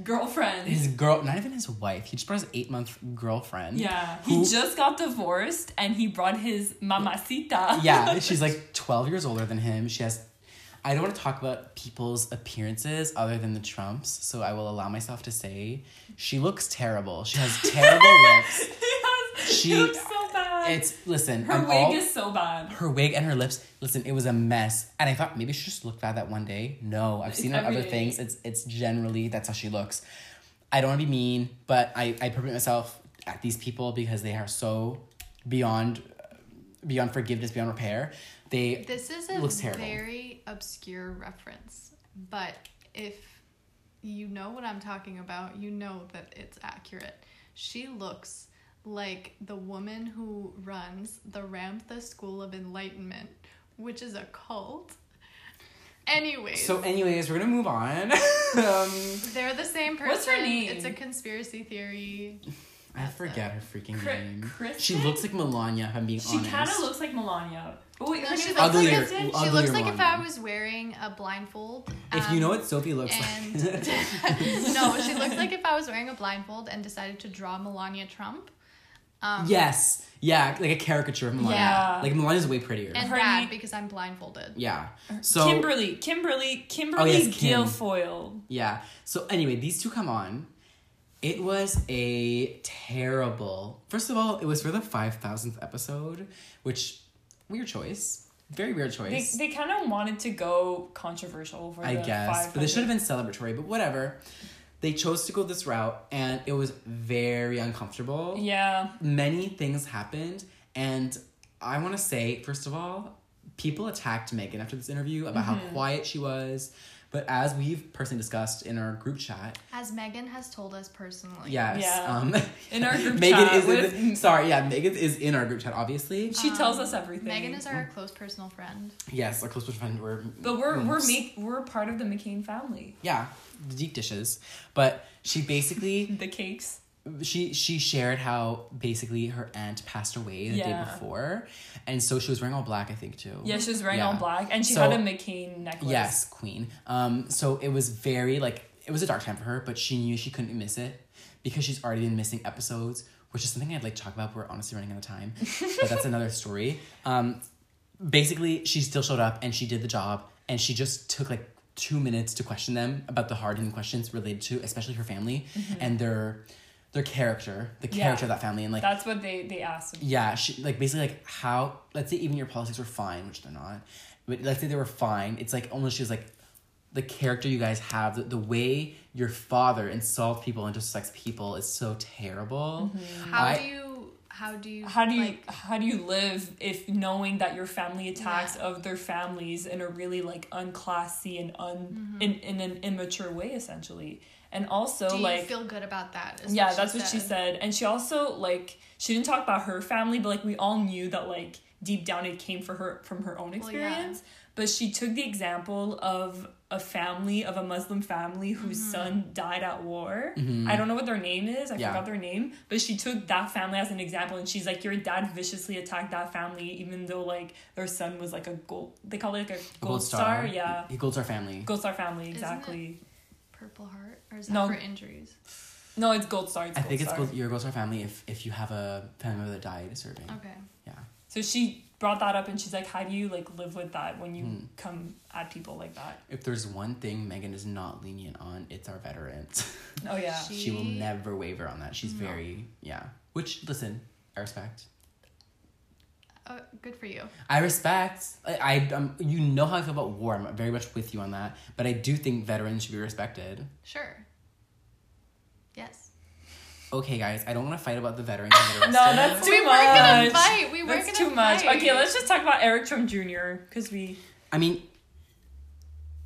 [SPEAKER 2] girlfriend.
[SPEAKER 1] his girl, not even his wife. He just brought his eight month girlfriend.
[SPEAKER 2] Yeah, he
[SPEAKER 1] Who-
[SPEAKER 2] just got divorced and he brought his mamacita.
[SPEAKER 1] Yeah, she's like 12 years older than him. She has. I don't want to talk about people's appearances other than the Trumps, so I will allow myself to say she looks terrible. She has terrible lips.
[SPEAKER 2] yes,
[SPEAKER 1] She-
[SPEAKER 2] it looks so bad.
[SPEAKER 1] It's listen,
[SPEAKER 2] her
[SPEAKER 1] I'm
[SPEAKER 2] wig
[SPEAKER 1] all-
[SPEAKER 2] is so bad.
[SPEAKER 1] her wig and her lips. Listen, it was a mess, and I thought maybe she just looked like that one day. No, I've seen her in
[SPEAKER 2] every
[SPEAKER 1] other
[SPEAKER 2] day.
[SPEAKER 1] things. It's it's generally that's how she looks. I don't want to be mean, but I I permit myself at these people because they are so beyond beyond forgiveness, beyond repair. They
[SPEAKER 3] This is a
[SPEAKER 1] Looks terrible.
[SPEAKER 3] very obscure reference, but if you know what I'm talking about, you know that it's accurate. She looks like the woman who runs the Ramtha School of Enlightenment, which is a cult. Anyways,
[SPEAKER 1] So, anyways, we're gonna move on. um,
[SPEAKER 3] they're the same person.
[SPEAKER 2] What's her name?
[SPEAKER 3] It's a conspiracy theory.
[SPEAKER 1] I forget her freaking
[SPEAKER 2] Cri-
[SPEAKER 1] name.
[SPEAKER 2] Kristen?
[SPEAKER 1] She looks like Melania. If I'm being
[SPEAKER 2] She
[SPEAKER 1] honest.
[SPEAKER 2] kind of looks like Melania. Oh wait,
[SPEAKER 3] No,
[SPEAKER 2] her
[SPEAKER 3] she
[SPEAKER 2] name's
[SPEAKER 3] looks like,
[SPEAKER 1] Uglier-
[SPEAKER 3] if- she
[SPEAKER 1] uglier
[SPEAKER 3] looks like if I
[SPEAKER 1] one.
[SPEAKER 3] was wearing a blindfold.
[SPEAKER 1] If you
[SPEAKER 3] um,
[SPEAKER 1] know what Sophie looks
[SPEAKER 3] and
[SPEAKER 1] like,
[SPEAKER 3] no, she looked like if I was wearing a blindfold and decided to draw Melania Trump. Um,
[SPEAKER 1] yes, yeah, like a caricature of Melania.
[SPEAKER 2] Yeah.
[SPEAKER 1] Like Melania's way prettier.
[SPEAKER 3] and
[SPEAKER 2] Her
[SPEAKER 3] that
[SPEAKER 2] knee-
[SPEAKER 3] because I'm blindfolded.
[SPEAKER 1] yeah. So Oh,
[SPEAKER 2] Kimberly, Kimberly, Kimberly
[SPEAKER 1] yes, Kim.
[SPEAKER 2] Guilfoyle.
[SPEAKER 1] yeah. So anyway, these two come on. It was a terrible. First of all, it was for the five thousandth episode, which weird choice, very weird
[SPEAKER 2] They,
[SPEAKER 1] choice.
[SPEAKER 2] they kind of wanted to go controversial for
[SPEAKER 1] I
[SPEAKER 2] the
[SPEAKER 1] guess. But they
[SPEAKER 2] 500.
[SPEAKER 1] should have been celebratory, but whatever. They chose to go this route and it was very uncomfortable.
[SPEAKER 2] Yeah,
[SPEAKER 1] Many things happened and I want to say first of all, people attacked Megan after this interview about how
[SPEAKER 2] Mm-hmm.
[SPEAKER 1] quiet she was, but as we've personally discussed in our group chat,
[SPEAKER 3] As Megan has told us personally.
[SPEAKER 1] yes,
[SPEAKER 2] Yeah.
[SPEAKER 1] um
[SPEAKER 2] in our group
[SPEAKER 1] Megan
[SPEAKER 2] chat
[SPEAKER 1] is
[SPEAKER 2] with
[SPEAKER 1] in the, sorry, yeah, Megan is in our group chat obviously.
[SPEAKER 2] she
[SPEAKER 3] Um,
[SPEAKER 2] tells us everything.
[SPEAKER 3] Megan is our close personal friend.
[SPEAKER 1] Yes, our close friend we're
[SPEAKER 2] But we're we're
[SPEAKER 1] making.
[SPEAKER 2] make, we're part of the McCain family.
[SPEAKER 1] yeah, the deep dishes. But she basically
[SPEAKER 2] The cakes.
[SPEAKER 1] she she shared how basically her aunt passed away the
[SPEAKER 2] Yeah.
[SPEAKER 1] day before, and so she was wearing all black, I think too.
[SPEAKER 2] Yeah, she was wearing all
[SPEAKER 1] Yeah.
[SPEAKER 2] black, and she
[SPEAKER 1] So-
[SPEAKER 2] had a McCain necklace.
[SPEAKER 1] Yes, queen. Um, so it was very like it was a dark time for her, but she knew she couldn't miss it because she's already been missing episodes, which is something I'd like to talk about. But we're honestly running out of time, but that's another story. Um, basically, she still showed up and she did the job, and she just took like two minutes to question them about the hard hitting questions related to especially her family and their their character, the
[SPEAKER 2] Mm-hmm. Yeah.
[SPEAKER 1] character of that family, and like
[SPEAKER 2] that's what they they asked. Him.
[SPEAKER 1] yeah, she, like basically like how let's say even your politics were fine, which they're not, but let's say they were fine. It's like almost she was like the character you guys have, the, the way your father insults people and just sex people is so terrible.
[SPEAKER 3] How
[SPEAKER 1] I-
[SPEAKER 3] do you? How do you?
[SPEAKER 2] How do you
[SPEAKER 3] like,
[SPEAKER 2] how do you live if knowing that your family attacks of their families in a really like unclassy and un in, in an immature way essentially, and also
[SPEAKER 3] Mm-hmm. do you
[SPEAKER 2] like
[SPEAKER 3] feel good about that? is
[SPEAKER 2] yeah that's what she said and she also like she didn't talk about her family but like we all knew that like deep down it came for her from her own
[SPEAKER 3] yeah.
[SPEAKER 2] experience but she took the example of a family of a muslim family whose son died at war i don't know what their name is i
[SPEAKER 1] Mm-hmm. Yeah.
[SPEAKER 2] forgot their name but she took that family as an example and she's like your dad viciously attacked that family even though like their son was like a gold they call it like a gold,
[SPEAKER 1] A gold
[SPEAKER 2] star. yeah
[SPEAKER 1] He golds our family.
[SPEAKER 2] gold star family
[SPEAKER 3] it?
[SPEAKER 2] exactly
[SPEAKER 3] Purple heart, or is that
[SPEAKER 2] No.
[SPEAKER 3] for injuries?
[SPEAKER 2] no it's gold star it's
[SPEAKER 1] I
[SPEAKER 2] gold
[SPEAKER 1] think it's
[SPEAKER 2] star.
[SPEAKER 1] gold, your golds our family if if you have a family member that died serving.
[SPEAKER 3] Okay.
[SPEAKER 1] Yeah.
[SPEAKER 2] So she brought that up and she's like, How do you like live with that when you
[SPEAKER 1] Hmm.
[SPEAKER 2] come at people like that?
[SPEAKER 1] If there's one thing Megan is not lenient on, it's our veterans.
[SPEAKER 2] Oh yeah.
[SPEAKER 3] She-
[SPEAKER 1] she will never waver on that. She's
[SPEAKER 3] No.
[SPEAKER 1] very yeah. Which listen, I respect.
[SPEAKER 3] Oh, good for you.
[SPEAKER 1] I respect. I, I um, you know how I feel about war. I'm very much with you on that. But I do think veterans should be respected.
[SPEAKER 3] Sure. Yes.
[SPEAKER 1] Okay, guys, I don't want to fight about the veterans. And the
[SPEAKER 2] No, that's
[SPEAKER 3] We
[SPEAKER 2] too
[SPEAKER 3] were
[SPEAKER 2] much.
[SPEAKER 3] gonna fight. We were
[SPEAKER 2] that's
[SPEAKER 3] gonna
[SPEAKER 2] too much.
[SPEAKER 3] fight.
[SPEAKER 2] Okay, let's just talk about Eric Trump Jr. Because we
[SPEAKER 1] I mean, you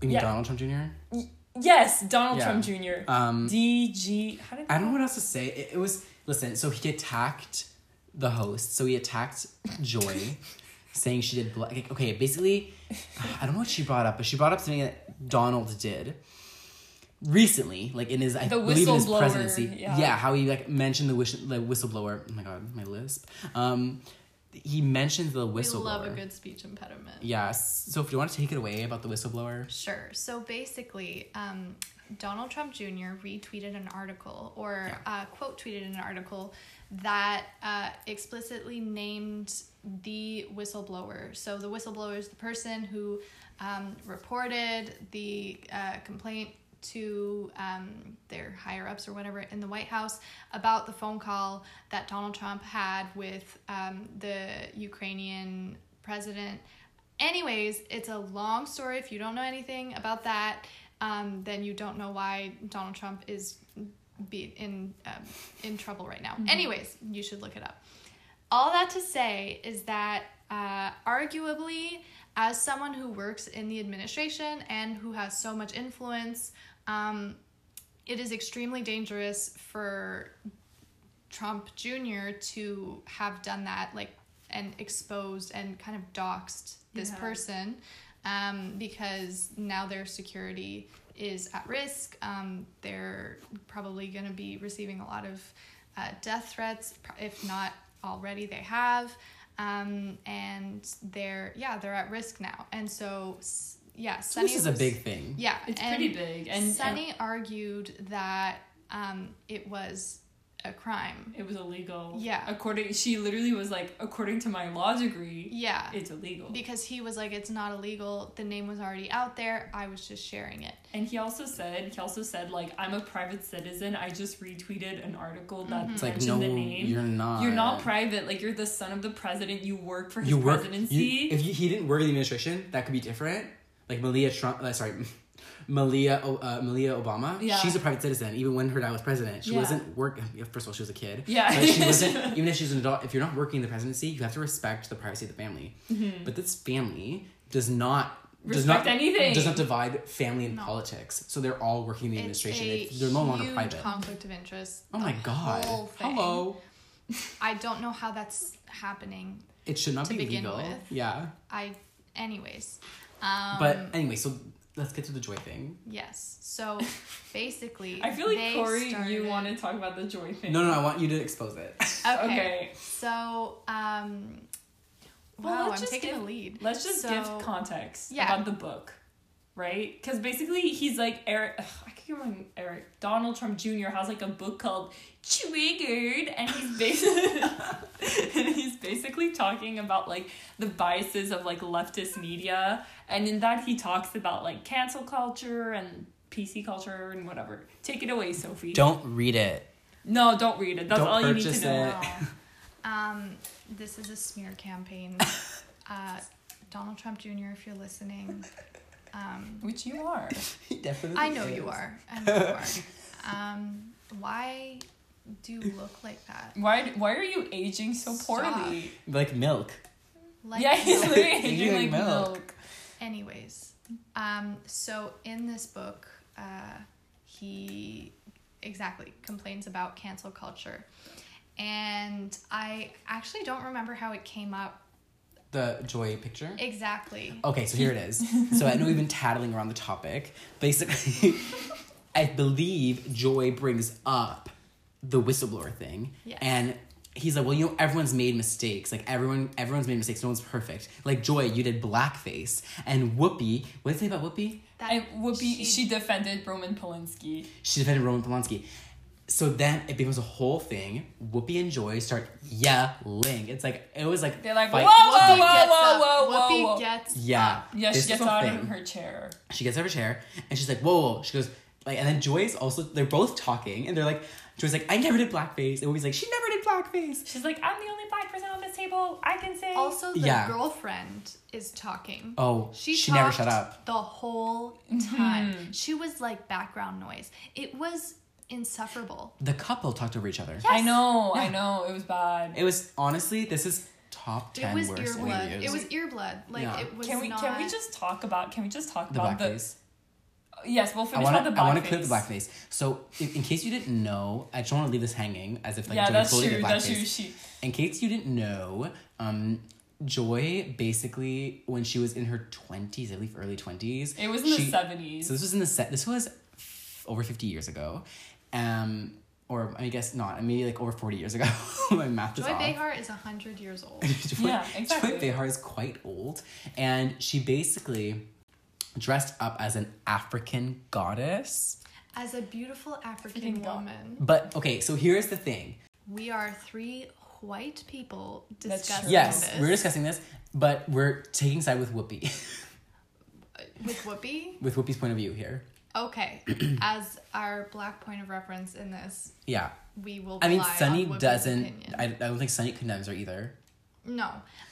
[SPEAKER 1] mean
[SPEAKER 2] Yeah.
[SPEAKER 1] Donald Trump Jr.
[SPEAKER 2] yes, Donald
[SPEAKER 1] Yeah.
[SPEAKER 2] Trump Jr.
[SPEAKER 1] Um,
[SPEAKER 2] DG. How did
[SPEAKER 1] I don't know what else to say. It, it was listen. So he attacked the host. So he attacked Joy, saying she did black. like, Okay, basically, I don't know what she brought up, but she brought up something that Donald did recently, like in his I
[SPEAKER 2] The
[SPEAKER 1] believe in his
[SPEAKER 2] whistleblower,
[SPEAKER 1] presidency.
[SPEAKER 2] yeah.
[SPEAKER 1] how he like mentioned the wish the whistleblower. Oh my god, my lisp. Um, he mentioned the
[SPEAKER 3] We
[SPEAKER 1] whistleblower.
[SPEAKER 3] love a good speech impediment.
[SPEAKER 1] Yes. So if you want to take it away about the whistleblower,
[SPEAKER 3] Sure. So basically, um, Donald Trump Jr. retweeted an article or uh, quote tweeted an article that uh, explicitly named the whistleblower. So the whistleblower is the person who um, reported the uh, complaint to um, their higher ups or whatever in the White House about the phone call that Donald Trump had with um, the Ukrainian president. Anyways, it's a long story. If you don't know anything about that, um, then you don't know why Donald Trump is be in um, in trouble right now. Anyways, you should look it up. All that to say is that uh, arguably, as someone who works in the administration and who has so much influence, um, it is extremely dangerous for Trump Jr. to have done that, like, and exposed and kind of doxed this
[SPEAKER 2] Yeah.
[SPEAKER 3] person um, because now their security is at risk. Um, they're probably going to be receiving a lot of uh, death threats, pr- if not already they have. Um, and they're, yeah, they're at risk now. And so, s- yeah,
[SPEAKER 1] So
[SPEAKER 3] Sunny
[SPEAKER 1] this is a big thing.
[SPEAKER 3] Yeah,
[SPEAKER 2] It's
[SPEAKER 3] and-
[SPEAKER 2] pretty big. And, uh, and
[SPEAKER 3] Sunny argued that um, it was a crime.
[SPEAKER 2] it was illegal.
[SPEAKER 3] Yeah.
[SPEAKER 2] According she literally was like, according to my law degree,
[SPEAKER 3] Yeah,
[SPEAKER 2] it's illegal.
[SPEAKER 3] because he was like, it's not illegal. The name was already out there. I was just sharing it.
[SPEAKER 2] And he also said, he also said, like, I'm a private citizen. I just retweeted an article that
[SPEAKER 1] It's like
[SPEAKER 2] mentioned
[SPEAKER 1] no,
[SPEAKER 2] the name.
[SPEAKER 1] you're not.
[SPEAKER 2] You're not private. Like you're the son of the president. You work for his
[SPEAKER 1] You work.
[SPEAKER 2] presidency.
[SPEAKER 1] You, if you, he didn't work in the administration, that could be different. Like Malia Trump. Uh, sorry, Malia. O- Uh, Malia Obama.
[SPEAKER 2] Yeah.
[SPEAKER 1] She's a private citizen. Even when her dad was president, she
[SPEAKER 2] Yeah.
[SPEAKER 1] wasn't work. yeah, First of all, she was a kid.
[SPEAKER 2] Yeah.
[SPEAKER 1] But she wasn't. even if she's an adult, if you're not working in the presidency, you have to respect the privacy of the family.
[SPEAKER 3] Mm-hmm.
[SPEAKER 1] But this family does not. does
[SPEAKER 2] Respect
[SPEAKER 1] not,
[SPEAKER 2] anything.
[SPEAKER 1] Does not divide family and
[SPEAKER 3] No.
[SPEAKER 1] politics. So they're all working in the administration.
[SPEAKER 3] It's
[SPEAKER 1] It's-
[SPEAKER 3] a
[SPEAKER 1] they're no longer
[SPEAKER 3] huge
[SPEAKER 1] private.
[SPEAKER 3] conflict of interest.
[SPEAKER 1] Oh my
[SPEAKER 3] the
[SPEAKER 1] god.
[SPEAKER 3] whole thing.
[SPEAKER 1] Hello.
[SPEAKER 3] I don't know how that's happening.
[SPEAKER 1] It should not
[SPEAKER 3] To
[SPEAKER 1] be
[SPEAKER 3] begin
[SPEAKER 1] legal.
[SPEAKER 3] with.
[SPEAKER 1] Yeah.
[SPEAKER 3] I, anyways. Um,
[SPEAKER 1] But anyway, so let's get to the joy thing.
[SPEAKER 3] yes, so basically,
[SPEAKER 2] I feel like
[SPEAKER 3] they
[SPEAKER 2] Corey,
[SPEAKER 3] started-
[SPEAKER 2] you want to talk about the joy thing.
[SPEAKER 1] No, no, I want you to expose it.
[SPEAKER 3] Okay.
[SPEAKER 2] Okay.
[SPEAKER 3] So, um,
[SPEAKER 2] Well,
[SPEAKER 3] wow,
[SPEAKER 2] let's
[SPEAKER 3] I'm
[SPEAKER 2] just
[SPEAKER 3] taking
[SPEAKER 2] give-
[SPEAKER 3] the lead.
[SPEAKER 2] Let's just
[SPEAKER 3] So-
[SPEAKER 2] give context
[SPEAKER 3] Yeah.
[SPEAKER 2] about the book, right? Because basically he's like Eric. ugh, I can't remember Eric. Donald Trump Jr. has like a book called Triggered, and he's basically and he's basically talking about like the biases of like leftist media, and in that he talks about like cancel culture and PC culture and whatever. Take it away, Sophie.
[SPEAKER 1] Don't read it.
[SPEAKER 2] No, don't read it. That's
[SPEAKER 1] Don't
[SPEAKER 2] all you need to
[SPEAKER 1] purchase
[SPEAKER 2] know.
[SPEAKER 1] it.
[SPEAKER 3] Wow. um, this is a smear campaign. Uh, Donald Trump Jr., if you're listening, um,
[SPEAKER 2] Which you are.
[SPEAKER 1] He definitely.
[SPEAKER 3] I know
[SPEAKER 1] is.
[SPEAKER 3] you are. I know you are. Um, why do you look like that?
[SPEAKER 2] Why why are you aging so poorly?
[SPEAKER 1] Like milk.
[SPEAKER 3] Like
[SPEAKER 2] yeah, he's
[SPEAKER 3] milk.
[SPEAKER 2] literally
[SPEAKER 1] You're doing
[SPEAKER 2] aging like
[SPEAKER 1] milk.
[SPEAKER 2] milk.
[SPEAKER 3] Anyways, um, so in this book, uh, he exactly complains about cancel culture. And I actually don't remember how it came up
[SPEAKER 1] The joy picture.
[SPEAKER 3] exactly.
[SPEAKER 1] Okay, so here it is. So I know we've been tattling around the topic. Basically, I believe Joy brings up the whistleblower thing,
[SPEAKER 3] Yes.
[SPEAKER 1] and he's like, "Well, you know, everyone's made mistakes. Like everyone, everyone's made mistakes. No one's perfect. Like Joy, you did blackface, and Whoopi. What did it say about Whoopi?
[SPEAKER 3] That
[SPEAKER 2] And Whoopi, she,
[SPEAKER 3] she-
[SPEAKER 2] defended Roman Polanski.
[SPEAKER 1] She defended Roman Polanski. So then it becomes a whole thing. Whoopi and Joy start yelling. It's like it was like
[SPEAKER 2] They're like,
[SPEAKER 1] fight-
[SPEAKER 2] "Whoa,
[SPEAKER 3] Whoopi
[SPEAKER 2] whoa,
[SPEAKER 3] gets
[SPEAKER 2] whoa,
[SPEAKER 3] up.
[SPEAKER 2] whoa, whoa,
[SPEAKER 3] Whoopi
[SPEAKER 2] whoa.
[SPEAKER 3] gets
[SPEAKER 1] yeah,
[SPEAKER 3] up.
[SPEAKER 2] Yeah,
[SPEAKER 1] This
[SPEAKER 2] she gets
[SPEAKER 1] whole
[SPEAKER 2] out
[SPEAKER 1] thing.
[SPEAKER 2] of her chair.
[SPEAKER 1] she gets out of her chair and she's like, whoa, whoa, whoa." She goes, like, and then Joy's also, they're both talking and they're like, Joy's like, I never did blackface. And Whoopi's like, she never did blackface.
[SPEAKER 2] She's like, I'm the only black person on this table. I can say.
[SPEAKER 3] Also, the
[SPEAKER 1] Yeah.
[SPEAKER 3] girlfriend is talking.
[SPEAKER 1] Oh, she, never shut
[SPEAKER 3] talked
[SPEAKER 1] up.
[SPEAKER 3] the whole
[SPEAKER 2] Mm-hmm.
[SPEAKER 3] time. She was like background noise. It was insufferable.
[SPEAKER 1] The couple talked over each other.
[SPEAKER 2] I know, I know, it was bad.
[SPEAKER 1] It was, honestly, this is top 10
[SPEAKER 3] It was
[SPEAKER 1] worst
[SPEAKER 3] earblood.
[SPEAKER 1] interviews.
[SPEAKER 3] It was earblood. Like
[SPEAKER 1] Yeah.
[SPEAKER 3] it was
[SPEAKER 2] Can we
[SPEAKER 3] not.
[SPEAKER 2] can we just talk about? Can we just talk
[SPEAKER 1] the
[SPEAKER 2] about
[SPEAKER 1] blackface.
[SPEAKER 2] the? Yes, we'll
[SPEAKER 1] I
[SPEAKER 2] finish
[SPEAKER 1] want
[SPEAKER 2] about
[SPEAKER 1] to.
[SPEAKER 2] the blackface.
[SPEAKER 1] I want to clear the blackface. So, in, in case you didn't know, I just want to leave this hanging as if like
[SPEAKER 2] Yeah,
[SPEAKER 1] Joy
[SPEAKER 2] that's
[SPEAKER 1] totally
[SPEAKER 2] true.
[SPEAKER 1] did
[SPEAKER 2] That's true.
[SPEAKER 1] blackface.
[SPEAKER 2] She.
[SPEAKER 1] In case you didn't know, um, Joy basically when she was in her twenties, I believe early twenties.
[SPEAKER 2] It was in the seventies.
[SPEAKER 1] So this was in the set. This was f- over fifty years ago, um, or I guess not. Maybe like over forty years ago. My math
[SPEAKER 3] Joy
[SPEAKER 1] is off.
[SPEAKER 3] Behar is hundred years old.
[SPEAKER 1] Joy,
[SPEAKER 2] Yeah, exactly.
[SPEAKER 1] Joy Behar is quite old, and she basically dressed up as an African goddess.
[SPEAKER 3] as a beautiful African
[SPEAKER 2] Freaking God.
[SPEAKER 3] woman.
[SPEAKER 1] But okay, so here's the thing.
[SPEAKER 3] We are three white people
[SPEAKER 2] That's true.
[SPEAKER 3] discussing
[SPEAKER 1] Yes,
[SPEAKER 3] this
[SPEAKER 1] we're discussing this, but we're taking side with Whoopi,
[SPEAKER 3] with Whoopi.
[SPEAKER 1] with Whoopi's point of view here.
[SPEAKER 3] Okay, as our black point of reference in this,
[SPEAKER 1] Yeah,
[SPEAKER 3] we will.
[SPEAKER 1] I mean,
[SPEAKER 3] rely on
[SPEAKER 1] Sunny
[SPEAKER 3] Whoopi's
[SPEAKER 1] doesn't.
[SPEAKER 3] opinion.
[SPEAKER 1] I, I don't think Sunny condemns her either.
[SPEAKER 3] no,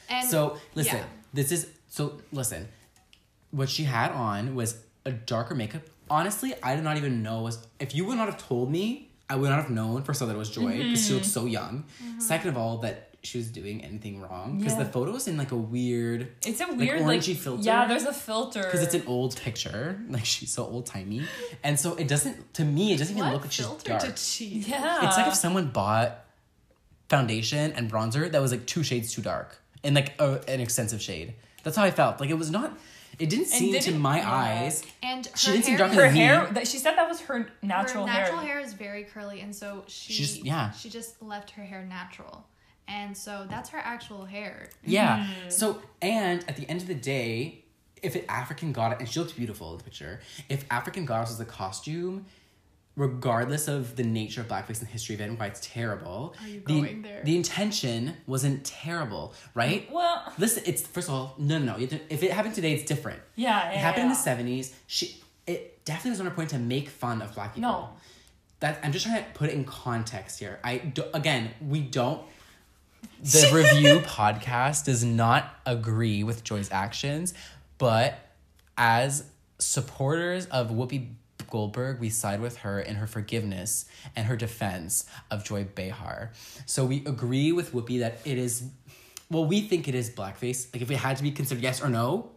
[SPEAKER 3] and
[SPEAKER 1] So listen,
[SPEAKER 3] yeah.
[SPEAKER 1] this is so listen. What she had on was a darker makeup. Honestly, I did not even know was if you would not have told me, I would not have known first of all that it was Joy because she
[SPEAKER 3] Mm-hmm.
[SPEAKER 1] looked so young. Second of all, that she was doing anything wrong because the
[SPEAKER 2] Yeah.
[SPEAKER 1] photo is in like a weird
[SPEAKER 2] It's a weird like,
[SPEAKER 1] orangey filter?
[SPEAKER 2] Yeah, there's a filter.
[SPEAKER 1] because it's an old picture. Like she's so old timey, and so it doesn't to me it doesn't even
[SPEAKER 3] what
[SPEAKER 1] look like she's
[SPEAKER 3] filter
[SPEAKER 1] dark.
[SPEAKER 3] did she? use?
[SPEAKER 2] yeah.
[SPEAKER 1] It's like if someone bought foundation and bronzer that was like two shades too dark and like a, an extensive shade. That's how I felt. Like it was not. It didn't seem to
[SPEAKER 2] didn't-
[SPEAKER 1] my
[SPEAKER 2] yeah.
[SPEAKER 1] eyes.
[SPEAKER 3] And her
[SPEAKER 1] She didn't seem
[SPEAKER 3] hair
[SPEAKER 1] darker
[SPEAKER 2] her
[SPEAKER 1] than me.
[SPEAKER 2] hair. That she said that was her
[SPEAKER 3] her
[SPEAKER 2] natural,
[SPEAKER 3] natural
[SPEAKER 2] hair.
[SPEAKER 3] hair is very curly, and so she
[SPEAKER 1] She's- yeah.
[SPEAKER 3] she just left her hair natural, and so that's her actual hair.
[SPEAKER 1] Yeah. So and at the end of the day, if an African goddess and she looked beautiful in the picture, if African goddess was a costume, regardless of the nature of blackface and the history of it and why it's terrible,
[SPEAKER 3] Are you
[SPEAKER 1] the,
[SPEAKER 3] going there?
[SPEAKER 1] the intention wasn't terrible, right?
[SPEAKER 2] Well,
[SPEAKER 1] Listen, it's first of all, no, no, no. you don't- If it happened today, it's different.
[SPEAKER 2] yeah, yeah.
[SPEAKER 1] It happened in
[SPEAKER 2] yeah.
[SPEAKER 1] the seventies. She it definitely was on her point to make fun of black people.
[SPEAKER 2] No.
[SPEAKER 1] That I'm just trying to put it in context here. I do, again, we don't. The review podcast does not agree with Joy's actions, but as supporters of Whoopi Goldberg, we side with her in her forgiveness and her defense of Joy Behar. So we agree with Whoopi that it is, well, we think it is blackface. Like if it had to be considered yes or no,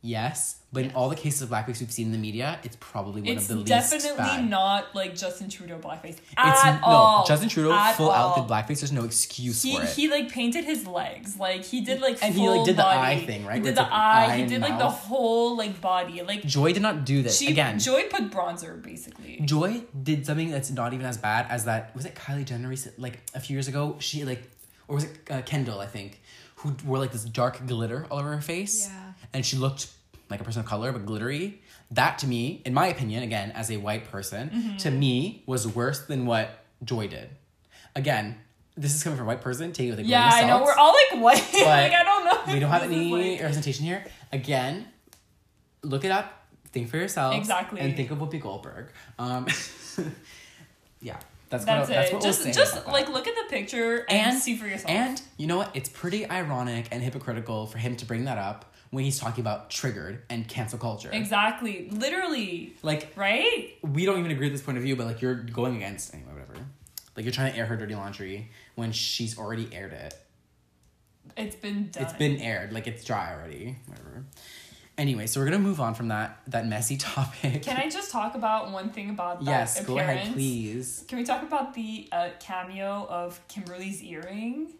[SPEAKER 1] yes. But in all the cases of blackface we've seen in the media, it's probably one
[SPEAKER 2] It's
[SPEAKER 1] of the
[SPEAKER 2] definitely
[SPEAKER 1] least bad.
[SPEAKER 2] not like Justin Trudeau blackface
[SPEAKER 1] It's
[SPEAKER 2] at
[SPEAKER 1] no
[SPEAKER 2] all.
[SPEAKER 1] Justin Trudeau
[SPEAKER 2] At
[SPEAKER 1] full out
[SPEAKER 2] all.
[SPEAKER 1] did blackface. There's no excuse
[SPEAKER 2] He,
[SPEAKER 1] for it.
[SPEAKER 2] he like painted his legs like he did like
[SPEAKER 1] And he,
[SPEAKER 2] full
[SPEAKER 1] like, did the
[SPEAKER 2] body.
[SPEAKER 1] eye thing, right?
[SPEAKER 2] He
[SPEAKER 1] Where it's,
[SPEAKER 2] did the
[SPEAKER 1] like, eye
[SPEAKER 2] eye. He
[SPEAKER 1] and
[SPEAKER 2] did like the
[SPEAKER 1] mouth.
[SPEAKER 2] whole like body. Like
[SPEAKER 1] Joy did not do this
[SPEAKER 2] she
[SPEAKER 1] again.
[SPEAKER 2] Joy put bronzer basically.
[SPEAKER 1] Joy did something that's not even as bad as that. Was it Kylie Jenner recent, like a few years ago? She like, or was it uh, Kendall? I think who wore like this dark glitter all over her face.
[SPEAKER 3] Yeah.
[SPEAKER 1] and she looked like a person of color but glittery. That to me, in my opinion, again as a white person,
[SPEAKER 2] Mm-hmm.
[SPEAKER 1] to me was worse than what Joy did. Again, this is coming from a white person. Take it with a grain
[SPEAKER 2] Yeah,
[SPEAKER 1] of
[SPEAKER 2] I know
[SPEAKER 1] salt.
[SPEAKER 2] we're all like white.
[SPEAKER 1] But
[SPEAKER 2] like I don't know.
[SPEAKER 1] we don't have
[SPEAKER 2] This is,
[SPEAKER 1] any
[SPEAKER 2] like-
[SPEAKER 1] representation here. Again, look it up, think for yourself,
[SPEAKER 2] Exactly.
[SPEAKER 1] and think of Whoopi Goldberg. Um, yeah, that's
[SPEAKER 2] That's
[SPEAKER 1] what, that's
[SPEAKER 2] it.
[SPEAKER 1] what
[SPEAKER 2] just
[SPEAKER 1] we'll say
[SPEAKER 2] just
[SPEAKER 1] about that.
[SPEAKER 2] like look at the picture and,
[SPEAKER 1] And-
[SPEAKER 2] see for yourself.
[SPEAKER 1] And you know what? It's pretty ironic and hypocritical for him to bring that up when he's talking about triggered and cancel culture.
[SPEAKER 2] exactly, literally,
[SPEAKER 1] Like
[SPEAKER 2] right?
[SPEAKER 1] we don't even agree with this point of view, but like you're going against anyway, whatever. Like you're trying to air her dirty laundry when she's already aired it.
[SPEAKER 2] It's been done.
[SPEAKER 1] It's been aired, like it's dry already. Whatever. Anyway, so we're gonna move on from that that messy topic.
[SPEAKER 2] Can I just talk about one thing about that
[SPEAKER 1] Yes, go ahead,
[SPEAKER 2] appearance?
[SPEAKER 1] please.
[SPEAKER 2] Can we talk about the uh, cameo of Kimberly's earring?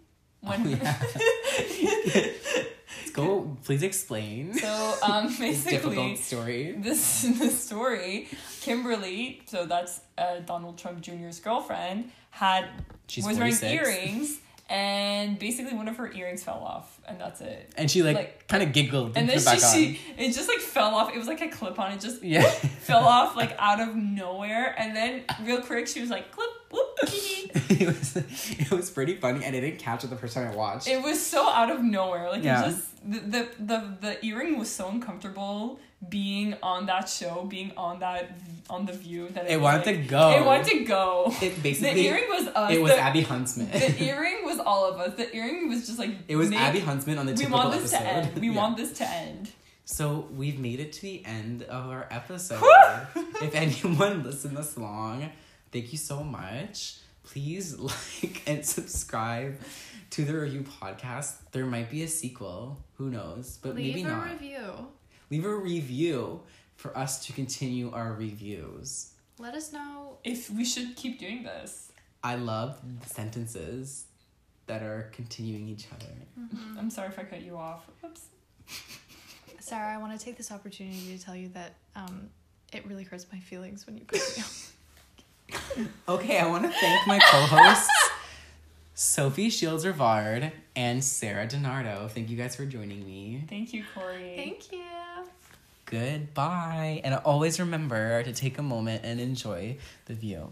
[SPEAKER 1] Oh,
[SPEAKER 2] When
[SPEAKER 1] Go, please explain.
[SPEAKER 2] so um
[SPEAKER 1] It's a difficult
[SPEAKER 2] basically
[SPEAKER 1] story.
[SPEAKER 2] this in the story, Kimberly, so that's uh, Donald Trump Jr.'s girlfriend, had
[SPEAKER 1] She's
[SPEAKER 2] was
[SPEAKER 1] 46.
[SPEAKER 2] wearing earrings and basically one of her earrings fell off and that's it.
[SPEAKER 1] And she like,
[SPEAKER 2] like-
[SPEAKER 1] kind of giggled
[SPEAKER 2] And
[SPEAKER 1] and
[SPEAKER 2] then
[SPEAKER 1] put it back
[SPEAKER 2] she, she
[SPEAKER 1] on.
[SPEAKER 2] it just like fell off. It was like a clip on, it just
[SPEAKER 1] Yeah.
[SPEAKER 2] fell off like out of nowhere and then real quick she was like clip whoop hee hee."
[SPEAKER 1] it was it was pretty funny and I didn't catch it the first time I watched.
[SPEAKER 2] It was so out of nowhere. Like
[SPEAKER 1] Yeah.
[SPEAKER 2] it just the, the the the earring was so uncomfortable being on that show, being on that on the view that it,
[SPEAKER 1] It
[SPEAKER 2] was
[SPEAKER 1] wanted
[SPEAKER 2] like-
[SPEAKER 1] to go.
[SPEAKER 2] It wanted to go.
[SPEAKER 1] It
[SPEAKER 2] the
[SPEAKER 1] basically
[SPEAKER 2] earring was us.
[SPEAKER 1] it was
[SPEAKER 2] the,
[SPEAKER 1] Abby Huntsman.
[SPEAKER 2] the earring was all of us. The earring was just like
[SPEAKER 1] it was
[SPEAKER 2] make-
[SPEAKER 1] Abby Huntsman on the
[SPEAKER 2] We
[SPEAKER 1] typical
[SPEAKER 2] want this
[SPEAKER 1] episode.
[SPEAKER 2] to end. We
[SPEAKER 1] Yeah.
[SPEAKER 2] want this to end.
[SPEAKER 1] So we've made it to the end of our episode. if anyone listened this long, thank you so much. Please like and subscribe to the review podcast. There might be a sequel. Who knows? But
[SPEAKER 3] Leave
[SPEAKER 1] maybe
[SPEAKER 3] a
[SPEAKER 1] not.
[SPEAKER 3] review.
[SPEAKER 1] Leave a review for us to continue our reviews.
[SPEAKER 3] Let us know.
[SPEAKER 2] If we should keep doing this,
[SPEAKER 1] I love the sentences that are continuing each other.
[SPEAKER 2] I'm sorry if I cut you off. Oops.
[SPEAKER 3] Sarah, I want to take this opportunity to tell you that um, it really hurts my feelings when you cut me off.
[SPEAKER 1] Okay, I want to thank my co-hosts, Sophie Shields Rivard and Sarah DiNardo. Thank you guys for joining me.
[SPEAKER 2] Thank you, Corey.
[SPEAKER 3] Thank you.
[SPEAKER 1] goodbye. And always remember to take a moment and enjoy the view.